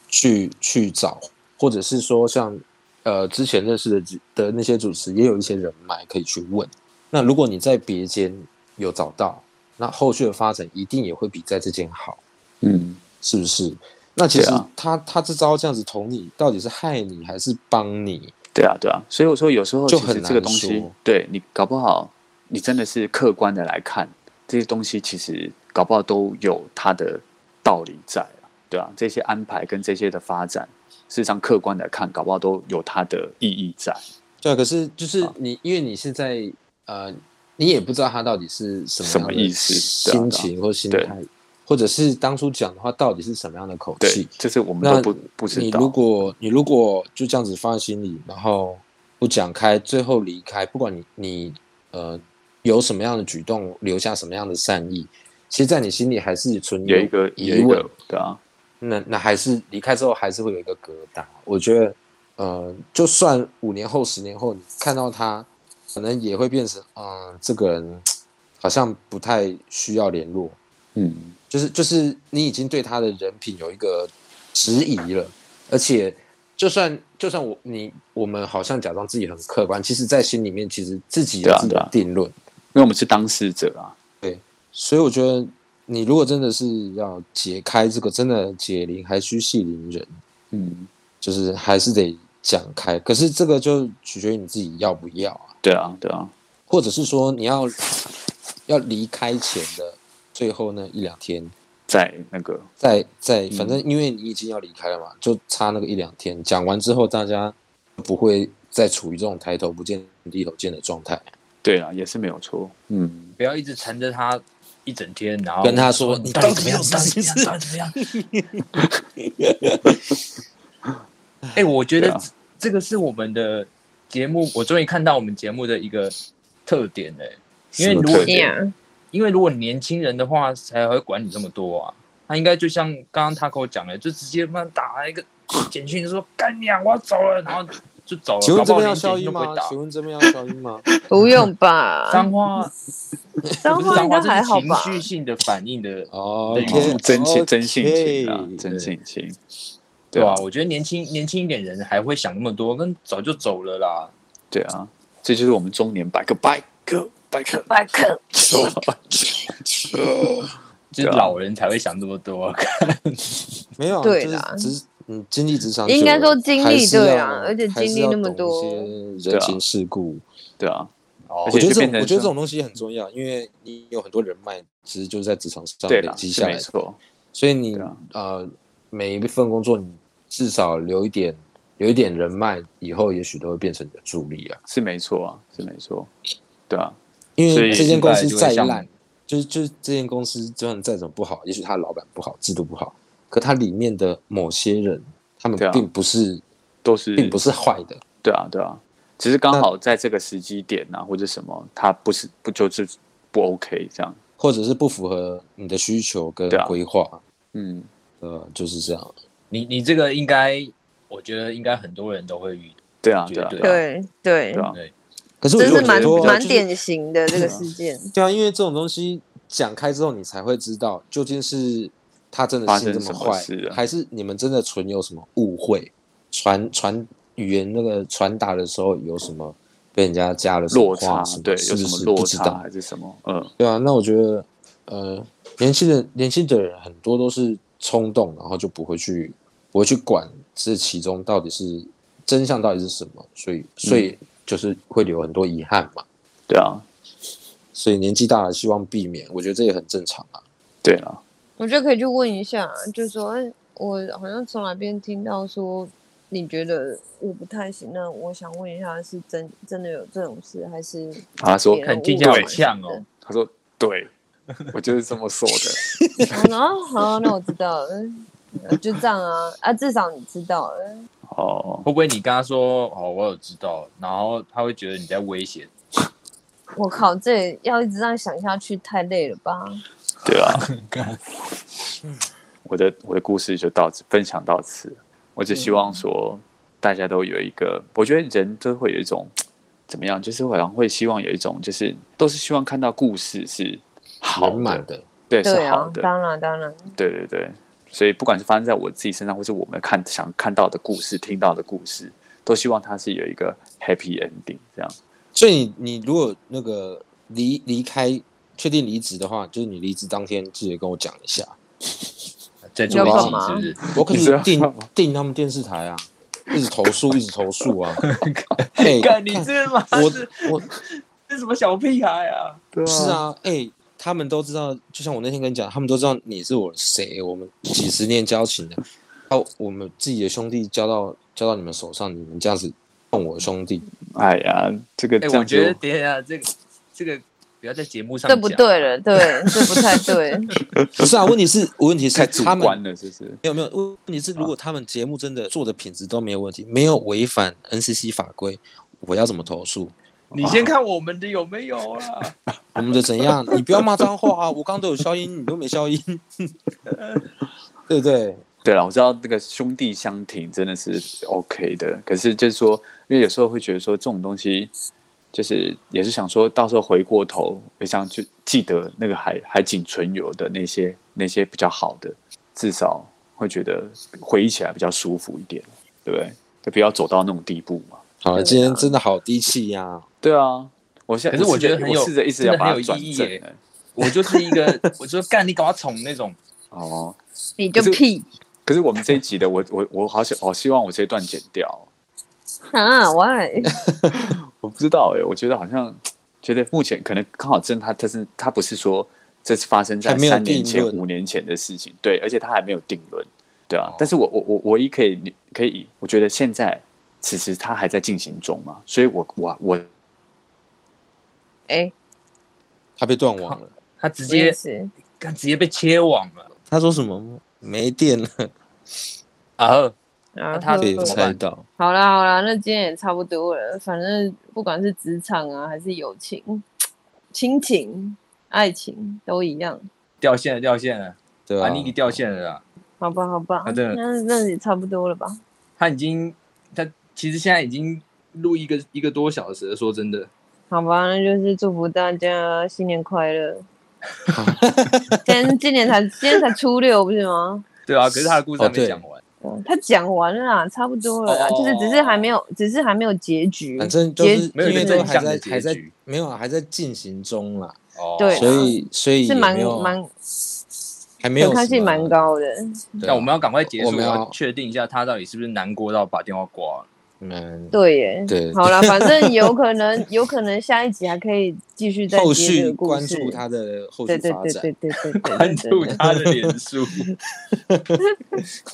[SPEAKER 5] 去去找，或者是说像呃之前认识的几的那些主持，也有一些人脉可以去问。那如果你在别间有找到，那后续的发展一定也会比在这间好，
[SPEAKER 2] 嗯，
[SPEAKER 5] 是不是？那其实
[SPEAKER 2] 对啊
[SPEAKER 5] 他、他这招这样子捅你，到底是害你还是帮你？
[SPEAKER 2] 对啊，对啊。所以我说，有时候
[SPEAKER 5] 就
[SPEAKER 2] 其
[SPEAKER 5] 很
[SPEAKER 2] 实这个
[SPEAKER 5] 难
[SPEAKER 2] 东西
[SPEAKER 5] 说，
[SPEAKER 2] 对你搞不好你真的是客观的来看这些东西，其实搞不好都有它的道理在啊对啊，这些安排跟这些的发展，事实上客观的看，搞不好都有它的意义在。
[SPEAKER 5] 对啊，可是就是你，因为你是在呃，你也不知道他到底是什
[SPEAKER 2] 什
[SPEAKER 5] 么样
[SPEAKER 2] 么
[SPEAKER 5] 的
[SPEAKER 2] 意思对啊
[SPEAKER 5] 心情或心
[SPEAKER 2] 对
[SPEAKER 5] 态，或者是当初讲的话到底是什么样的口
[SPEAKER 2] 对
[SPEAKER 5] 气。，
[SPEAKER 2] 这是我们
[SPEAKER 5] 那
[SPEAKER 2] 都不不知
[SPEAKER 5] 你
[SPEAKER 2] 道。
[SPEAKER 5] 如果你如果就这样子放在心里，然后不讲开，最后离开，不管你你呃有什么样的举动，留下什么样的善意，其实，在你心里还是存
[SPEAKER 2] 有一个有
[SPEAKER 5] 疑
[SPEAKER 2] 一
[SPEAKER 5] 问
[SPEAKER 2] 个。对啊，
[SPEAKER 5] 那那还是离开之后还是会有一个疙瘩。我觉得，呃，就算五年后、十年后你看到他，可能也会变成，嗯、这个人好像不太需要联络，
[SPEAKER 2] 嗯，
[SPEAKER 5] 就是就是你已经对他的人品有一个质疑了，而且就算就算我你我们好像假装自己很客观，其实在心里面其实自己
[SPEAKER 2] 对
[SPEAKER 5] 有
[SPEAKER 2] 啊
[SPEAKER 5] 自己
[SPEAKER 2] 对
[SPEAKER 5] 的
[SPEAKER 2] 啊
[SPEAKER 5] 定论。
[SPEAKER 2] 因为我们是当事者啊，
[SPEAKER 5] 所以我觉得，你如果真的是要解开这个，真的解铃还须系铃人。
[SPEAKER 2] 嗯，
[SPEAKER 5] 就是还是得讲开。可是这个就取决于你自己要不要啊，
[SPEAKER 2] 对啊，对啊，
[SPEAKER 5] 或者是说你要要离开前的最后那一两天，
[SPEAKER 2] 在那个
[SPEAKER 5] 再再反
[SPEAKER 2] 嗯
[SPEAKER 5] 正因为你已经要离开了嘛，就差那个一两天。讲完之后，大家不会再处于这种抬头不见低头见的状态。
[SPEAKER 2] 对啊，也是没有错，嗯，
[SPEAKER 3] 不要一直缠着他一整天，然后
[SPEAKER 5] 跟他说哦你
[SPEAKER 3] 你
[SPEAKER 5] 到
[SPEAKER 3] 到
[SPEAKER 5] 底
[SPEAKER 3] 底
[SPEAKER 5] 怎
[SPEAKER 3] 怎
[SPEAKER 5] 么
[SPEAKER 3] 么
[SPEAKER 5] 样
[SPEAKER 3] 样，
[SPEAKER 5] 到
[SPEAKER 3] 到
[SPEAKER 5] 底
[SPEAKER 3] 底
[SPEAKER 5] 怎
[SPEAKER 3] 怎么
[SPEAKER 5] 么样
[SPEAKER 3] 样，到底怎么样？ 哎、我觉
[SPEAKER 2] 对
[SPEAKER 3] 得
[SPEAKER 2] 啊
[SPEAKER 3] 这个是我们的节目，我终于看到我们节目的一个特点嘞、因为
[SPEAKER 2] 什么
[SPEAKER 3] 如
[SPEAKER 2] 特
[SPEAKER 3] 果
[SPEAKER 2] 点
[SPEAKER 4] 这样
[SPEAKER 3] 因为如果年轻人的话，才会管你这么多啊。他应该就像刚刚他跟我讲的，就直接慢打一个简讯，就说干你啊，我要走了，然后就走了。
[SPEAKER 5] 请问这边要
[SPEAKER 3] 搞不好
[SPEAKER 5] 消
[SPEAKER 3] 连简讯都不会
[SPEAKER 5] 音吗
[SPEAKER 3] 打？
[SPEAKER 5] 请问这边要消音 吗？
[SPEAKER 4] 不用吧？
[SPEAKER 3] 脏话，
[SPEAKER 4] 脏
[SPEAKER 3] 不是
[SPEAKER 4] 话
[SPEAKER 3] 脏
[SPEAKER 4] 应
[SPEAKER 3] 话，
[SPEAKER 4] 该
[SPEAKER 3] 这
[SPEAKER 4] 还
[SPEAKER 3] 是
[SPEAKER 4] 好
[SPEAKER 3] 情
[SPEAKER 4] 吧？
[SPEAKER 3] 绪性的反应的，
[SPEAKER 5] 哦
[SPEAKER 3] 对
[SPEAKER 5] ，OK，
[SPEAKER 2] 真情真性情啊
[SPEAKER 5] OK，
[SPEAKER 2] 真性情，
[SPEAKER 3] 对
[SPEAKER 2] 对
[SPEAKER 3] 吧、
[SPEAKER 2] 啊，
[SPEAKER 3] 我觉得年轻年轻一点人还会想那么多，跟早就走了啦。
[SPEAKER 2] 对啊，这就是我们中年百个百个百个
[SPEAKER 4] 拜克，
[SPEAKER 3] 就是
[SPEAKER 2] 对啊
[SPEAKER 3] 老人才会想这么多，
[SPEAKER 5] 没有啊，
[SPEAKER 4] 对
[SPEAKER 5] 就是
[SPEAKER 4] 啦
[SPEAKER 5] 职嗯经历职场久了，
[SPEAKER 4] 应该说经历
[SPEAKER 5] 还是
[SPEAKER 4] 对
[SPEAKER 5] 要
[SPEAKER 4] 啊而且
[SPEAKER 5] 还是
[SPEAKER 4] 经历
[SPEAKER 5] 要
[SPEAKER 4] 那么
[SPEAKER 5] 懂
[SPEAKER 4] 多
[SPEAKER 5] 一
[SPEAKER 2] 对
[SPEAKER 5] 些人
[SPEAKER 2] 啊
[SPEAKER 5] 情世故，
[SPEAKER 2] 对啊，
[SPEAKER 3] 哦
[SPEAKER 2] 而
[SPEAKER 5] 我
[SPEAKER 2] 且
[SPEAKER 5] 觉
[SPEAKER 2] 就
[SPEAKER 5] 得这
[SPEAKER 2] 变
[SPEAKER 5] 种，
[SPEAKER 2] 成
[SPEAKER 5] 我觉得这
[SPEAKER 2] 说
[SPEAKER 5] 种东西很重要，因为你有很多人脉，其实就是在职场上
[SPEAKER 2] 对
[SPEAKER 5] 累
[SPEAKER 2] 啦，
[SPEAKER 5] 积
[SPEAKER 2] 是
[SPEAKER 5] 下
[SPEAKER 2] 没
[SPEAKER 5] 来，
[SPEAKER 2] 错，
[SPEAKER 5] 所以你、
[SPEAKER 2] 对啊
[SPEAKER 5] 呃每一份工作，你至少留一点留一点人脉，以后也许都会变成你的助力啊。
[SPEAKER 2] 是没错啊，是没错，对啊，
[SPEAKER 5] 因
[SPEAKER 2] 所
[SPEAKER 5] 为
[SPEAKER 2] 以
[SPEAKER 5] 这间公司
[SPEAKER 3] 失败就会
[SPEAKER 5] 再
[SPEAKER 3] 像
[SPEAKER 5] 烂，就是就是这间公司就算再怎么不好，也许他老板不好，制度不好，可它里面的某些人，他们
[SPEAKER 2] 对啊
[SPEAKER 5] 并不是、
[SPEAKER 2] 都是
[SPEAKER 5] 并不是坏的，
[SPEAKER 2] 对啊，对啊，只是刚好在这个时机点啊，或者什么，它不是不就是不 OK 这样，
[SPEAKER 5] 或者是不符合你的需求跟
[SPEAKER 2] 对啊
[SPEAKER 5] 规划，
[SPEAKER 2] 嗯，
[SPEAKER 5] 呃，就是这样。
[SPEAKER 3] 你你这个应该，我觉得应该很多人都会遇到。
[SPEAKER 2] 对啊，
[SPEAKER 3] 绝
[SPEAKER 2] 对啊，
[SPEAKER 3] 对
[SPEAKER 2] 啊，
[SPEAKER 4] 对对
[SPEAKER 2] 对，啊，
[SPEAKER 5] 可是我
[SPEAKER 4] 这
[SPEAKER 5] 觉
[SPEAKER 4] 是
[SPEAKER 5] 得
[SPEAKER 4] 蛮
[SPEAKER 5] 很多
[SPEAKER 4] 蛮
[SPEAKER 5] 就是
[SPEAKER 4] 典型的这个事件。
[SPEAKER 5] 对啊，因为这种东西讲开之后，你才会知道究竟是他真的
[SPEAKER 2] 发
[SPEAKER 5] 心
[SPEAKER 2] 生
[SPEAKER 5] 这么
[SPEAKER 2] 什么
[SPEAKER 5] 坏
[SPEAKER 2] 事，了
[SPEAKER 5] 还是你们真的存有什么误会，传传语言那个传达的时候有什么被人家加了什么
[SPEAKER 2] 落
[SPEAKER 5] 话
[SPEAKER 2] 差
[SPEAKER 5] 什么
[SPEAKER 2] 对，
[SPEAKER 5] 是
[SPEAKER 2] 有
[SPEAKER 5] 不
[SPEAKER 2] 什么
[SPEAKER 5] 是
[SPEAKER 2] 落
[SPEAKER 5] 不知
[SPEAKER 2] 差
[SPEAKER 5] 道？
[SPEAKER 2] 还是什么？嗯，
[SPEAKER 5] 对啊，那我觉得呃，年轻人年轻的人很多都是冲动，然后就不会去不会去管这其中到底是真相到底是什么，所以所以
[SPEAKER 2] 嗯
[SPEAKER 5] 就是会留很多遗憾嘛。
[SPEAKER 2] 对啊，
[SPEAKER 5] 所以年纪大了，希望避免，我觉得这也很正常啊。
[SPEAKER 2] 对啊，
[SPEAKER 4] 我觉得可以去问一下，就说哎我好像从哪边听到说，你觉得我不太行，那我想问一下，是真真的有这种事，还是
[SPEAKER 2] 他说
[SPEAKER 4] 别人
[SPEAKER 3] 看听
[SPEAKER 4] 误
[SPEAKER 3] 起来
[SPEAKER 4] 会
[SPEAKER 3] 好像哦
[SPEAKER 4] 什么
[SPEAKER 2] 他说对， 我就是这么说 的，
[SPEAKER 4] 的？然后呢 哦好，那我知道了，嗯就这样啊啊，至少你知道了。
[SPEAKER 2] 哦，
[SPEAKER 3] 会不会你跟他说哦，我有知道，然后他会觉得你在威胁？
[SPEAKER 4] 我靠，这要一直这样想下去太累了吧？
[SPEAKER 2] 对 啊，我的我的故事就到此分享到此。我只希望
[SPEAKER 5] 嗯
[SPEAKER 2] 说，大家都有一个，我觉得人都会有一种怎么样，就是好像会希望有一种，就是都是希望看到故事是好
[SPEAKER 5] 圆
[SPEAKER 2] 的
[SPEAKER 5] 满，的，
[SPEAKER 2] 对，是
[SPEAKER 4] 对
[SPEAKER 2] 好
[SPEAKER 4] 啊，
[SPEAKER 2] 的，
[SPEAKER 4] 当然当然，
[SPEAKER 2] 对对对。所以不管是发生在我自己身上，或是我们看想看到的故事、听到的故事，都希望它是有一个 happy ending 这样。
[SPEAKER 5] 所以你你如果那个离离开确定离职的话，就是你离职当天记得跟我讲一下，
[SPEAKER 3] 在做
[SPEAKER 4] 你要
[SPEAKER 3] 一
[SPEAKER 4] 干
[SPEAKER 3] 集
[SPEAKER 4] 嘛
[SPEAKER 3] 是不是？
[SPEAKER 5] 我可
[SPEAKER 2] 你知道
[SPEAKER 5] 以
[SPEAKER 2] 吗
[SPEAKER 5] 订订他们电视台啊， 一直投诉，一直投诉啊。哎、
[SPEAKER 3] 干你这嘛
[SPEAKER 5] 我
[SPEAKER 3] 是
[SPEAKER 5] 我
[SPEAKER 3] 这什么小屁孩啊？
[SPEAKER 2] 对
[SPEAKER 5] 是，啊，哎、他们都知道，就像我那天跟你讲，他们都知道你是我谁，我们几十年交情的，哦，我们自己的兄弟交到交到你们手上，你们这样子动我兄弟，
[SPEAKER 2] 哎呀，这个
[SPEAKER 3] 哎、
[SPEAKER 2] 这
[SPEAKER 3] 我
[SPEAKER 2] 样
[SPEAKER 3] 觉得
[SPEAKER 2] 子
[SPEAKER 3] 等一下这个这个不要在节目上
[SPEAKER 4] 这不
[SPEAKER 3] 讲
[SPEAKER 4] 对了，对，这不太 对。
[SPEAKER 5] 不是啊？问题是，问题是
[SPEAKER 2] 太主
[SPEAKER 5] 他们
[SPEAKER 2] 观了，是不是？
[SPEAKER 5] 没有没有，问题是如果他们节目真的做的品质都没有问题，没有违反 NCC 法规，我要怎么投诉？
[SPEAKER 3] 你先看我们的有没有 啊？
[SPEAKER 5] 我们的怎样？你不要骂脏话啊！我刚都有消音，你都没消音，对不对？
[SPEAKER 2] 对了，我知道那个兄弟相挺真的是 OK 的，可是就是说，因为有时候会觉得说这种东西，就是也是想说到时候回过头，也想去记得那个还还仅存有的那些那些比较好的，至少会觉得回忆起来比较舒服一点，对不对？就不要走到那种地步嘛。
[SPEAKER 5] 好
[SPEAKER 4] 对啊
[SPEAKER 5] 了，今天真的好低气压、
[SPEAKER 2] 对啊，我现在
[SPEAKER 3] 可是我觉得
[SPEAKER 2] 试着
[SPEAKER 3] 很有
[SPEAKER 2] 我试着一直
[SPEAKER 3] 真的
[SPEAKER 2] 要把
[SPEAKER 3] 很有
[SPEAKER 2] 它转
[SPEAKER 3] 意义
[SPEAKER 2] 正、
[SPEAKER 3] 耶
[SPEAKER 2] 欸。
[SPEAKER 3] 我就是一个，我就干你搞宠那种。
[SPEAKER 2] 哦，
[SPEAKER 4] 你就
[SPEAKER 2] 可是
[SPEAKER 4] 屁
[SPEAKER 2] 可是我们这一集的我我我好想好希望我这一段剪掉哦。
[SPEAKER 4] 啊！Why？
[SPEAKER 2] 我不知道哎、我觉得好像觉得目前可能刚好真的他他是他不是说这是发生在
[SPEAKER 5] 还没有
[SPEAKER 2] 三年前
[SPEAKER 5] 定论哦
[SPEAKER 2] 五年前的事情，对，而且他还没有定论，对啊。但是我我我我唯一可以可以，我觉得现在此时他还在进行中嘛，所以我我我
[SPEAKER 4] 哎，
[SPEAKER 5] 他被断网了。
[SPEAKER 3] 他直
[SPEAKER 4] 我
[SPEAKER 3] 接
[SPEAKER 4] 也是
[SPEAKER 3] 干直接被切网了
[SPEAKER 5] 他说什么？没电了，
[SPEAKER 3] 啊！
[SPEAKER 4] 啊，
[SPEAKER 3] 他
[SPEAKER 5] 可以
[SPEAKER 3] 怎么
[SPEAKER 5] 猜
[SPEAKER 3] 办
[SPEAKER 5] 到。
[SPEAKER 4] 好啦好啦，那今天也差不多了。反正不管是职场啊，还是友情、亲情、爱情，都一样。
[SPEAKER 3] 掉线了，掉线了，啊
[SPEAKER 5] 对
[SPEAKER 2] 啊
[SPEAKER 3] 把
[SPEAKER 4] 啊
[SPEAKER 5] 吧？
[SPEAKER 3] 尼给掉线了啦。
[SPEAKER 4] 好吧，好吧，
[SPEAKER 3] 啊对了
[SPEAKER 4] 那那也差不多了吧？
[SPEAKER 3] 他已经，他其实现在已经录一个一个多小时了。说真的，
[SPEAKER 4] 好吧，那就是祝福大家新年快乐。 今今年才今天才初六不是吗？
[SPEAKER 3] 对啊，可是他的故事还
[SPEAKER 5] 哦
[SPEAKER 3] 没
[SPEAKER 5] 对
[SPEAKER 3] 讲完。
[SPEAKER 4] 对他讲完了啦，差不多了啦，就是只是还没有，只是还没有结局。
[SPEAKER 5] 哦反正就是
[SPEAKER 3] 没有一
[SPEAKER 5] 因
[SPEAKER 3] 个
[SPEAKER 5] 为都
[SPEAKER 3] 正
[SPEAKER 5] 还
[SPEAKER 3] 向的
[SPEAKER 5] 在还
[SPEAKER 3] 结
[SPEAKER 5] 在
[SPEAKER 3] 局。
[SPEAKER 5] 没有啊，还在进行中啦，
[SPEAKER 3] 哦，
[SPEAKER 4] 对啊
[SPEAKER 5] 所以所以
[SPEAKER 4] 是
[SPEAKER 5] 也
[SPEAKER 4] 蛮
[SPEAKER 5] 没有啊
[SPEAKER 4] 蛮
[SPEAKER 5] 还没有
[SPEAKER 4] 可看性蛮高的，
[SPEAKER 5] 对啊。
[SPEAKER 3] 那我们要赶快结
[SPEAKER 5] 我
[SPEAKER 3] 束，
[SPEAKER 5] 们要
[SPEAKER 3] 要确定一下他到底是不是难过到把电话挂了。
[SPEAKER 5] 嗯，
[SPEAKER 4] 对耶。
[SPEAKER 5] 对
[SPEAKER 4] 好 啦，反正有可能，有可能下一集还可以继续再
[SPEAKER 5] 后
[SPEAKER 4] 接这
[SPEAKER 5] 续
[SPEAKER 4] 个故
[SPEAKER 5] 关
[SPEAKER 4] 事。
[SPEAKER 5] 注他的后
[SPEAKER 4] 对
[SPEAKER 5] 续
[SPEAKER 4] 对
[SPEAKER 5] 发
[SPEAKER 4] 对
[SPEAKER 5] 展
[SPEAKER 4] 对，对对对，
[SPEAKER 3] 关
[SPEAKER 4] 对
[SPEAKER 3] 注。他的脸书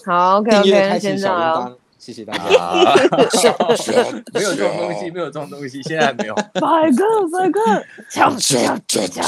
[SPEAKER 4] 好，OK
[SPEAKER 5] 订
[SPEAKER 4] OK，
[SPEAKER 5] 阅
[SPEAKER 4] 那
[SPEAKER 5] 开
[SPEAKER 4] 先
[SPEAKER 5] 启
[SPEAKER 4] 这样
[SPEAKER 5] 小铃
[SPEAKER 4] 啦，
[SPEAKER 5] 铛，谢谢大家。
[SPEAKER 3] 啊，哦
[SPEAKER 5] 小
[SPEAKER 3] 没有这种东西，没有 这种东西，现在还没有。
[SPEAKER 4] 百个百个，敲敲敲。